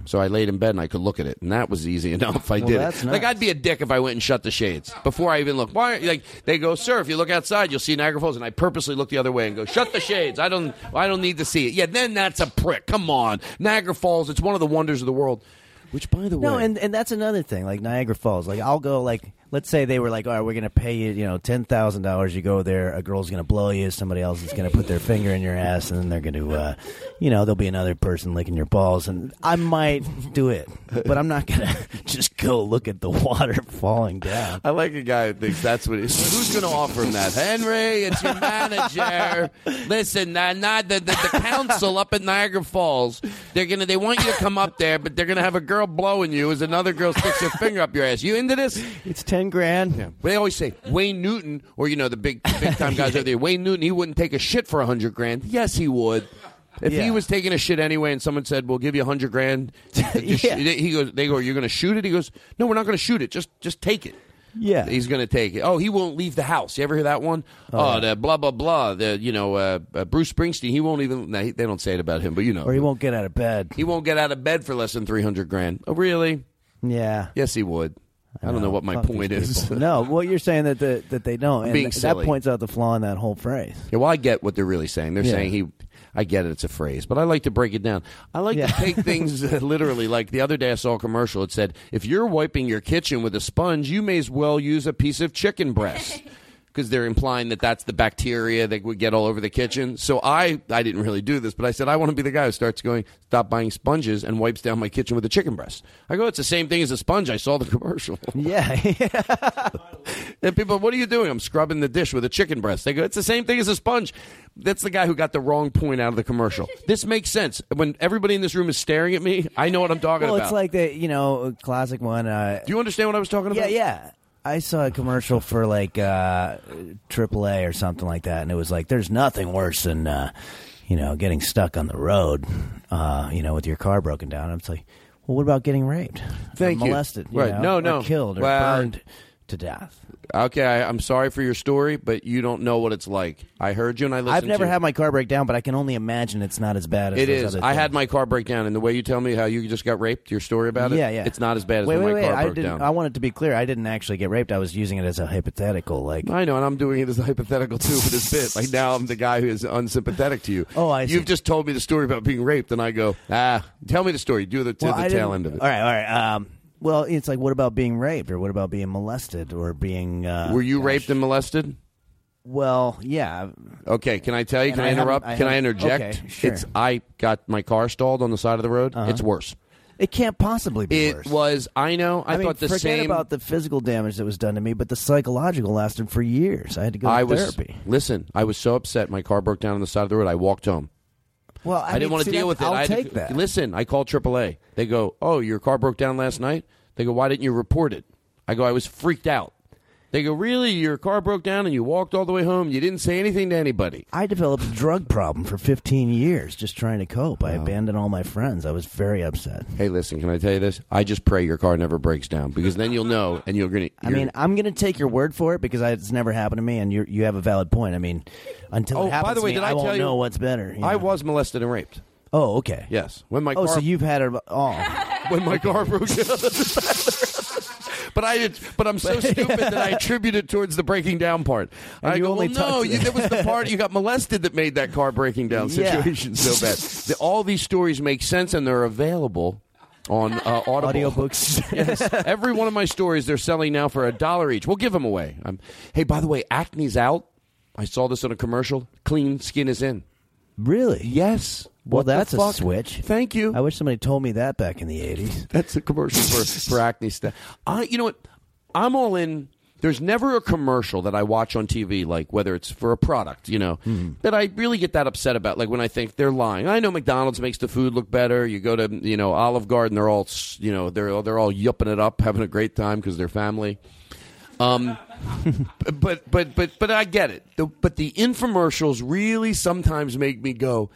S1: So I laid in bed and I could look at it, and that was easy *laughs* enough. I
S10: Hmm. Well,
S1: did
S10: that's
S1: it. Like I'd be a dick if I went and shut the shades before I even looked. Why? Like they go, sir, if you look outside, you'll see Niagara Falls, and I purposely look the other way and go, shut the shades. I don't, I don't need to see it. Yeah, then that's a prick. Come on, Niagara Falls. It's one of the wonders of the world. Which, by the
S10: No,
S1: way,
S10: and and that's another thing. Like Niagara Falls. Like I'll go. Like let's say they were like, all right, we're gonna pay you, you know, ten thousand dollars. You go there, a girl's gonna blow you. Somebody else is gonna put their finger in your ass, and then they're gonna, uh, you know, there'll be another person licking your balls, and I might do it, but I'm not gonna *laughs* just go look at the water *laughs* falling down.
S1: I like a guy who thinks that's what he's. Who's going to offer him that? Henry, it's your manager. Listen, uh, not the, the, the council up at Niagara Falls. They're gonna they want you to come up there, but they're gonna have a girl blowing you as another girl sticks her finger up your ass. You into this?
S10: It's ten grand.
S1: Yeah. But they always say Wayne Newton, or you know the big big time
S10: *laughs*
S1: guys out there. Wayne Newton, he wouldn't take a shit for a hundred grand. Yes, he would. If he
S10: Yeah.
S1: was taking a shit anyway, and someone said, "We'll give you a hundred
S10: *laughs*
S1: grand," just- he goes, "They go, you're going to shoot it." He goes, "No, we're not going to shoot it. Just just take it."
S10: Yeah.
S1: He's going to take it. Oh, he won't leave the house. You ever hear that one? Oh, the blah blah blah. The you know uh, uh, Bruce Springsteen. He won't even. Nah, he- they don't say it about him, but you know,
S10: Or you won't get out of bed.
S1: he won't get out of bed for less than three hundred grand. Oh, really?
S10: Yeah.
S1: Yes, he would. I, don't know, what my
S10: Fuck these
S1: point is. *laughs*
S10: people. no, well, you're saying that the, that they don't. And
S1: being
S10: th-
S1: silly.
S10: That points out the flaw in that whole phrase.
S1: Yeah, well, I get what they're really saying. They're
S10: Yeah.
S1: saying he. I get it. It's a phrase, but I like to break it down. I like
S10: Yeah.
S1: to
S10: *laughs*
S1: take things uh, literally. Like the other day, I saw a commercial. It said, "If you're wiping your kitchen with a sponge, you may as well use a piece of chicken
S10: *laughs*
S1: breast." Because they're implying that that's the bacteria that would get all over the kitchen. So I, I didn't really do this, but I said I want to be the guy who starts going, stop buying sponges and wipes down my kitchen with a chicken breast. I go, it's the same thing as a sponge. I saw the *laughs* commercial.
S10: Yeah. *laughs*
S1: And people, what are you doing? I'm scrubbing the dish with a chicken breast. They go, it's the same thing as a sponge. That's the guy who got the wrong point out of the commercial. This makes sense. When everybody in this room is staring at me, I know what I'm talking
S10: well,
S1: about.
S10: it's like the you know classic one. Uh,
S1: Do you understand what I was talking
S10: yeah,
S1: about?
S10: yeah. I saw a commercial for like uh, AAA or something like that, and it was like, "There's nothing worse than uh, you know getting stuck on the road, uh, you know, with your car broken down." I'm like, "Well, what about getting raped,
S1: Thank
S10: or
S1: you.
S10: molested, you
S1: Right. No,
S10: know,
S1: no.
S10: or killed, or
S1: Well-
S10: burned to death?"
S1: Okay, I, I'm sorry for your story, but you don't know what it's like. I heard you and I listened
S10: I've never
S1: to you.
S10: had my car break down, but I can only imagine it's not as bad as
S1: It
S10: those
S1: is.
S10: other
S1: I
S10: things.
S1: had my car break down, and the way you tell me how you just got raped, your story about it,
S10: Yeah, yeah.
S1: it's not as bad as
S10: wait,
S1: when
S10: wait,
S1: my
S10: wait.
S1: car
S10: I
S1: broke
S10: didn't.
S1: down.
S10: I wanted to be clear. I didn't actually get raped. I was using it as a hypothetical, like.
S1: I know, and I'm doing it as a hypothetical too with this bit. Like now, I'm the guy who is unsympathetic to you.
S10: Oh, I see.
S1: You've just told me the story about being raped, and I go, ah, tell me the story. Do the, to
S10: Well, I
S1: the tail end
S10: didn't-
S1: of it.
S10: All right, all right. Um, well, it's like, what about being raped, or what about being molested, or being? Uh,
S1: Were you raped and molested?
S10: Well, yeah.
S1: Okay, can I tell you?
S10: And
S1: Can
S10: I
S1: I,
S10: haven't-
S1: interrupt?
S10: I
S1: can I
S10: haven't-
S1: interject?
S10: okay, sure.
S1: It's I got my car stalled on the side of the road. It's worse.
S10: It can't possibly be
S1: It
S10: worse.
S1: was. I know. I,
S10: mean,
S1: thought the
S10: forget
S1: same.
S10: about the physical damage that was done to me, but the psychological lasted for years. I had to go to
S1: I was
S10: therapy.
S1: listen. I was so upset. My car broke down on the side of the road. I walked home.
S10: Well, I,
S1: I, didn't
S10: mean,
S1: want to
S10: see,
S1: deal
S10: that's-
S1: with it.
S10: I'll
S1: I had to-
S10: take that.
S1: Listen, I called AAA. They go, "Oh, your car broke down last night." They go, "Why didn't you report it?" I go, "I was freaked out." They go, really? Your car broke down and you walked all the way home. You didn't say anything to anybody.
S10: I developed a drug problem for 15 years just trying to cope. I abandoned all my friends. I was very upset.
S1: Hey, listen, can I tell you this? I just pray your car never breaks down because then you'll know and you're going to.
S10: I mean, I'm going to take your word for it because I, it's never happened to me, and you you have a valid point. I mean, until
S1: oh,
S10: it happens
S1: by the way,
S10: to me,
S1: did I,
S10: I, won't
S1: tell you,
S10: know what's better. you
S1: I
S10: know?
S1: was molested and raped.
S10: Oh, okay.
S1: Yes. When my
S10: oh,
S1: car
S10: so you've had oh. it all.
S1: *laughs* when my car broke down. *laughs* But I, but I'm so stupid that I attribute it towards the breaking down part.
S10: And
S1: I
S10: you
S1: go,
S10: only
S1: well, no,
S10: talked- *laughs*
S1: you, that was the part you got molested that made that car breaking down
S10: Yeah.
S1: situation so bad. The, all these stories make sense and they're available on uh, Audible.
S10: Audiobooks.
S1: yes, every one of my stories they're selling now for a dollar each. We'll give them away. Um, hey, by the way, acne's out. I saw this on a commercial. Clean skin is in.
S10: Really?
S1: Yes.
S10: Well,
S1: What the
S10: that's a
S1: fuck?
S10: switch.
S1: Thank you.
S10: I wish somebody told me that back in the 80s.
S1: *laughs* That's a commercial for, for acne stuff. I, you know what? I'm all in. There's never a commercial that I watch on TV, like whether it's for a product, you know, that I really get that upset about. Like when I think they're lying. I know McDonald's makes the food look better. You go to you know Olive Garden, they're all s- you know they're they're all yupping it up, having a great time because they're family. Um, but but but but I get it. The, but the infomercials really sometimes make me go.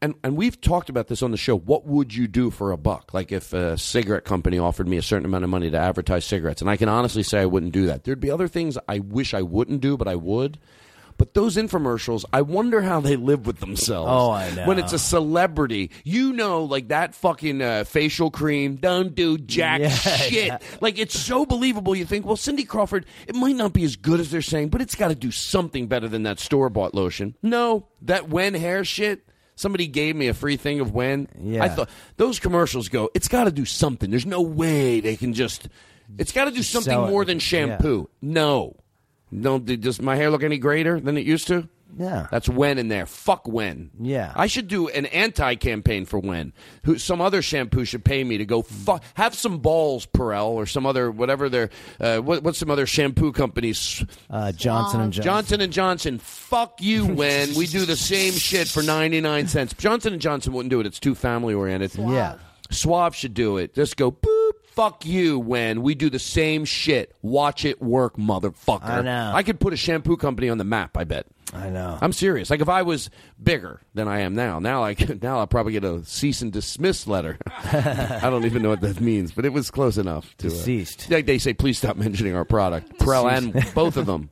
S1: And and we've talked about this on the show. What would you do for a buck? Like if a cigarette company offered me a certain amount of money to advertise cigarettes, and I can honestly say I wouldn't do that. There'd be other things I wish I wouldn't do, but I would. But those infomercials, I wonder how they live with themselves.
S10: Oh, I know.
S1: When it's a celebrity, you know, like that fucking uh, facial cream, don't do jack
S10: *laughs* Yeah,
S1: shit.
S10: yeah.
S1: Like it's so believable. You think, well, Cindy Crawford, it might not be as good as they're saying, but it's got to do something better than that store bought lotion. No, that Wen hair shit. Somebody gave me a free thing of Wen.
S10: Yeah.
S1: I thought those commercials go. It's got to do something. There's no way they can just. It's got to do something
S10: sell it.
S1: more than shampoo. No, no. did- Does my hair look any greater than it used to?
S10: Yeah.
S1: That's when in there. Fuck when.
S10: Yeah.
S1: I should do an anti campaign for when. Who some other shampoo should pay me to go fuck have some balls Perel or some other whatever their uh, what, what's some other shampoo companies
S10: Uh, Johnson and Johnson.
S1: Johnson and Johnson. Fuck you, when we do the same shit for ninety nine cents. Johnson and Johnson wouldn't do it. It's too family oriented.
S10: Yeah.
S1: Suave should do it. Just go boop. Fuck you, when we do the same shit. Watch it work, motherfucker.
S10: I know.
S1: I could put a shampoo company on the map. I bet.
S10: I know.
S1: I'm serious. Like if I was bigger than I am now, now I could- now I'll probably get a cease and dismiss letter. *laughs* I don't even know what that means, but it was close enough to uh,
S10: Deceased.
S1: like they say, please stop mentioning our product, Prel and both of them.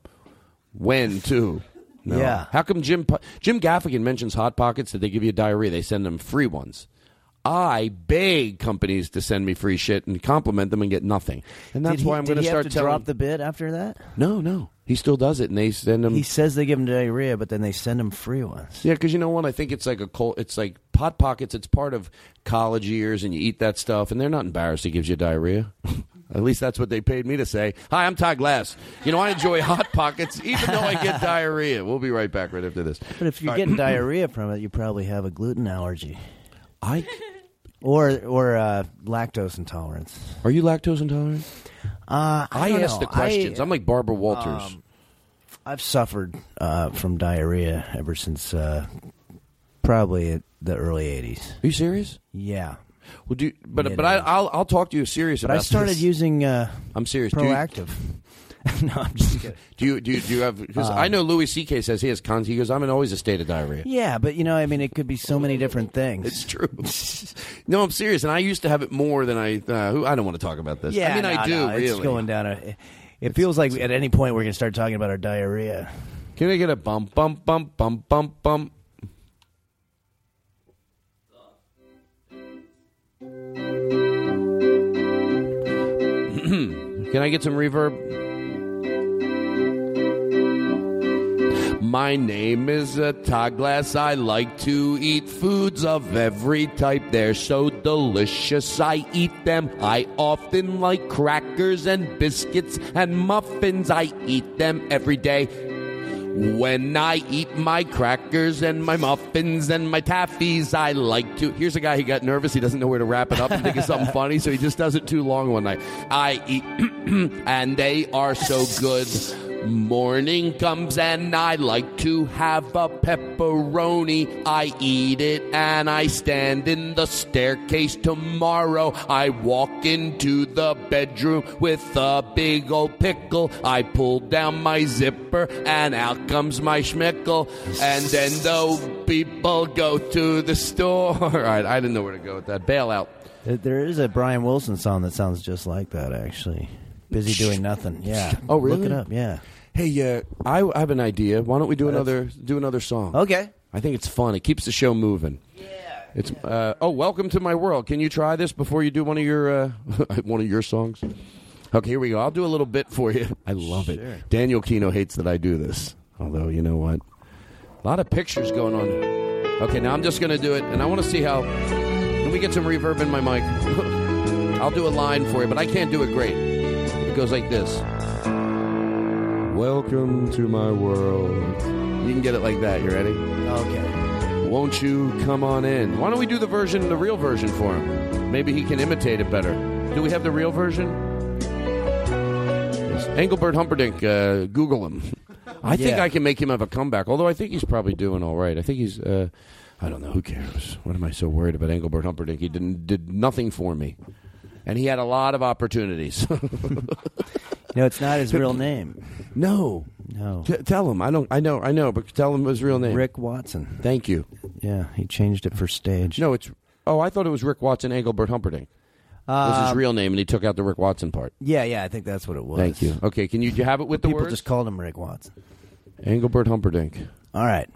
S1: When too? No.
S10: Yeah.
S1: How come Jim Po- Jim Gaffigan mentions hot pockets that they give you diarrhea? They send them free ones. I beg companies to send me free shit and compliment them and get nothing. And that's
S10: did he,
S1: why I'm
S10: did
S1: going
S10: he
S1: start
S10: have to
S1: telling.
S10: drop the bid after that?
S1: no, no, he still does it, and they send them.
S10: He says they give him diarrhea, but then they send him free ones.
S1: Yeah, because you know what? I think it's like a cult. It's like pot pockets. It's part of college years, and you eat that stuff, and they're not embarrassed. It gives you diarrhea. *laughs* At least that's what they paid me to say. Hi, I'm Todd Glass. You know, I enjoy hot pockets, even though I get diarrhea. We'll be right back right after this.
S10: But if you're
S1: All right. *clears throat*
S10: getting diarrhea from it, you probably have a gluten allergy.
S1: I
S10: or or uh, lactose intolerance.
S1: Are you lactose intolerant?
S10: Uh, I,
S1: I,
S10: don't
S1: ask
S10: know.
S1: the questions.
S10: I,
S1: I, am like Barbara Walters.
S10: um, I've suffered uh, from diarrhea ever since uh, probably at the early '80s.
S1: Are you serious?
S10: Yeah,
S1: Well, do you, but
S10: Yeah,
S1: but I, I'll I'll talk to you serious
S10: but
S1: about.
S10: I started
S1: this.
S10: using uh,
S1: I'm serious. Do you-
S10: proactive. *laughs* no, I'm just kidding.
S1: Do you do you, do you have? Because I
S10: Um,
S1: know Louis C.K. says he has cons. He goes, I'm in always a state of diarrhea.
S10: Yeah, but you know, I mean, it could be so many different things.
S1: It's true.
S10: *laughs*
S1: no, I'm serious, and I used to have it more than I. Uh, who I don't want to talk about this.
S10: Yeah,
S1: I mean, I
S10: no,
S1: do
S10: no,
S1: really.
S10: It's going down a. It feels like at any point we're going to start talking about our diarrhea.
S1: Can I get a bump, bump, bump, bump, bump, bump? *clears throat* Can I get some reverb? My name is uh, Todd Glass. I like to eat foods of every type. They're so delicious. I eat them. I often like crackers and biscuits and muffins. I eat them every day. When I eat my crackers and my muffins and my taffies, I like to. Here's a guy who got nervous. He doesn't know where to wrap it up and think of something funny, *clears throat* so he just does it too long one night. I eat, and they are so good.
S19: Morning comes and I like to have a pepperoni. I eat it and I stand in the staircase tomorrow. I walk into the bedroom with a big old pickle. I pull down my zipper and out comes my schmickle. And then the people go to the store. *laughs* All right, I didn't know where to go with that. Bailout.
S10: There- There is a Brian Wilson song that sounds just like that, actually. Busy
S1: *laughs*
S10: doing nothing. Yeah.
S1: Oh, really?
S10: Look it up. Yeah.
S1: Hey, uh, I, I have an idea. Why don't we do
S10: Let's-
S1: another do another song?
S10: Okay.
S1: I think it's fun. It keeps the show moving. Yeah. It's uh, oh, welcome to my world. Can you try this before you do one of your uh, *laughs* one of your songs? Okay, here we go. I'll do a little bit for you. *laughs* I love
S10: Sure.
S1: it. Daniel Kino hates that I do this. Although you know what, a lot of pictures going on. Okay, now I'm just going to do it, and I want to see how. Let me get some reverb in my mic. *laughs* I'll do a line for you, but I can't do it great. It goes like this. Welcome to my world. You can get it like that. You ready?
S10: Okay.
S1: Won't you come on in? Why don't we do the version, the real version for him? Maybe he can imitate it better. Do we have the real version? Yes. Engelbert Humperdinck. Uh, Google him. I think
S10: Yeah.
S1: I can make him have a comeback. Although I think he's probably doing all right. I think he's. Uh, I don't know. Who cares? What am I so worried about Engelbert Humperdinck? He didn't did nothing for me, and he had a lot of opportunities. *laughs*
S10: No, it's not his real name.
S1: No,
S10: no.
S1: T- tell him. I don't. I know. I know. But tell him his real name.
S10: Rick Watson.
S1: Thank you.
S10: Yeah, he changed it for stage.
S1: No, it's. Oh, I thought it was Rick Watson Engelbert Humperdinck. was his
S10: Um,
S1: real name, and he took out the Rick Watson part.
S10: Yeah, yeah, I think that's what it was.
S1: Thank you. Okay, can you, do you have it with the
S10: People
S1: words?
S10: just called him Rick Watson.
S1: Engelbert Humperdinck.
S10: All right.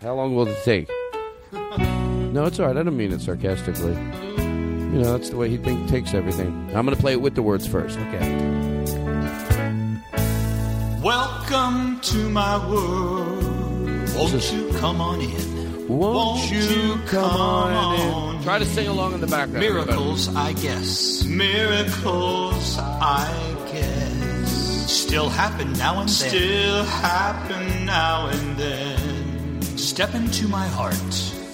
S1: How long will it take? No, it's all right. I don't mean it sarcastically. You know, that's the way he think, takes everything. I'm going to play it with the words first. Okay.
S20: Welcome to my world. Won't you come on in? Won't you come on in?
S1: Try to sing along in the background.
S20: Miracles, I guess. Miracles, I guess. Still happen now and then. Still happen now and then. Step into my heart.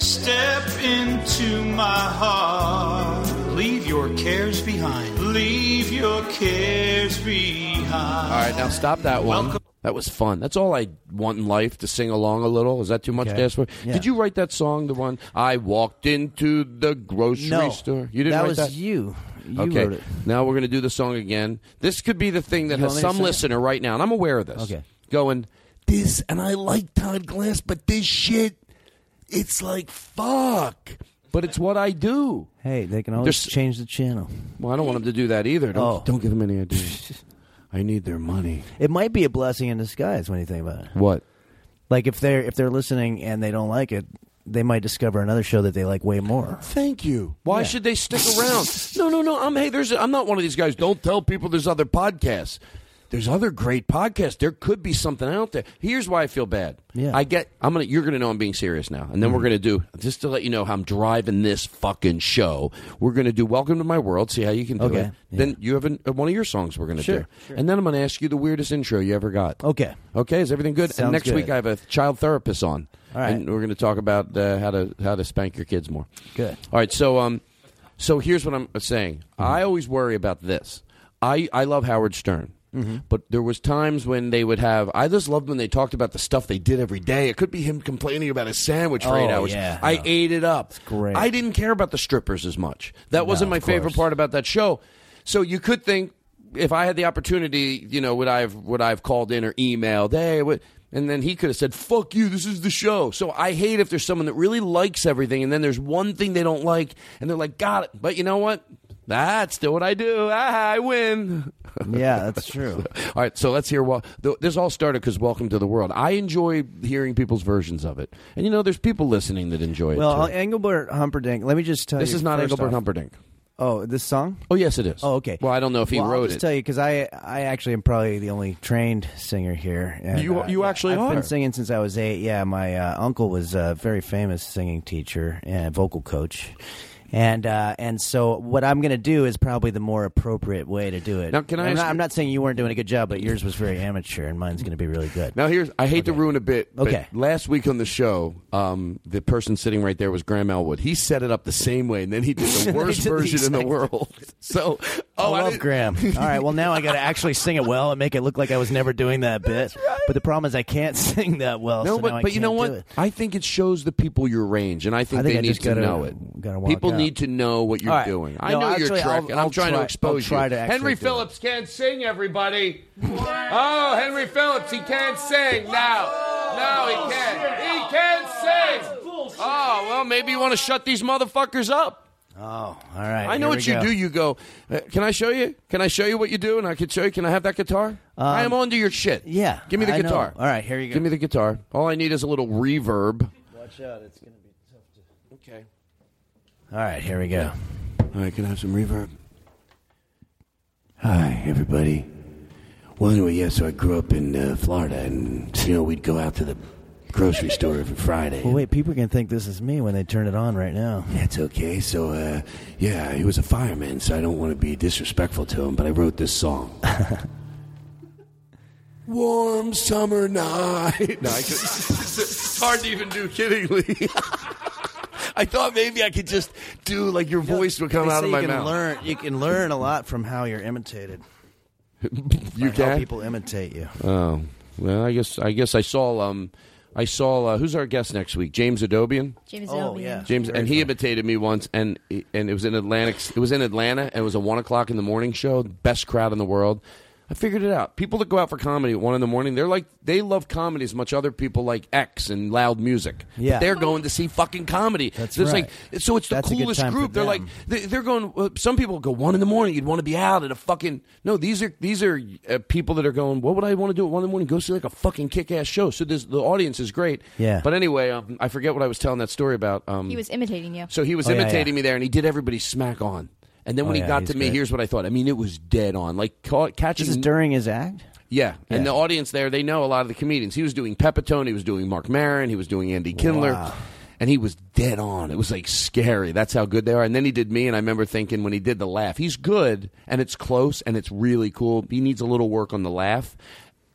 S20: Step into my heart. Leave your cares behind. Leave your cares behind.
S1: All right, now stop that one. That was fun. That's all I want in life to sing along a little. Is that too much
S10: Okay.
S1: to ask for?
S10: Yeah.
S1: Did you write that song? The one I walked into the grocery
S10: No.
S1: store. You didn't
S10: That
S1: write
S10: was
S1: that.
S10: you. You
S1: okay.
S10: wrote it.
S1: Now we're going to do the song again. This could be the thing that
S10: You want
S1: has
S10: me to
S1: some
S10: sing it?
S1: listener right now, and I'm aware of this.
S10: Okay.
S1: Going.
S19: This, and I like Todd Glass, but this shit, it's like fuck.
S1: But it's what I do.
S10: Hey, they can always
S1: There's-
S10: change the channel.
S1: Well, I don't want them to do that either. Don't,
S10: Oh.
S1: don't give them any
S10: *laughs*
S1: ideas. I need their money.
S10: It might be a blessing in disguise when you think about it.
S1: What?
S10: Like if they're if they're listening and they don't like it, they might discover another show that they like way more.
S1: Thank you. Why should they stick around? *laughs* No, no, no. I'm hey, there's I'm not one of these guys. Don't tell people there's other podcasts. There's other great podcasts. There could be something out there. Here's why I feel bad.
S10: Yeah.
S1: I get I'm gonna you're gonna know I'm being serious now. And then we're gonna do just to let you know how I'm driving this fucking show, we're gonna do Welcome to My World, see how you can do
S10: Okay.
S1: it. Then you have an, uh, one of your songs we're gonna
S10: Sure,
S1: do.
S10: sure.
S1: And then I'm gonna ask you the weirdest intro you ever got.
S10: Okay.
S1: *laughs* Okay, is everything good?
S10: Sounds
S1: and next
S10: good.
S1: week I have a child therapist on.
S10: All right.
S1: And we're going to talk about uh, how to how to spank your kids more.
S10: Good. Mm-hmm.
S1: All right, so um, so here's what I'm saying. I always worry about this. I I love Howard Stern,
S10: Mm-hmm.
S1: but there was times when they would have. I just loved when they talked about the stuff they did every day. It could be him complaining about his sandwich for eight
S10: Oh,
S1: hours.
S10: yeah.
S1: I ate it up.
S10: great.
S1: I didn't care about the strippers as much. That wasn't
S10: of
S1: my favorite
S10: course.
S1: part about that show. So you could think if I had the opportunity, you know, would I have would I have called in or emailed? Hey, what? And then he could have said, "Fuck you! This is the show." So I hate if there's someone that really likes everything, and then there's one thing they don't like, and they're like, "Got it," but you know what? That's still what I do. Ah, I, I win. *laughs*
S10: Yeah, that's true.
S1: All right, so let's hear. Well, th- this all started because "Welcome to the World." I enjoy hearing people's versions of it, and you know, there's people listening that enjoy
S10: Well,
S1: it. too.
S10: Engelbert Humperdinck. Let me just tell
S1: This
S10: you.
S1: is not
S10: first
S1: Engelbert
S10: off-
S1: Humperdinck.
S10: Oh, this song.
S1: Oh, yes, it is.
S10: Oh, okay.
S1: Well, I don't know if he
S10: Well, I'll
S1: wrote
S10: just
S1: it.
S10: tell you because I I actually am probably the only trained singer here. and,
S1: You-
S10: uh,
S1: you
S10: yeah,
S1: actually
S10: I've
S1: are.
S10: been singing since I was eight. Yeah, my uh, uncle was a very famous singing teacher and vocal coach, And uh, and so what I'm going to do is probably the more appropriate way to do it.
S1: Now, can I
S10: I'm,
S1: ask
S10: not,
S1: you-
S10: I'm not saying you weren't doing a good job, but yours was very amateur, and mine's going to be really good.
S1: Now here's I hate to ruin a bit. but
S10: Okay.
S1: Last week on the show, um, the person sitting right there was Graham Elwood. He set it up the same way, and then he did the
S10: *laughs* He
S1: worst
S10: did the
S1: version in the
S10: exact-
S1: world. *laughs* So,
S10: Oh, I love
S1: *laughs*
S10: Graham. All right, well now I got to actually sing it well and make it look like I was never doing that bit. But the problem is I can't *laughs* sing that well.
S1: no,
S10: so
S1: but
S10: now I
S1: but you
S10: can't
S1: know
S10: do
S1: what?
S10: it.
S1: I think it shows the people your range, and I think,
S10: I think
S1: they
S10: I
S1: need
S10: just
S1: to
S10: gotta-
S1: know it.
S10: gotta walk
S1: people
S10: out.
S1: need to know what you're
S10: All right.
S1: doing. I
S10: No,
S1: know your
S10: actually,
S1: track,
S10: I'll-
S1: and
S10: I'll
S1: I'm trying
S10: try-
S1: to
S10: I'll
S1: expose
S10: try
S1: you.
S10: to actually
S1: Henry
S10: do it.
S1: Phillips can't sing, everybody. oh, Henry Phillips, he can't sing now. No, he can't. He can't sing. Oh, well, maybe you want to shut these motherfuckers up.
S10: Oh, all right.
S1: I know
S10: here
S1: what
S10: we
S1: you
S10: go.
S1: do. You go. Uh, can I show you? Can I show you what you do? And I can show you. Can I have that guitar? I am onto your shit.
S10: Um, Yeah.
S1: Give me the
S10: I know.
S1: guitar.
S10: All right, here you go.
S1: Give me the guitar. All I need is a little reverb.
S10: Watch out, it's going to be tough
S1: to. Okay.
S10: All right, here we go.
S1: All right, can I have some reverb?
S21: Hi, everybody. Well, anyway, yeah, so I grew up in uh, Florida, and, you know, we'd go out to the grocery store every Friday.
S10: Well, wait, people are going to think this is me when they turn it on right now.
S21: That's okay. So, uh, yeah, he was a fireman, so I don't want to be disrespectful to him, but I wrote this
S10: *laughs*
S21: song.
S1: Warm summer night. No, I could, it's hard to even do kiddingly. *laughs* I thought maybe I could just do like your voice would come
S10: They
S1: out
S10: say
S1: of my
S10: you can
S1: mouth.
S10: Learn, you can learn a lot from how you're imitated.
S1: you
S10: By how
S1: can?
S10: people imitate you.
S1: Oh well, I guess I guess I saw um I saw uh, who's our guest next week James Adobian.
S12: James
S10: Oh,
S12: Adobe.
S10: yeah.
S1: James and he imitated me once, and and it was in Atlantic. It was in Atlanta, and it was a one o'clock in the morning show. the Best crowd in the world. I figured it out. People that go out for comedy at one in the morning, they're like they love comedy as much other people like X and loud music. But
S21: Yeah.
S1: they're going to see fucking comedy.
S21: That's
S1: There's
S21: right.
S1: like so it's the
S21: That's a good
S1: coolest
S21: time for
S1: group. They're like
S21: them.
S1: they- they're going. uh, Some people go one in the morning. You'd want to be out at a fucking no. These are these are uh, people that are going. What would I want to do at one in the morning? Go see like a fucking kick ass show. So this, the audience is great.
S10: Yeah.
S1: But anyway, um, I forget what I was telling that story about. Um,
S12: He was imitating you.
S1: so he was
S10: Oh, yeah,
S1: imitating me there, and he did everybody smack on. And then
S10: Oh,
S1: when
S10: yeah,
S1: he got
S10: he's
S1: to me,
S10: good.
S1: here's what I thought. I mean, it was dead on. Like ca- catching.
S10: This is during his act?
S1: yeah.
S10: Yeah.
S1: and the audience there, they know a lot of the comedians. He was doing Pepitone, he was doing Mark Maron, he was doing Andy Kindler,
S10: Wow.
S1: and he was dead on. It was like scary. That's how good they are. And then he did me, and I remember thinking when he did the laugh, he's good, and it's close, and it's really cool. He needs a little work on the laugh.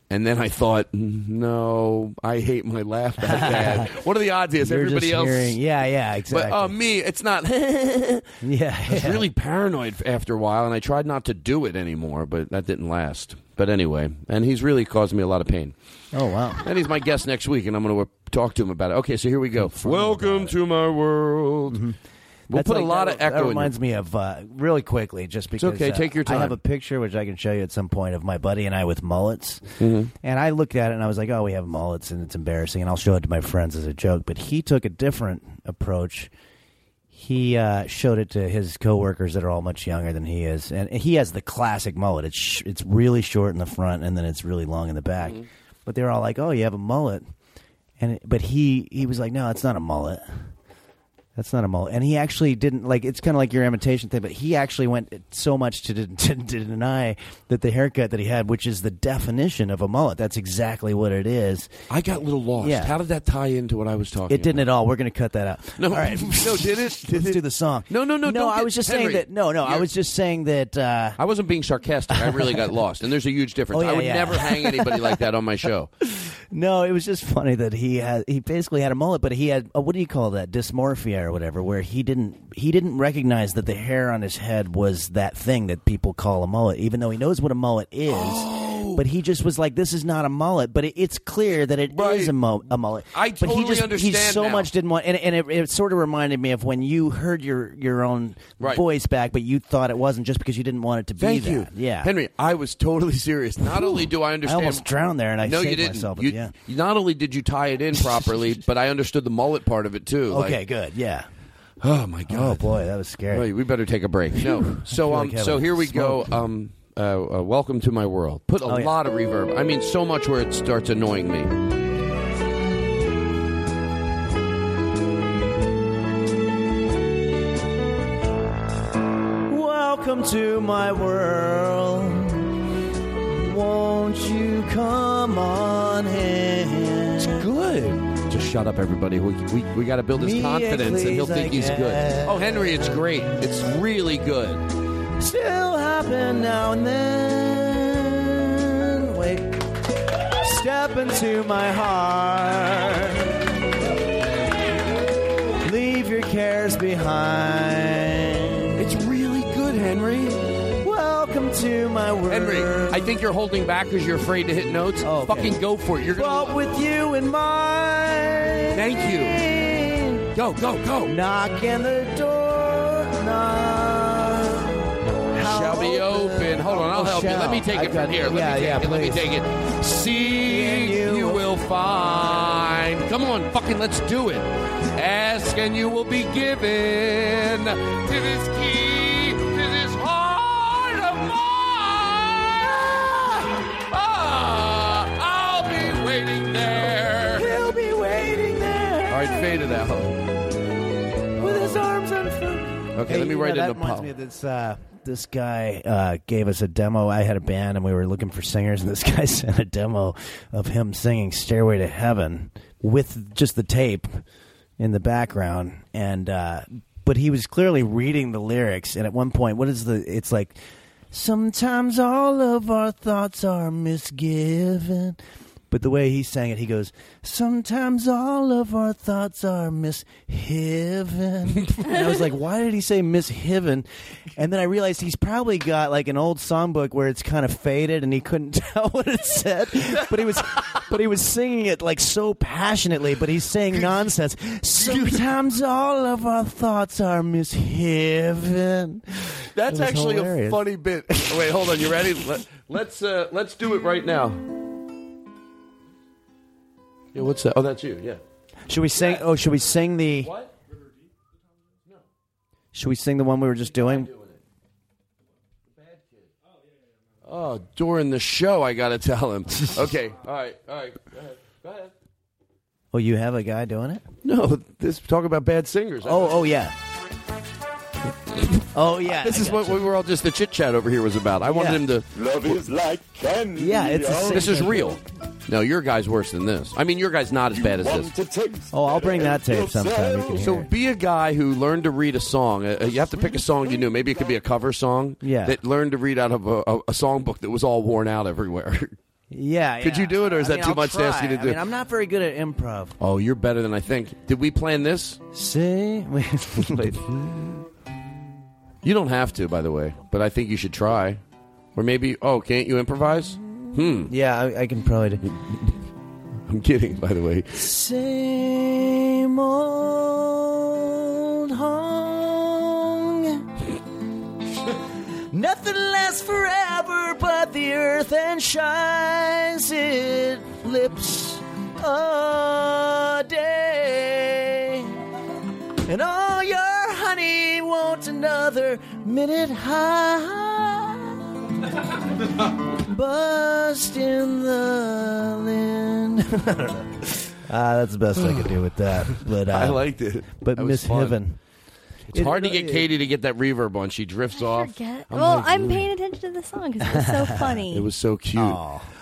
S1: And then I thought, "Mm, no, I hate my laugh that
S10: *laughs*
S1: bad. what are the odds? Is
S10: You're
S1: everybody
S10: just
S1: else?
S10: hearing- yeah, yeah, exactly.
S1: But uh, me, it's not. *laughs*
S10: *laughs* yeah.
S1: I was really paranoid after a while, and I tried not to do it anymore, but that didn't last. But anyway, and he's really caused me a lot of pain.
S10: Oh, wow.
S1: And he's my guest next week, and I'm going to talk to him about it. Okay, so here we go. Welcome to my world. We'll
S10: Mm-hmm. That's
S1: put
S10: like-
S1: a lot
S10: that-
S1: of echo
S10: That
S1: in
S10: reminds me of uh, really quickly, just because.
S1: okay,
S10: uh,
S1: take your
S10: I
S1: time.
S10: have a picture which I can show you at some point of my buddy and I with mullets,
S1: Mm-hmm.
S10: and I looked at it and I was like, "Oh, we have mullets, and it's embarrassing." And I'll show it to my friends as a joke. But he took a different approach. He uh, showed it to his coworkers that are all much younger than he is, and he has the classic mullet. It's sh- it's really short in the front, and then it's really long in the back.
S1: Mm-hmm.
S10: But they're all like, "Oh, you have a mullet," and it, but he he was like, "No, it's not a mullet." That's not a mole. And he actually didn't like. It's kind of like your imitation thing, but he actually went so much to, *laughs* to, to deny that the haircut that he had, which is the definition of a mullet, that's exactly what it is.
S1: I got a little lost.
S10: Yeah.
S1: How did that tie into what I was talking?
S10: It didn't at all. We're going to cut that out.
S1: No,
S10: all right.
S1: *laughs* no, did it? Did
S10: Let's
S1: it?
S10: do the song.
S1: No, no, no.
S10: No,
S1: don't
S10: I
S1: get-
S10: was just
S1: Henry,
S10: saying that. No, no, I
S1: you're-
S10: was just saying that. Uh,
S1: I wasn't being sarcastic. I really
S10: *laughs*
S1: got lost, and there's a huge difference.
S10: Oh, yeah,
S1: I would
S10: yeah.
S1: never hang anybody like that on
S10: *laughs*
S1: my show.
S10: No, it was just funny that he had he basically had a mullet, but he had uh what do you call that dysmorphia or whatever, where he didn't he didn't recognize that the hair on his head was that thing that people call a mullet, even though he knows what a mullet is.
S1: Oh.
S10: But he just was like, "This is not a mullet," but it, it's clear that it is a, mu- a mullet.
S1: I
S10: but he
S1: totally
S10: just,
S1: understand
S10: He so
S1: now.
S10: much didn't want, and, and it, it sort of reminded me of when you heard your your own
S1: Right.
S10: voice back, but you thought it wasn't just because you didn't want it to be
S1: Thank
S10: that.
S1: you.
S10: Yeah,
S1: Henry, I was totally serious. Not only do I understand,
S10: I almost drowned there, and I
S1: no,
S10: saved
S1: you didn't.
S10: myself at
S1: you,
S10: the end.
S1: you- Not only did you tie it in
S10: *laughs*
S1: properly, but I understood the mullet part of it too.
S10: Okay,
S1: Like,
S10: good. Yeah.
S1: Oh my god.
S10: Oh boy, that was scary.
S1: Wait, we better take a break. No. So
S10: feel
S1: um,
S10: like
S1: so
S10: having
S1: here we
S10: smoke.
S1: go. Um, uh, uh, welcome to my world. Put a
S10: Oh, yeah.
S1: lot of reverb. I mean, so much where it starts annoying me.
S10: Welcome to my world. Won't you come on in? It's
S1: good. It's a shut up, everybody. We, we, we got to build his
S10: Me,
S1: confidence, and he'll
S10: please,
S1: think
S10: I
S1: he's good.
S10: guess.
S1: Oh, Henry, it's great. It's really good.
S10: Still happen now and then. Wait. Step into my heart. Leave your cares behind.
S1: It's really good, Henry.
S10: Welcome to my world.
S1: Henry, I think you're holding back because you're afraid to hit notes. Fucking go for it. You're gonna.
S10: Oh, Well, with you in mind.
S1: Thank you. Go, go, go.
S10: Knock and the door. Knock.
S1: shall be open. Hold on, I'll
S10: Oh,
S1: help you. Let
S10: shall.
S1: me take
S10: I
S1: it
S10: got
S1: from here. Let
S10: Yeah,
S1: me take it.
S10: yeah,
S1: Let me
S10: please.
S1: take it. Seek, you, will find. Come on, fucking, let's do it. Ask and you will be given to this key, to this heart of mine. Ah, I'll be waiting there.
S10: He'll be waiting there.
S1: All right, fade it out.
S10: With his arms unfolded.
S1: Okay,
S10: Hey,
S1: let me
S10: you
S1: write
S10: know,
S1: in
S10: that
S1: the
S10: reminds
S1: poem.
S10: me of this. Uh, this guy uh, gave us a demo. I had a band and we were looking for singers, and this *laughs* guy sent a demo of him singing "Stairway to Heaven" with just the tape in the background. And uh, but he was clearly reading the lyrics. And at one point, what is the? It's like sometimes all of our thoughts are misgiven. But the way he sang it, he goes, Sometimes all of our thoughts are misheaven. *laughs* and I was like, Why did he say misheaven? And then I realized he's probably got like an old songbook where it's kind of faded and he couldn't *laughs* tell what it said. But he was but he was singing it like so passionately, but he's saying nonsense. Sometimes all of our thoughts are misheaven.
S1: That's
S10: It was
S1: actually a
S10: hilarious.
S1: funny
S10: *laughs*
S1: bit. Wait, hold on. You ready? Let, let's uh, let's do it right now. Yeah, what's that? Oh, that's you. Yeah.
S10: Should we sing? Oh, should we sing the?
S1: What?
S10: Should we sing the one we were just doing?
S1: Oh, during the show, I gotta tell
S10: *laughs*
S1: him. Okay. All right. All right. Go ahead. Go ahead.
S10: Oh, you have a guy doing it?
S1: No, this talk about bad singers.
S10: Oh,
S1: *laughs*
S10: oh yeah. Oh yeah.
S1: this
S10: I
S1: is
S10: got
S1: what
S10: you.
S1: we were all just the chit chat over here was about. I wanted
S10: Yeah.
S1: him to.
S7: Love is like candy.
S10: Yeah, it's the same
S1: This is
S10: thing.
S1: real. No, your guy's worse than this. I mean, your guy's not as bad as this.
S10: Oh, I'll bring that tape sometime. You can hear
S1: So
S10: it.
S1: be a guy who learned to read a song. Uh, you have to pick a song you knew. Maybe it could be a cover song.
S10: Yeah.
S1: That learned to read out of a, a, a songbook that was all worn out everywhere. *laughs*
S10: Yeah.
S1: Could
S10: yeah.
S1: you do it, or is
S10: I
S1: that
S10: mean,
S1: too
S10: I'll
S1: much to ask you
S10: try.
S1: to do?
S10: I mean, I'm not very good at improv.
S1: oh, you're better than I think. Did we plan
S10: *laughs*
S1: this?
S10: See,
S1: Wait. You don't have to, by the way, but I think you should try. Or maybe, oh, can't you improvise? Hmm.
S10: *laughs* Yeah, I, I can probably. Do.
S1: I'm kidding, by the way.
S10: Same old hong. Nothing lasts forever but the earth and shines it lips a day. And all your honey wants another
S1: *laughs*
S10: minute high. Bust in the land. *laughs* Ah, that's the best I could do with
S1: *laughs*
S10: that. But uh,
S1: I liked it.
S10: But
S1: That was
S10: Miss
S1: fun.
S10: Heaven.
S1: It's
S10: It-
S1: hard to get Katie to get that reverb on. She drifts off.
S10: Oh
S12: Forget.
S1: I'm
S12: well,
S1: like,
S12: I'm
S1: "Ooh."
S12: paying attention to the song because it's
S10: *laughs*
S12: so funny.
S1: It was so cute.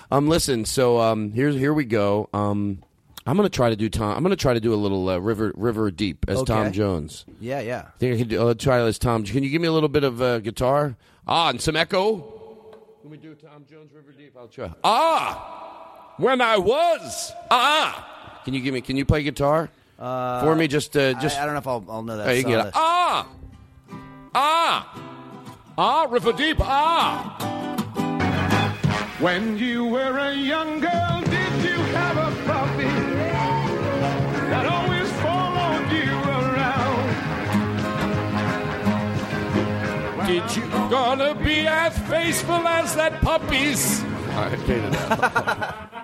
S1: Um, listen. So um, here's here we go. Um, I'm gonna try to do Tom. I'm gonna try to do a little uh, river river deep as Tom
S10: Okay.
S1: Jones.
S10: Yeah, yeah.
S1: think I can do. I'll try as Tom. Can you give me a little bit of uh, guitar? Ah, and some echo. Let me do Tom Jones River Deep. I'll try. Ah, when I was ah. Can you give me? Can you play guitar
S10: Uh,
S1: for me? Just uh, just.
S10: I, I don't know if I'll, I'll know that.
S1: Oh, you can get it. Ah,
S10: song.
S1: ah, ah, river deep. Ah.
S22: When you were a young girl, did you have a puppy that always followed you around?
S1: Did you gonna be as faithful as that puppy's? All right, fade it out.
S10: *laughs*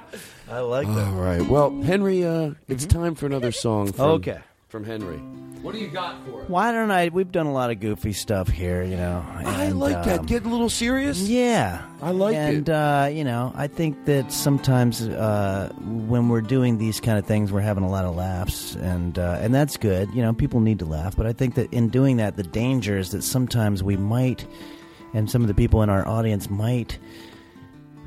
S10: I like that. Mm-hmm.
S1: All right. Well, Henry, uh, it's time for another song. From,
S10: Okay.
S1: From Henry. What do you got for us?
S10: Why don't I? We've done a lot of goofy stuff here, you know.
S1: I
S10: and,
S1: like that.
S10: um,
S1: Get a little serious.
S10: Yeah,
S1: I like
S10: and,
S1: it.
S10: uh, you know, I think that sometimes uh, when we're doing these kind of things, we're having a lot of laughs, and uh, and that's good. You know, people need to laugh, but I think that in doing that, the danger is that sometimes we might, and some of the people in our audience might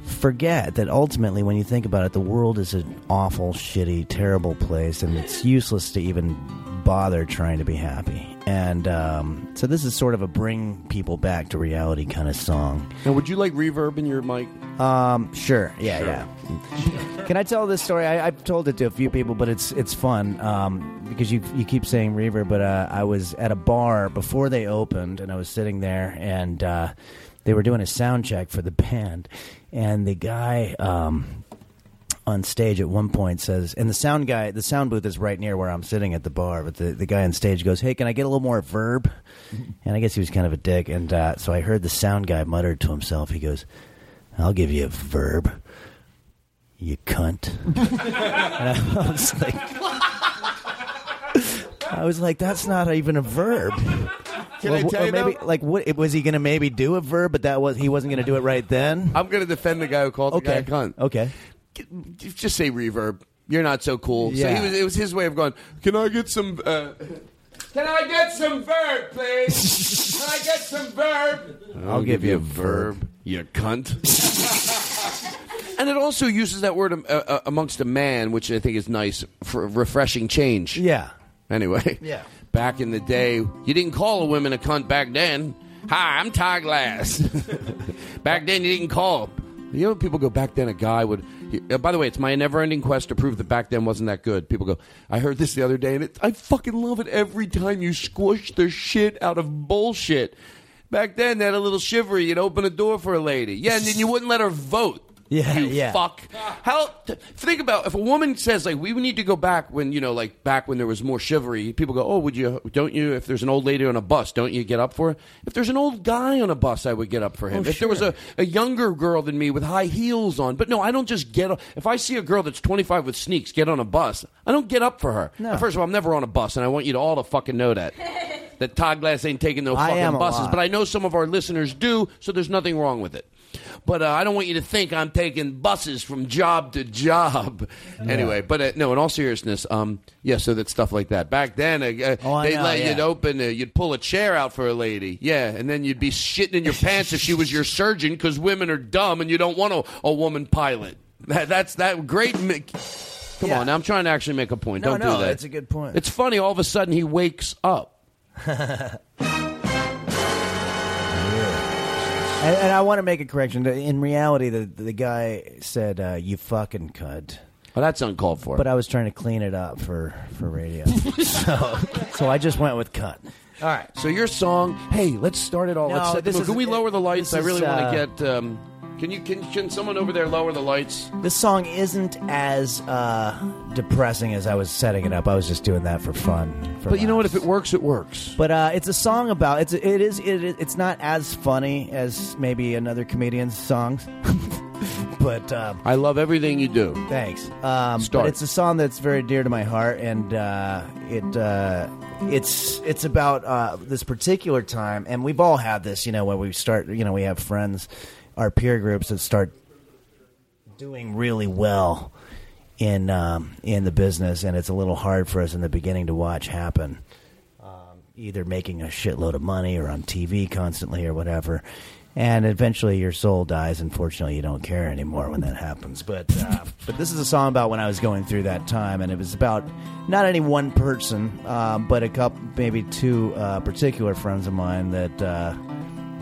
S10: forget that ultimately, when you think about it, the world is an awful, shitty, terrible place, and it's useless to even bother trying to be happy. And um, so, this is sort of a bring people back to reality kind of song.
S1: Now, would you like reverb in your mic?
S10: Um, sure. Yeah,
S1: Sure.
S10: yeah. Can I tell this story? I, I've told it to a few people, but it's it's fun um, because you you keep saying reverb. But uh, I was at a bar before they opened, and I was sitting there, and uh, they were doing a sound check for the band, and the guy. Um, on stage at one point says, and the sound guy, the sound booth is right near where I'm sitting at the bar, but the, the guy on stage goes, Hey, can I get a little more verb? And I guess he was kind of a dick. And uh, so I heard the sound guy mutter to himself, He goes, I'll give you a verb, you cunt. and I was like, I was like, that's not even a verb.
S1: Can I
S10: Well,
S1: tell
S10: or
S1: you
S10: maybe like what was he going to maybe do a verb, but that was he wasn't going to do it right then.
S1: I'm going to defend the guy who called
S10: okay.
S1: the guy a cunt.
S10: Okay.
S1: Just say reverb. You're not so cool. So
S10: Yeah.
S1: he was, it was his way of going, can I get some. Uh,
S23: Can I get some verb, please? Can I get some verb?
S1: I'll, give, you a verb, you cunt. and it also uses that word um, uh, uh, amongst a man, which I think is nice for a refreshing change.
S10: Yeah.
S1: Anyway.
S10: *laughs* Yeah.
S1: Back in the day, you didn't call a woman a cunt back then. Hi, I'm Ty Glass. *laughs* back then, you didn't call. You know, people go back then. A guy would. he- uh, by the way, it's my never-ending quest to prove that back then wasn't that good. People go. I heard this the other day, and it, I fucking love it every time you squish the shit out of bullshit. Back then, they had a little shivery. You'd open a door for a lady. Yeah, and then you wouldn't let her vote.
S10: Yeah,
S1: you
S10: yeah.
S1: fuck. How t- think about if a woman says like we need to go back when you know like back when there was more chivalry. People go, oh, would you? Don't you? If there's an old lady on a bus, don't you get up for her? If there's an old guy on a bus, I would get up for him.
S4: Oh,
S1: if there was a, a younger girl than me with high heels on, but no, I don't just get. up. If I see a girl that's 25 with sneaks get on a bus, I don't get up for her.
S10: No.
S1: First of all, I'm never on a bus, and I want you to all to fucking know that. *laughs* That Todd Glass ain't taking no
S10: I am
S1: fucking
S10: a
S1: buses,
S10: lot.
S1: but I know some of our listeners do, so there's nothing wrong with it. But uh, I don't want you to think I'm taking buses from job to job. Anyway, but uh, no, in all seriousness, um, yeah, so that stuff like that. Back then, uh, uh,
S10: Oh, I
S1: they
S10: know,
S1: let
S10: yeah.
S1: you open, uh, you'd pull a chair out for a lady. Yeah, and then you'd be shitting in your pants if she was your surgeon because women are dumb and you don't want a, a woman pilot. That, that's that great. Mi- Come on, now I'm trying to actually make a point. don't
S10: No, no,
S1: do that.
S10: that's a good point.
S1: It's funny, all of a sudden he wakes up.
S10: And, and I want to make a correction. In reality, the the guy said, uh, "You fucking cunt."
S1: Well, that's uncalled for.
S10: But uh, I was trying to clean it up for
S1: *laughs*
S10: for radio, so so I just went with cunt. All right.
S1: So your song, hey, let's start it all.
S10: No,
S1: let's set the
S10: this
S1: mood.
S10: is-
S1: Can we lower the lights?
S10: this
S1: I really
S10: is,
S1: want
S10: uh,
S1: to get. Um, can you? Can, can someone over there lower the lights?
S10: This song isn't as uh, depressing as I was setting it up. I was just doing that for fun. For
S1: But you know what? If it works, it works.
S10: But uh, it's a song about it's it is it, is- it's not as funny as maybe another comedian's songs, *laughs* but um,
S1: I love everything you do.
S10: Thanks. Um,
S1: Start.
S10: But it's a song that's very dear to my heart, and uh, it uh, it's it's about uh, this particular time, and we've all had this, you know, when we start, you know, we have friends, our peer groups that start doing really well in um, in the business, and it's a little hard for us in the beginning to watch happen. Um, either making a shitload of money or on TV constantly or whatever. And eventually, your soul dies. Unfortunately, you don't care anymore when that happens. But uh, but this is a song about when I was going through that time, and it was about not any one person, um, but a couple, maybe two uh, particular friends of mine that uh,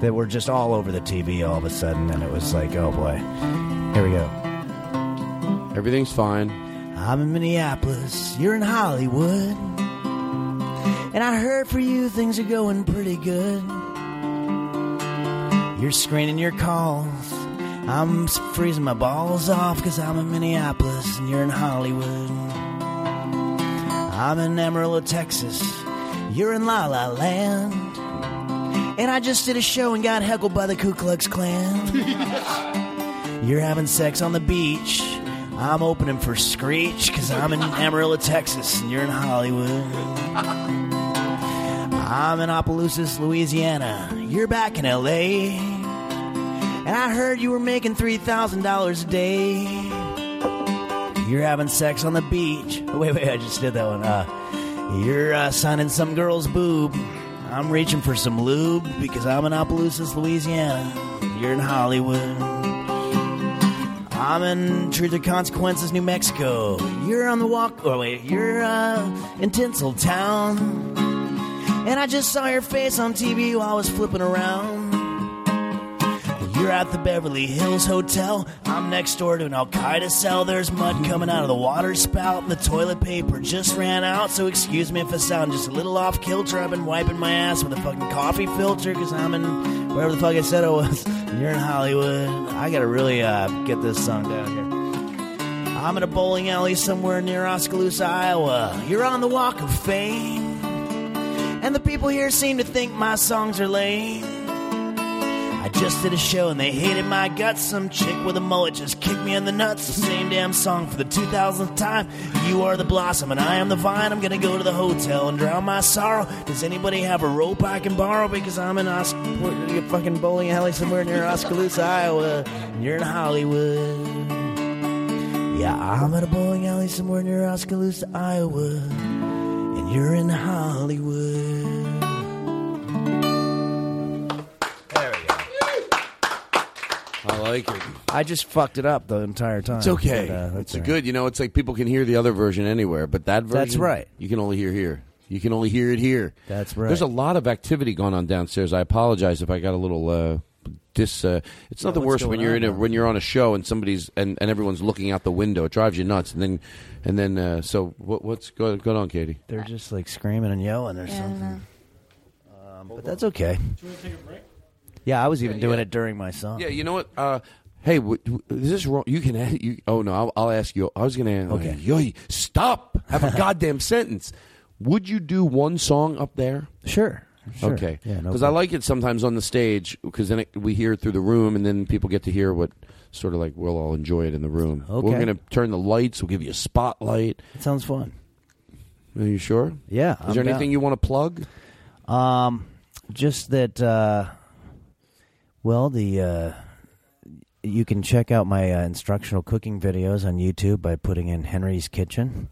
S10: that were just all over the TV all of a sudden, and it was like, oh boy, here we go.
S1: Everything's fine.
S10: I'm in Minneapolis. You're in Hollywood. And I heard for you things are going pretty good. You're screening your calls. I'm s- freezing my balls off because I'm in Minneapolis and you're in Hollywood. I'm in Amarillo, Texas. You're in La La Land. And I just did a show and got heckled by the Ku Klux Klan. *laughs* You're having sex on the beach. I'm opening for Screech because I'm in Amarillo, Texas, and you're in Hollywood. I'm in Opelousas, Louisiana. You're back in LA. And I heard you were making $3,000 a day. You're having sex on the beach. Oh, wait, wait, I just did that one. Uh, you're uh, signing some girl's boob. I'm reaching for some lube because I'm in Opelousas, Louisiana. You're in Hollywood. I'm in Truth or Consequences, New Mexico. You're on the walk. Oh, wait, you're uh, in Tinseltown. And I just saw your face on TV while I was flipping around. You're at the Beverly Hills Hotel. I'm next door to an Al Qaeda cell. There's mud coming out of the water spout, and the toilet paper just ran out. So, excuse me if I sound just a little off kilter. I've been wiping my ass with a fucking coffee filter because I'm in wherever the fuck I said I was. *laughs* And you're in Hollywood. I gotta really uh, get this song down here. I'm in a bowling alley somewhere near Oskaloosa, Iowa. You're on the Walk of Fame. And the people here seem to think my songs are lame. I just did a show and they hated my guts. Some chick with a mullet just kicked me in the nuts. The same damn song for the 2000th time. You are the blossom and I am the vine. I'm gonna go to the hotel and drown my sorrow. Does anybody have a rope I can borrow? Because I'm in Os- a fucking bowling alley somewhere near Oskaloosa, Iowa. And you're in Hollywood. Yeah, I'm in a bowling alley somewhere near Oskaloosa, Iowa. And you're in Hollywood.
S1: I like it.
S10: I just fucked it up the entire time.
S1: It's okay.
S10: But, uh, that's
S1: it's
S10: all right.
S1: good. You know, it's like people can hear the other version anywhere, but that version.
S10: That's right.
S1: You can only hear here. You can only hear it here.
S10: That's right.
S1: There's a lot of activity going on downstairs. I apologize if I got a little. Uh, dis uh, it's not
S10: Yeah,
S1: the
S10: what's
S1: worst when
S10: going
S1: you're
S10: on
S1: in a, when you're on a show and somebody's and, and everyone's looking out the window. It drives you nuts. And then and then uh, so what, what's go, going on, Katie?
S10: They're just like screaming and yelling or
S12: Yeah, I don't
S10: something.
S12: know.
S10: Um, but that's okay.
S15: Do you want to take a break?
S10: Yeah, I was even
S1: Yeah,
S10: doing
S1: yeah.
S10: it during my song.
S1: Yeah, you know what? Uh, hey, w- w- is this wrong? You can ask. You, oh no, I'll, I'll ask you. I was gonna. ask
S10: Okay.
S1: Yo, stop. Have a goddamn *laughs* sentence. Would you do one song up there?
S10: Sure. sure.
S1: Okay.
S10: Yeah, no
S1: Because I like it sometimes on the stage because then it, we hear it through the room and then people get to hear what sort of like we'll all enjoy it in the room. We're
S10: Okay.
S1: gonna turn the lights. We'll give you a spotlight.
S10: It sounds fun.
S1: Are you sure?
S10: Yeah.
S1: Is there anything you want to plug?
S10: you? Um, just that. Uh, well, the uh, you can check out my uh, instructional cooking videos on YouTube by putting in Henry's Kitchen,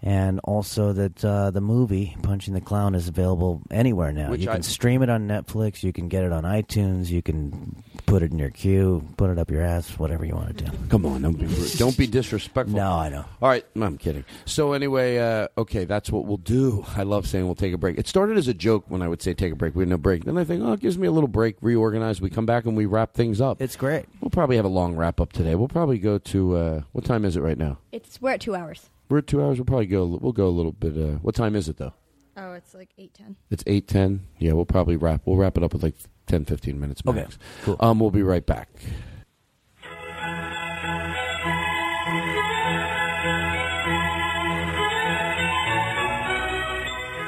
S10: and also that uh, the movie Punching the Clown is available anywhere now.
S1: Which
S10: you
S1: I-
S10: can stream it on Netflix. You can get it on iTunes. You can put it in your queue. Put it up your ass. Whatever you want to do.
S1: Come on, don't be rude. don't be disrespectful.
S10: No, I know.
S1: All right, no, I'm kidding. So anyway, uh, okay, that's what we'll do. I love saying we'll take a break. It started as a joke when I would say take a break. We had no break. Then I think, oh, it gives me a little break. Reorganize. We come back and we wrap things up.
S10: It's great.
S1: We'll probably have a long wrap up today. We'll probably go to uh, what time is it right now?
S12: It's we're at two hours.
S1: We're at two hours. We'll probably go. We'll go a little bit. Uh, what time is it though?
S12: Oh, it's like eight ten.
S1: It's eight ten. Yeah, we'll probably wrap. We'll wrap it up with like 10, 15 minutes. Max.
S10: Okay, cool.
S1: Um, we'll be right back.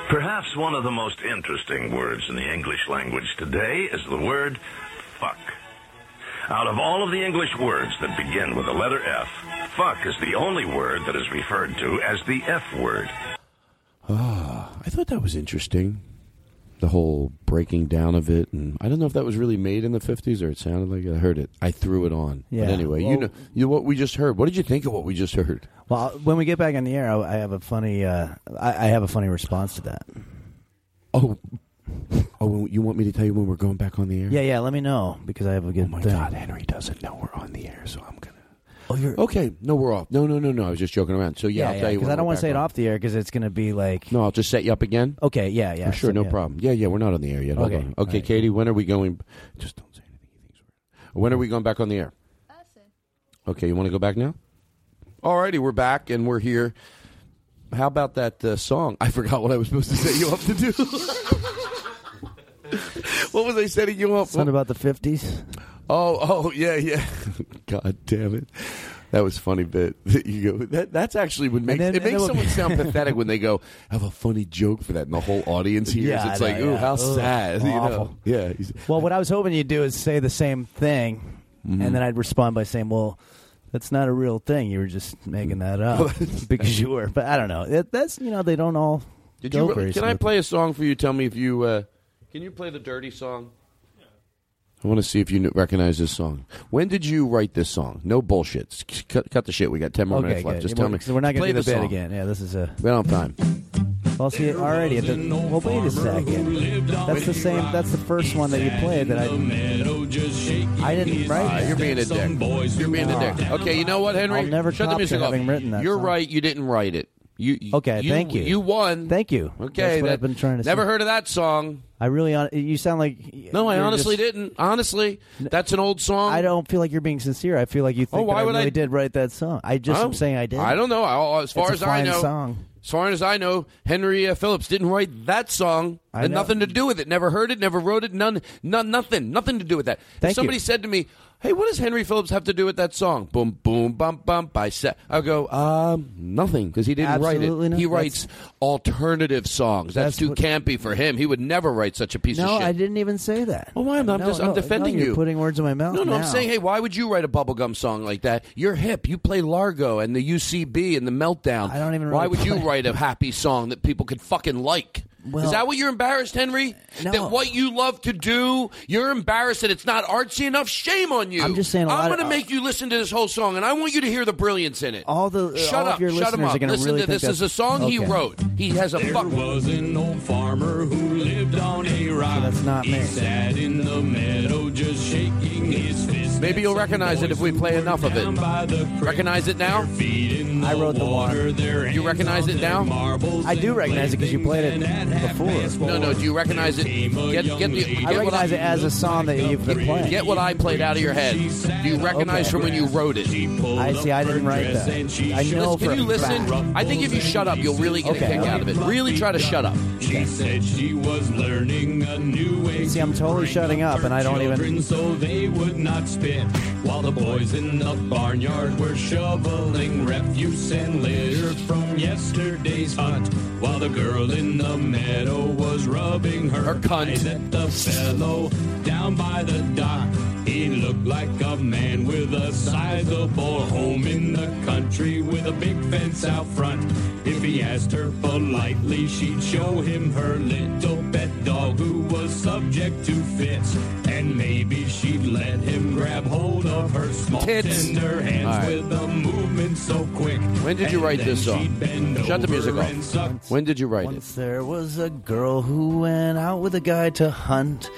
S4: Perhaps one of the most interesting words in the English language today is the word fuck. Out of all of the English words that begin with the letter F, fuck is the only word that is referred to as the F word.
S1: Ah, I thought that was interesting. The whole breaking down of it, and I don't know if that was really made in the fifties or it sounded like it. I heard it. I threw it on.
S10: Yeah,
S1: But anyway, you
S10: well-
S1: know, you know what we just heard. What did you think of what we just heard?
S10: Well, when we get back on the air, I, I have a funny, uh, I, I have a funny response to that.
S1: Oh, *laughs* oh, you want me to tell you when we're going back on the air?
S10: Yeah, yeah. Let me know because I have a good. Oh my
S1: God, Henry doesn't know we're on the air, so I'm gonna.
S10: Oh, you're
S1: Okay, no, we're off. No, no, no, no. I was just joking around. So yeah, I'll tell you.
S10: because
S1: when
S10: I don't
S1: we're
S10: want to say
S1: back
S10: it
S1: on.
S10: off the air because it's going to be like.
S1: No, I'll just set you up again.
S10: Okay, yeah, yeah.
S1: For sure,
S10: set
S1: no
S10: me up.
S1: problem. Yeah, yeah, we're not on the air yet. Hold
S10: Okay,
S1: on. Okay, Katie, when are we going? Just don't say anything. He thinks we're. When are we going back on the air? Okay, you want to go back now? Alrighty, we're back and we're here. How about that uh, song? I forgot what I was supposed to set you up to do. *laughs* what was I setting you up?
S10: Something about the fifties.
S1: Oh, oh, yeah, yeah. *laughs* God damn it. That was a funny bit. *laughs* That you go. That that's actually would make
S10: then-
S1: it
S10: and
S1: makes
S10: then we'll-
S1: someone sound
S10: *laughs*
S1: pathetic when they go have a funny joke for that, and the whole audience hears.
S10: Yeah, I
S1: it's
S10: know,
S1: like, ooh,
S10: yeah.
S1: how
S10: Ugh,
S1: sad. You know?
S10: awful.
S1: Yeah. he's-
S10: Well, *laughs* what I was hoping you'd do is say the same thing, and then I'd respond by saying, "Well, that's not a real thing. You were just making that up *laughs* because you were." But I don't know. It, that's you know they don't all.
S1: Did
S10: go
S1: you?
S10: very
S1: Really, can I
S10: smooth.
S1: play a song for you? Tell me if you. Uh, can you play the dirty song? I want to see if you kn- recognize this song. When did you write this song? No bullshit. S- c- Cut, cut the shit. We got ten more
S10: Okay,
S1: minutes
S10: good.
S1: left. Just
S10: Yeah,
S1: tell
S10: we're-
S1: me.
S10: so we're not gonna
S1: play
S10: do the bit
S1: song.
S10: again. Yeah, this is a-
S1: We don't have time.
S10: Well, see, already. At the, well, wait a second. That's the same. That's the first one that you played that I.
S2: Meadow, just shake
S10: I didn't write.
S1: Ah,
S10: that.
S1: you're being a dick. You're being a dick. Okay, you know what, Henry?
S10: I'll never
S1: Shut the
S10: cop
S1: music
S10: to
S1: off.
S10: having written that
S1: You're
S10: song.
S1: right. You didn't write it. You, you
S10: Okay, thank you.
S1: You won.
S10: Thank you.
S1: Okay,
S10: That's what
S1: that-
S10: I've been trying to.
S1: Never
S10: say.
S1: heard of that song.
S10: I really. hon- You sound like.
S1: No, I
S10: you're
S1: honestly
S10: just-
S1: didn't. Honestly, that's an old song.
S10: I don't feel like you're being sincere. I feel like you think
S1: Oh, why
S10: that I
S1: would I-
S10: really did write that song. I just am saying I did.
S1: I don't know. I, as far
S10: It's
S1: as
S10: a
S1: I
S10: fine
S1: know,
S10: song.
S1: as far as I know, Henry uh, Phillips didn't write that song.
S10: I
S1: Had
S10: know.
S1: nothing to do with it. Never heard it. Never wrote it. None. None. Nothing. Nothing to do with that. If
S10: Thank you.
S1: somebody said to me, "Hey, what does Henry Phillips have to do with that song?" Boom, boom, bump, bump. I said, "I go, um, nothing," because he didn't write
S10: Absolutely
S1: it.
S10: not.
S1: He
S10: That's-
S1: writes alternative songs. That's,
S10: That's
S1: too
S10: what-
S1: campy for him. He would never write such a piece
S10: No,
S1: of shit.
S10: I didn't even say that.
S1: Oh, why? I'm,
S10: No,
S1: just I'm
S10: no,
S1: defending
S10: no, you're
S1: you.
S10: Putting words in my mouth.
S1: No, no, I'm
S10: now.
S1: saying, hey, why would you write a bubblegum song like that? You're hip. You play Largo and the UCB and the Meltdown. I don't even. Why
S10: really
S1: would you
S10: play-
S1: write a happy song that people could fucking like?
S10: Well-
S1: Is that what you're embarrassed, Henry? That what you love to do, you're embarrassed that it's not artsy enough. Shame on you.
S10: I'm just saying a lot
S1: I'm
S10: of- uh,
S1: going to make you listen to this whole song, and I want you to hear the brilliance in it.
S10: all the uh,
S1: shut
S10: all
S1: up,
S10: Of your
S1: shut him
S10: listeners
S1: up.
S10: are gonna
S1: Listen
S10: really
S1: to
S10: think
S1: this. Is a
S10: that's-
S1: song he
S10: Okay.
S1: wrote. He has a
S2: there
S1: fuck.
S2: was an old farmer who lived on a rock. that's not he sat in the meadow just shaking his fist.
S1: Maybe you'll recognize it if we play enough of it. Recognize it now?
S2: I wrote the water.
S1: You recognize it now?
S10: I do recognize it because you played it before.
S1: No, no. Do you recognize it? Get, get the, get
S10: I
S1: what
S10: recognize it as a song that you've been playing.
S1: Get what I played out of your head. Do you recognize
S10: Okay.
S1: from when you wrote it?
S10: I see. I didn't write that. I know
S1: Listen,
S10: for
S1: can you
S10: a
S1: listen?
S10: fact.
S1: I think if you shut up, you'll really get
S10: Okay,
S1: a kick
S10: okay.
S1: out of it. Really try to shut up.
S2: She said she was learning a new way.
S10: See, I'm totally shutting up, and I don't even.
S2: children so they would not spit. While the boys in the barnyard were shoveling refuse and litter from yesterday's hunt. While the girl in the meadow was rubbing her, eyes at the fellow down by the dock. He looked like a man with a sizable home in the country with a big fence out front. If he asked her politely, she'd show him her little pet dog who was subject to fits. And maybe she'd let him grab hold of her small
S1: Tits.
S2: tender hands
S1: All right.
S2: with a movement so quick.
S1: When did you
S2: And
S1: write
S2: then
S1: this song?
S2: she'd bend
S1: Shut the
S2: over
S1: music
S2: and
S1: off. When did you write it?
S10: Once there was a girl who went out with a guy to hunt,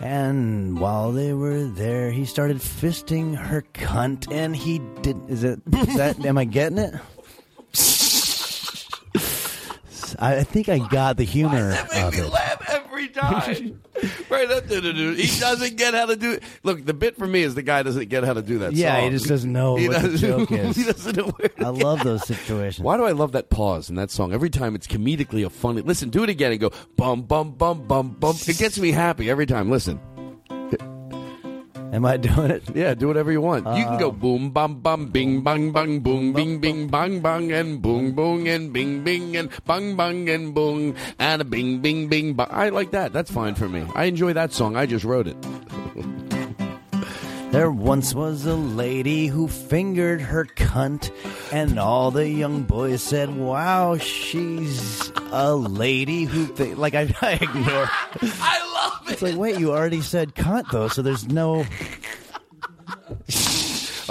S10: and while they were there, he started fisting her cunt, and he did. Is it? Is that? am I getting it? *laughs* I I think I got the humor of it.
S1: laugh
S2: *laughs*
S1: every time. right up to the dude. He doesn't get how to do it. Look, the bit for me is the guy doesn't get how to do that
S10: Yeah,
S1: song.
S10: he just doesn't know
S1: He
S10: what the
S1: doesn't-
S10: joke
S1: *laughs*
S10: is.
S1: he doesn't know where
S10: I love those situations.
S1: Why do I love that pause in that song? Every time it's comedically a funny. Listen, do it again and go bum bum bum bum bum. It gets me happy every time. Listen.
S10: Am I doing it?
S1: Yeah, do whatever you want. you can go
S10: Um,
S1: boom bum bum bing bang bang boom bing bing bang bang and boom boom and bing bing and bang bang and boom and a bing bing bing bang. I like that. That's fine for me. I enjoy that song. I just wrote it.
S10: There once was a lady who fingered her cunt, and all the young boys said, "Wow, she's a lady who fi-. like I, I ignore."
S1: *laughs* I love it.
S10: It's like, wait, you already said cunt though, so there's no.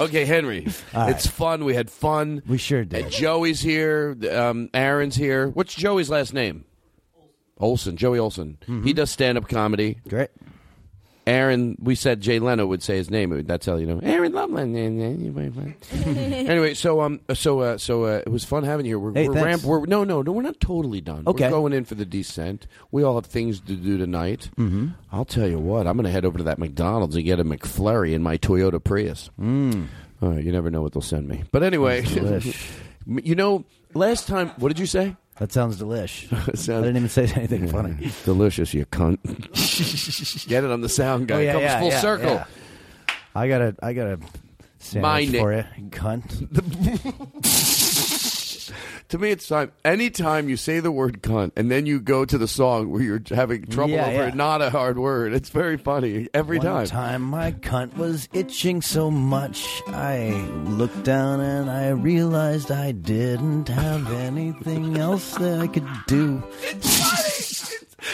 S1: Okay, Henry.
S10: All right.
S1: It's fun. We had fun.
S10: We sure did.
S1: And Joey's here. Um, Aaron's here. What's Joey's last name? Olson. Joey Olson.
S10: Mm-hmm.
S1: He does stand up comedy.
S10: Great.
S1: Aaron, we said Jay Leno would say his name. That's how you know. Aaron Loveland. anyway, so um, so uh, so uh, it was fun having you here. We're,
S10: Hey,
S1: we're
S10: thanks.
S1: ramp. We're no, no, no. We're not totally done.
S10: Okay.
S1: We're going in for the descent. We all have things to do tonight.
S10: Mm-hmm.
S1: I'll tell you what. I'm going to head over to that McDonald's and get a McFlurry in my Toyota Prius.
S10: Mm.
S1: All right, you never know what they'll send me. But anyway,
S10: Sounds delish.
S1: *laughs* you know, last time, what did you say?
S10: That
S1: *laughs*
S10: sounds delish. I didn't even say anything funny.
S1: Delicious, you cunt. *laughs* get it? I'm the sound guy.
S10: Oh, yeah,
S1: it comes
S10: yeah,
S1: full
S10: yeah,
S1: circle.
S10: yeah. I gotta, I gotta.
S1: My
S10: Sandwich
S1: nick-
S10: for you, cunt.
S1: To me, it's time. Anytime you say the word cunt and then you go to the song where you're having trouble
S10: Yeah,
S1: over
S10: yeah.
S1: it, not a hard word, it's very funny every
S10: One
S1: time.
S10: my cunt was itching so much, I looked down and I realized I didn't have anything else that I could do.
S1: *laughs*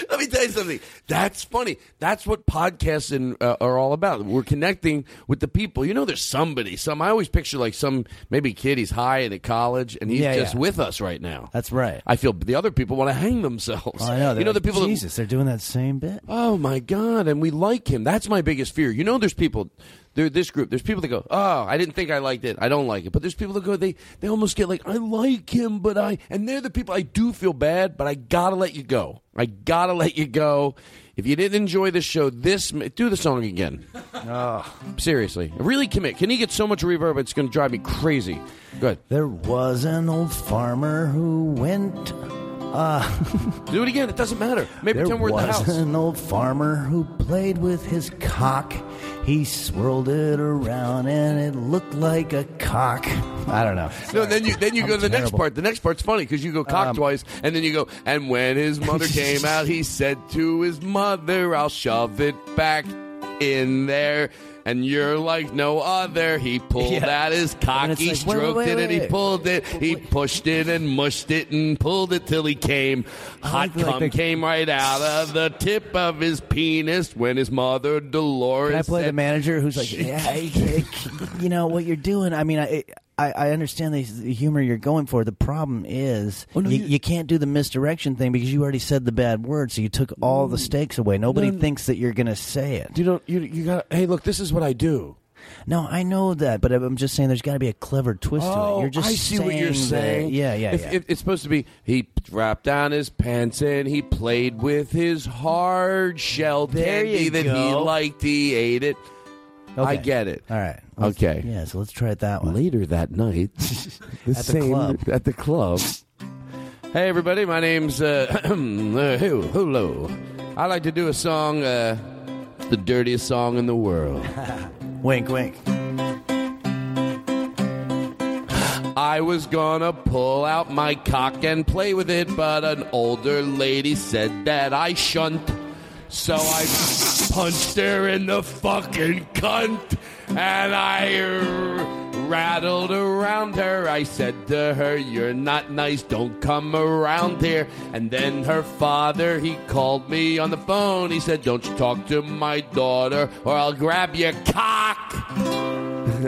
S1: Let me tell you something. That's funny. That's what podcasts and, uh, are all about. We're connecting with the people. You know, there's somebody. Some I always picture like some maybe kid. He's high and at college, and he's
S24: Yeah,
S1: just
S24: yeah.
S1: with us right now.
S24: That's right.
S1: I feel the other people want to hang themselves.
S24: I know.
S1: You
S24: they're
S1: know the people.
S24: like,
S1: that-
S24: Jesus, they're doing that same bit.
S1: Oh my God! And we like him. That's my biggest fear. You know, there's people. There, this group. There's people that go, "Oh, I didn't think I liked it. I don't like it." But there's people that go, they they almost get like, "I like him," but I and they're the people I do feel bad, but I gotta let you go. I gotta let you go. If you didn't enjoy the show, this m- do the song again. Seriously, really commit. Can he get so much reverb? It's going to drive me crazy. Good.
S10: There was an old farmer who went. Uh,
S1: Do it again. It doesn't matter. Maybe
S10: there
S1: pretend we're in the
S10: was
S1: house.
S10: an old farmer who played with his cock. He swirled it around and it looked like a cock. I don't know.
S1: No, then you then you
S10: I'm
S1: go to the next
S10: terrible.
S1: part. The next part's funny because you go cock twice, and then you go. And when his mother came out, he said to his mother, "I'll shove it back in there." And you're like no other. He pulled
S6: Yeah.
S1: out his cock.
S6: And it's
S1: He
S6: like, wait,
S1: stroked
S6: wait,
S1: it and he
S6: wait.
S1: pulled it. He pushed it and mushed it and pulled it till he came. Hot
S6: like
S1: cum
S6: the-
S1: came right out of the tip of his penis when his mother Dolores.
S10: Can I play the
S1: said-
S10: manager who's like, yeah, I- I- you know what you're doing? I mean, I I, I understand the, the humor you're going for. The problem is you, you, can't do the misdirection thing because you already said the bad word, so you took all the stakes away. Nobody
S1: No, no.
S10: thinks that you're going to say it.
S1: You don't. You you got. Hey, look, this is what I do.
S10: No, I know that, but I'm just saying there's got to be a clever twist to it. You're just
S1: Oh, I see what you're
S10: that-
S1: saying.
S10: yeah, yeah,
S1: If-
S10: yeah.
S1: if- it's supposed to be he dropped down his pants and he played with his hard shell
S10: There
S1: candy
S10: you
S1: that he
S10: go.
S1: liked. He ate it. I
S10: Okay.
S1: get it.
S10: All right.
S1: okay.
S10: Yeah, so let's try it that one.
S1: Later that
S10: *laughs*
S1: night,
S10: at the club.
S1: at the club. Hey everybody, my name's uh, *clears throat* uh, Hu- Hulu. I like to do a song, uh, the dirtiest song in the world.
S10: wink, wink.
S1: I was gonna pull out my cock and play with it, but an older lady said that I shunt. So I punched her in the fucking cunt and I r- rattled around her. I said to her, You're not nice, don't come around here. And then her father, he called me on the phone. He said, Don't you talk to my daughter or I'll grab your cock. *laughs* I,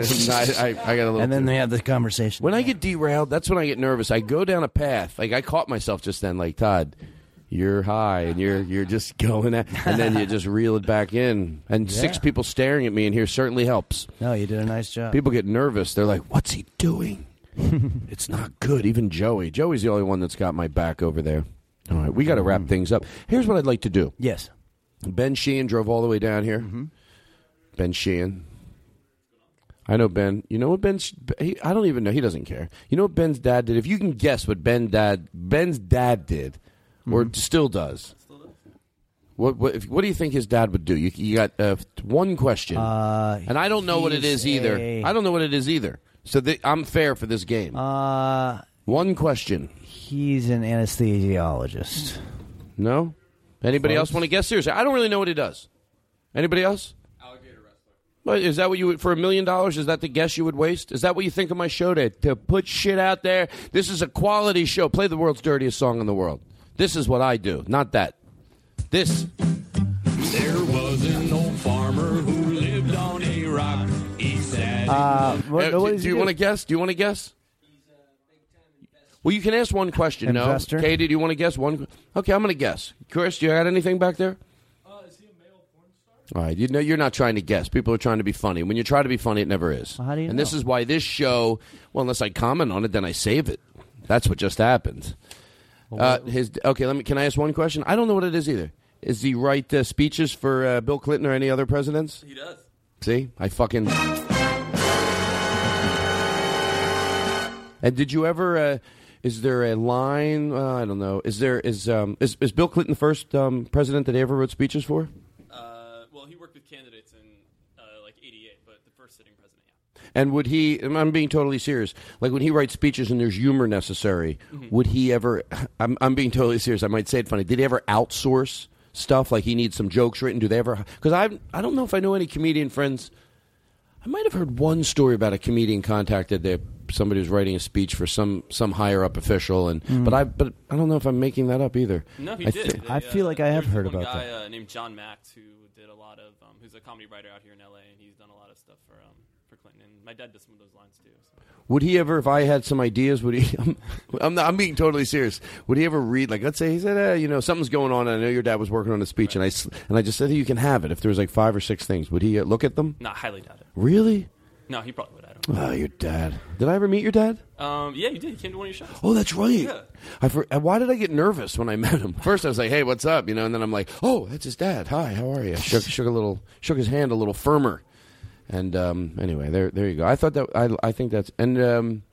S1: I, I got a little.
S10: And then they have this conversation.
S1: When I get derailed, that's when I get nervous. I go down a path. Like I caught myself just then, like Todd, you're high and you're you're just *laughs* going at, and then you just reel it back in. And six
S10: Yeah.
S1: people staring at me in here certainly helps.
S10: No, you did a nice job.
S1: People get nervous. They're like, "What's he doing? it's not good." Even Joey. Joey's the only one that's got my back over there. All right, we got to wrap things up. Here's what I'd like to do.
S10: Yes.
S1: Ben Sheehan drove all the way down here.
S10: Mm-hmm.
S1: Ben Sheehan. I know Ben. You know what Ben's? He, I don't even know. He doesn't care. You know what Ben's dad did? If you can guess what Ben dad Ben's dad did, or
S10: Mm-hmm.
S1: still does. What what, if, what do you think his dad would do? You, you got uh, one question, and I don't know what it
S10: Uh, he's
S1: is either.
S10: a-
S1: I don't know what it is either. So th- I'm fair for this game.
S10: Uh,
S1: one question.
S10: He's an anesthesiologist.
S1: No? Anybody else want to guess? Seriously, I don't really know what he does. Anybody else? Alligator wrestler. But is that what you would for a million dollars? Is that the guess you would waste? Is that what you think of my show to to put shit out there? This is a quality show. Play the world's dirtiest song in the world. This is what I do, not that. This
S2: There was an old farmer who lived on a rock. He sat.
S1: Uh,
S2: what- what
S1: do,
S2: does he
S1: you
S2: do?
S1: want to guess? Do you want to guess? Well, you can ask one question.
S10: Investor?
S1: No, Katie, do you want to guess one? Okay, I'm going to guess. Chris, do you got anything back there? All right, you know you're not trying to guess. People are trying to be funny. When you try to be funny, it never is.
S10: Well, how do you
S1: and this
S10: know?
S1: is why this show. Well, unless I comment on it, then I save it. That's what just happened. Uh, his okay. Let me. Can I ask one question? I don't know what it is either. Is he write uh, speeches for uh, Bill Clinton or any other presidents?
S25: He does.
S1: See, I fucking. And did you ever? Uh, is there a line? Uh, I don't know. Is there is um is, is Bill Clinton the first um, president that he ever wrote speeches for?
S25: Uh, well, he worked with candidates in uh, like '88, but the first sitting president.
S1: And would he? and I'm being totally serious. Like when he writes speeches and there's humor necessary,
S15: Mm-hmm.
S1: would he ever? *laughs* I'm I'm being totally serious. I might say it funny. Did he ever outsource stuff? Like he needs some jokes written. Do they ever? Because I I don't know if I know any comedian friends. I might have heard one story about a comedian contacted their somebody was writing a speech for some some higher up official, and
S15: Mm.
S1: but I but I don't know if I'm making that up either.
S15: No, he
S1: I
S15: did.
S1: thi-
S15: They, uh, there's this one guy, Uh, named John Max, who did a lot of, um, who's a comedy writer out here in LA, and he's done a lot of stuff for um, for Clinton. And my dad did some of those lines too. So.
S1: Would he ever, if I had some ideas, would he? *laughs* I'm, I'm, not, I'm being totally serious. Would he ever read, like, let's say he said, eh, you know, something's going on, and I know your dad was working on a speech, and I s- and I just said, hey, you can have it. If there was like five or six things, would he uh, look at them?
S15: No, I highly doubt it.
S1: Really?
S15: No, he probably would. I don't.
S1: Oh, your dad. Did I ever meet your dad?
S15: Um, yeah, you did. He came to one of your shows.
S1: Oh, that's right.
S15: Yeah.
S1: I for, uh, why did I get nervous when I *laughs* met him? First, I was like, "Hey, what's up?" You know, and then I'm like, "Oh, that's his dad. Hi, how are you?" Shook, shook a little, shook his hand a little firmer. And um, anyway, there, there you go. I thought that I, I think that's and um,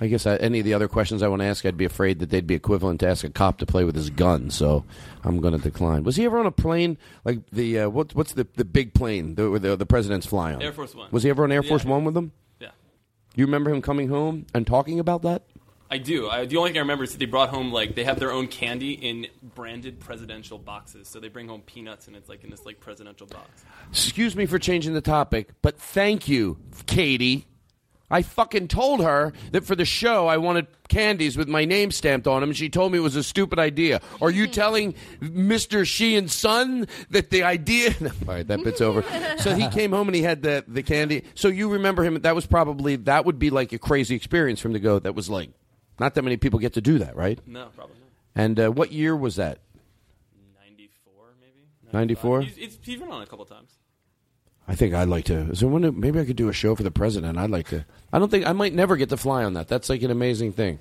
S1: I guess I, any of the other questions I want to ask, I'd be afraid that they'd be equivalent to ask a cop to play with his gun. So I'm going to decline. Was he ever on a plane like the uh, what, what's the the big plane the, where the the presidents fly on?
S15: Air Force One.
S1: Was he ever on Air
S15: Yeah.
S1: Force One with them?
S15: Yeah.
S1: You remember him coming home and talking about that?
S15: I do. I, the only thing I remember is that they brought home like they have their own candy in branded presidential boxes. So they bring home peanuts, and it's like in this like presidential box.
S1: Excuse me for changing the topic, but thank you, Katie. I fucking told her that for the show I wanted candies with my name stamped on them, and she told me it was a stupid idea. Are you telling Mr. Sheehan's son that the idea. *laughs* All right, that bit's over. So he came home and he had the, the candy. So you remember him. That was probably, that would be like a crazy experience for him to go. That was like, not that many people get to do that, right?
S15: No, probably not.
S1: And uh, what year was that? 94, maybe? 94?
S15: He's, it's, he's been on a couple times.
S1: I think I'd like to. So when, maybe I could do a show for the president. I'd like to. I don't think I might never get to fly on that. That's like an amazing thing.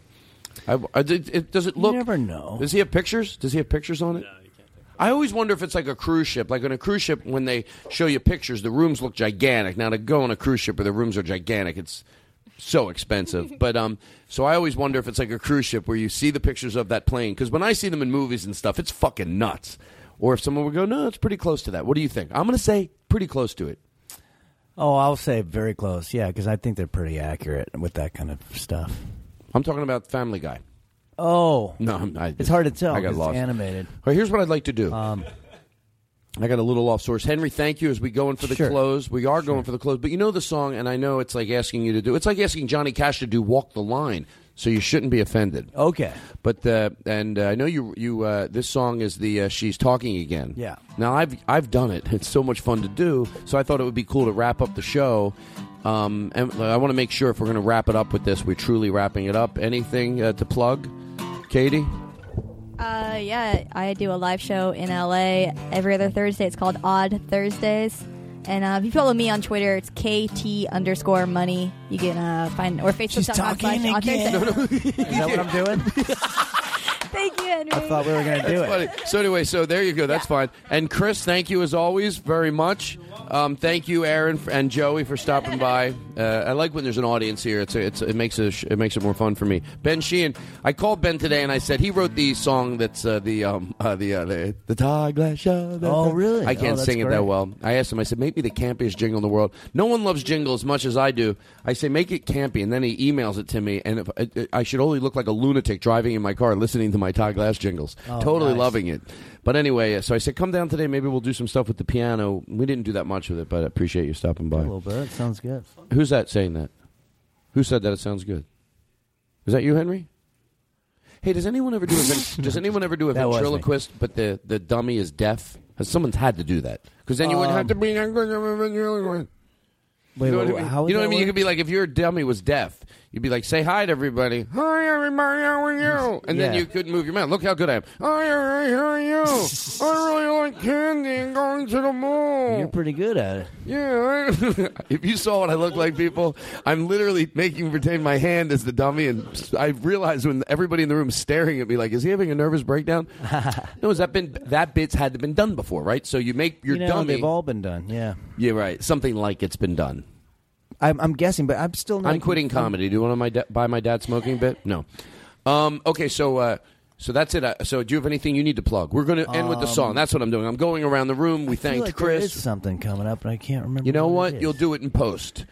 S1: I, I- it, it- does it look? You never know. Does he have pictures? Does he have pictures on it? I always wonder if it's like a cruise ship. Like on a cruise ship, when they show you pictures, the rooms look gigantic. Now to go on a cruise ship where the rooms are gigantic, it's so expensive. but um, so I always wonder if it's like a cruise ship where you see the pictures of that plane. Because when I see them in movies and stuff, it's fucking nuts. Or if someone would go, no, it's pretty close to that. What do you think? I'm going to say pretty close to it.
S6: Oh, I'll say very close. Yeah, because I think they're pretty accurate with that kind of stuff.
S1: I'm talking about Family Guy. *laughs*
S6: Oh,
S1: No, I'm, I,
S6: it's hard to tell.
S1: I got
S6: 'cause
S1: lost.
S6: It's animated. Um,
S1: All right, here's what I'd like to do. I got a little off source. Henry, thank you. As we go in for the close, we are going for the close. But you know the song, and I know it's like asking you to do. It's like asking Johnny Cash to do "Walk the Line," so you shouldn't be offended.
S6: Okay.
S1: But uh, and uh, I know you. You uh, this song is the uh, "She's Talking Again."
S6: Yeah.
S1: Now I've I've done it. *laughs* It's so much fun to do. So I thought it would be cool to wrap up the show. Um, and I want to make sure if we're going to wrap it up with this, we're truly wrapping it up. Anything uh, to plug, Katie?
S12: Uh, yeah, I do a live show in LA every other Thursday. It's called Odd Thursdays. And uh, if you follow me on Twitter, it's KT underscore money. You can uh, find, or Facebook.
S6: talking again. *laughs* Is that what I'm doing?
S12: *laughs* Thank you, Henry.
S6: were going
S1: That's funny. So anyway, so there you go. That's fine. And Chris, thank you as always very much. Um, thank you, Aaron f- and Joey, for stopping by. Uh, I like when there's an audience here. It's, it's it makes it it makes it more fun for me. Ben Sheehan. I called Ben today and I said he wrote the song that's uh, the um uh, the, uh, the the Todd Glass Show.
S6: Oh, really?
S1: I
S6: Oh,
S1: can't
S6: that's
S1: sing it
S6: great.
S1: that well. I asked him. I said make me the campiest jingle in the world. No one loves jingle as much as I do. I say make it campy, and then he emails it to me, and if, I, I should only look like a lunatic driving in my car listening to my Todd Glass jingles
S6: Oh,
S1: totally
S6: nice.
S1: loving it. But anyway, uh, so I said, come down today. Maybe we'll do some stuff with the piano. We didn't do that much with it, but I appreciate you stopping by.
S6: A little bit. Sounds good.
S1: Who's that saying that? Who said that? It sounds good. Is that you, Henry? Hey, does anyone ever do
S6: *laughs*
S1: a ven- does anyone ever do a
S6: That was me.
S1: ventriloquist, but the, the dummy is deaf? Has someone's had to do that? Because then you
S6: Um,
S1: wouldn't have to be. you know what I mean? You know what I mean? You could be like, if your dummy was deaf, you'd be like, say hi to everybody. Hi, everybody. How
S6: *laughs*
S1: are you? And then
S21: Yeah.
S1: you couldn't move your mouth. Look how good I am. Hi, hi, how are you? I really like candy and going to the mall.
S6: You're pretty good at it.
S1: Yeah. *laughs* if you saw what I look like, people, I'm literally making pretend my hand is the dummy, and I realize when everybody in the room is staring at me like, is he having a
S6: *laughs*
S1: nervous breakdown? no, has that been that bit's had to been done before, right? So you make your
S6: you know,
S1: dummy.
S6: They've all been done. Yeah.
S1: yeah, right. Something like it's been done.
S6: I'm, I'm guessing, but I'm still not.
S1: I'm quitting comedy. Do you want to my da- buy my dad smoking bit? No. Um, okay, so uh, so that's it. Uh, so do you have anything you need to plug? We're going to end with the
S6: Um,
S1: song. That's what I'm doing. I'm going around the room. We
S6: I feel
S1: thanked
S6: like There is
S1: Chris.
S6: something coming up, but I can't remember.
S1: You know
S6: what? it
S1: what? You'll do it in post.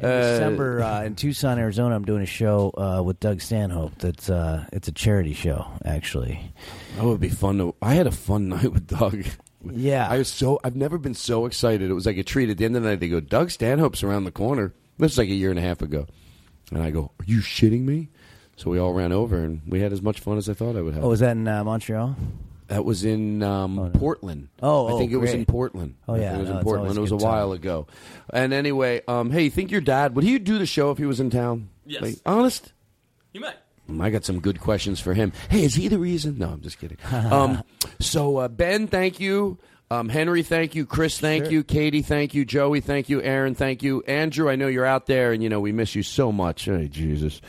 S6: In December uh, in Tucson, Arizona, I'm doing a show uh, with Doug Stanhope. That's uh, it's a charity show, actually.
S1: That would be fun. To, I had a fun *laughs* night with Doug.
S6: Yeah,
S1: I was so I've never been so excited. It was like a treat. At the end of the night, they go, "Doug Stanhope's around the corner." This was like a year and a half ago. And I go, Are you shitting me? So we all ran over and we had as much fun as I thought I would have.
S6: Oh, was that in uh, Montreal?
S1: That was in um, Portland.
S6: Oh,
S1: I
S6: oh,
S1: think it was in
S6: great.
S1: Portland.
S6: Oh,
S1: I
S6: yeah,
S1: think it was
S6: no,
S1: in
S6: it's always
S1: Portland. It was
S6: a
S1: a
S6: good
S1: while ago. And anyway, um, hey, you think your dad? Would he do the show if he was in town?
S15: Yes.
S1: Like, honest.
S15: You might.
S1: Mm, I got some good questions for him. Hey, is he the reason? No, I'm just kidding. um, so uh, Ben, thank you. Um, Henry, thank you. Chris, thank you. Katie, thank you. Joey, thank you. Aaron, thank you. Andrew, I know you're out there, and you know we miss you so much. Hey, Jesus.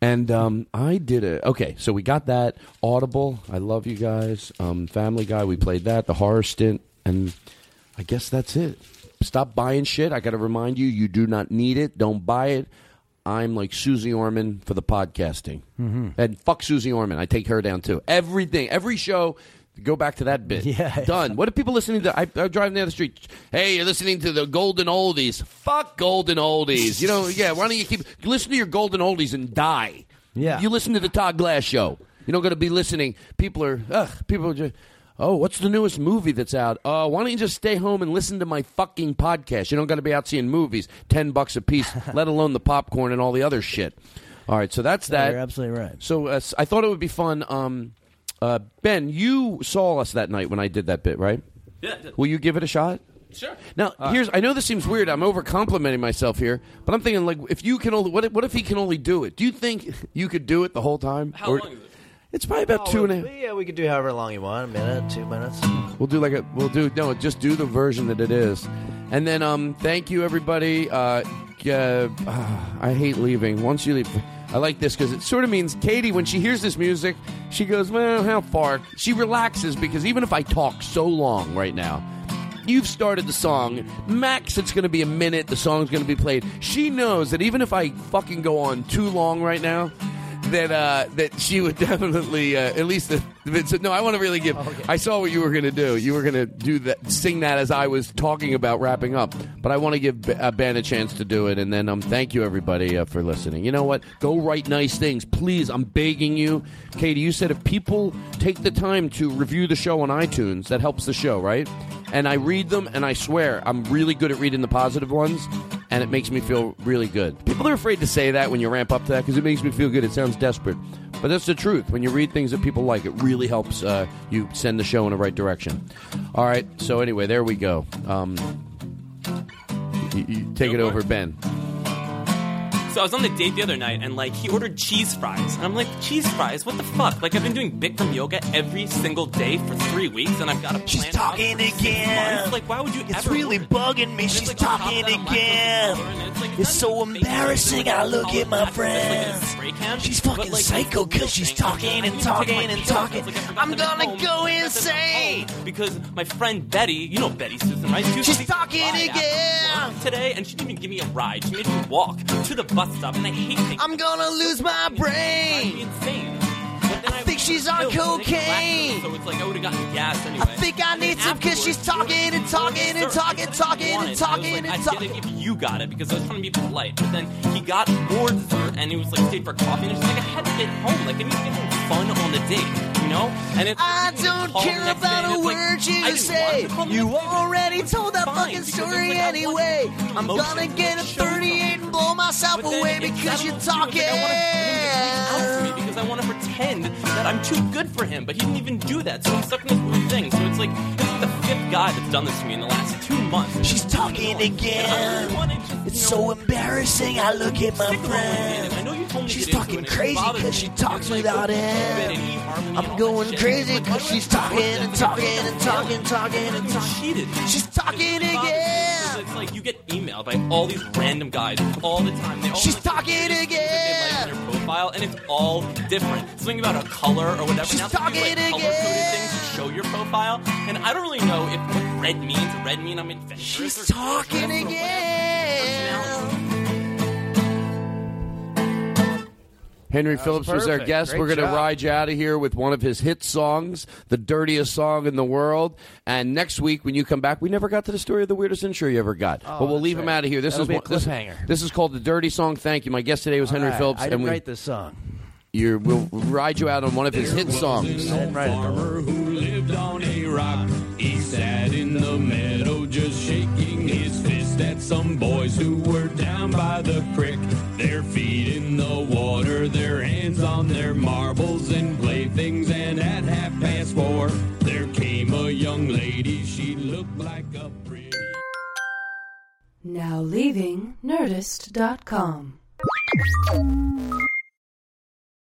S1: And um, I did it. Okay, so we got that Audible. I love you guys. Um, Family Guy, we played that. The horror stint, and I guess that's it. Stop buying shit. I got to remind you, you do not need it. Don't buy it. I'm like Susie Orman for the podcasting.
S6: Mhm.
S1: And fuck Susie Orman. I take her down too. Everything, every show, go back to that bit. Yeah. *laughs* Done. What are people listening to? I, I drive down the street. Hey, you're listening to the Golden Oldies. Fuck Golden Oldies. You know, yeah, why don't you keep. Listen to your Golden Oldies and die.
S6: Yeah.
S1: You listen to the Todd Glass show. You're not going to be listening. People are. Ugh, people are just. Oh, what's the newest movie that's out? Uh, why don't you just stay home and listen to my fucking podcast? You don't got to be out seeing movies, ten bucks
S6: *laughs*
S1: a piece, let alone the popcorn and all the other shit. All right, so that's
S6: Yeah,
S1: that.
S6: you're absolutely right.
S1: So uh, s- I thought it would be fun. Um, uh, ben, you saw us that night when I did that bit, right?
S15: Yeah, I did.
S1: Will you give it a shot?
S15: Sure.
S1: Now, here's I know this seems weird. I'm over complimenting myself here, but I'm thinking like if you can only what if, what if he can only do it? Do you think you could do it the whole time? How long is it? It's probably about two and a half.
S10: Oh, Yeah, we could do however long you want—a minute, two minutes.
S1: We'll do like a we'll do no, just do the version that it is. And then um thank you everybody. Uh, uh ah, I hate leaving. Once you leave I like this because it sort of means Katie, when she hears this music, she goes, Well, how far? She relaxes because even if I talk so long right now, you've started the song. Max, it's going to be a minute. The song's going to be played. She knows that even if I fucking go on too long right now, that uh, that she would *laughs* definitely uh, at least the, so no I want to really give I saw what you were gonna do you were gonna do that sing that as I was talking about wrapping up but I want to give B- uh, Ben a chance to do it and then um thank you everybody uh, for listening you know what go write nice things please I'm begging you Katie you said if people take the time to review the show on iTunes that helps the show right and I read them and I swear I'm really good at reading the positive ones and it makes me feel really good. People are afraid to say that when you ramp up to that because it makes me feel good. It sounds desperate. But that's the truth. When you read things that people like, it really helps uh, you send the show in the right direction. All right. So, anyway, there we go. Um, you, you take it over, Ben.
S15: So I was on the date the other night, and like he ordered cheese fries, and I'm like, cheese fries? What the fuck? Like I've been doing Bikram yoga every single day for three weeks, and I've got a plan. She's
S10: talking again.
S15: Like why would you?
S10: It's
S15: ever
S10: really bugging me. She's talking again. It's so embarrassing. I look at my friends. She's fucking psycho because she's talking and talking and talking. I'm gonna go insane.
S15: because my friend Betty, you know Betty Susan, right? She She's talking again today, and she didn't even give me a ride. She made me walk to the bus stop, and I hate things.
S10: I'm gonna lose my brain. I think she's on cocaine.
S15: So it's like I would have gotten gas anyway.
S10: I think I need some because she's talking and talking and talking and talking and talking and
S15: I did
S10: talking.
S15: it if you got it because I was trying to be polite. But then he got more dessert and he was like stayed for coffee and it's like I had to get home. Like I didn't get no fun on the date, you know? And it's
S10: I don't
S15: call the
S10: care
S15: next day and
S10: about a
S15: it's like,
S10: word
S15: I
S10: you
S15: didn't
S10: say.
S15: want to call the
S10: You
S15: next day, but
S10: already told that fucking story anyway. I'm gonna get a 38 and blow myself away because you're talking.
S15: out to me because I want to pretend that I'm too good for him, but he didn't even do that. So I'm stuck in this weird thing. So it's like this is the fifth guy that's done this to me in the last two months.
S10: She's talking again. It's so embarrassing. I look at my friend. She's talking crazy because she talks without him. I'm going crazy because she's talking and talking and talking, talking and talking. She's talking again.
S15: It's like you get emailed by all these random guys all the time. They all
S10: She's talking
S15: like
S10: again.
S15: their profile, and it's all different. Something about a color or whatever.
S10: She's
S15: now they do,
S10: talking
S15: like, color-coded things to show your profile, and I don't really know if what red means. Red mean I'm adventurous. She's
S10: Talking again.
S1: Henry Phillips was our
S10: perfect.
S1: guest.
S10: Great
S1: We're going to
S10: job.
S1: ride you out of here with one of his hit songs, the dirtiest song in the world. And next week, when you come back, we never got to the story of the weirdest intro you ever got, but we'll leave him out of here. This
S10: Oh, That'll
S1: is
S10: be a
S1: one- this-
S10: cliffhanger.
S1: This, is called the dirty song. Thank you. My guest today was Henry
S10: All right,
S1: Phillips,
S10: I didn't
S1: and we
S10: write this song.
S1: You're, we'll ride you out on one of his hit songs.
S2: farmer who lived on a rock. He sat in the meadow just shaking his fist at some boys who were down by the creek, their feet in looked like a pretty.
S6: Now leaving Nerdist.com.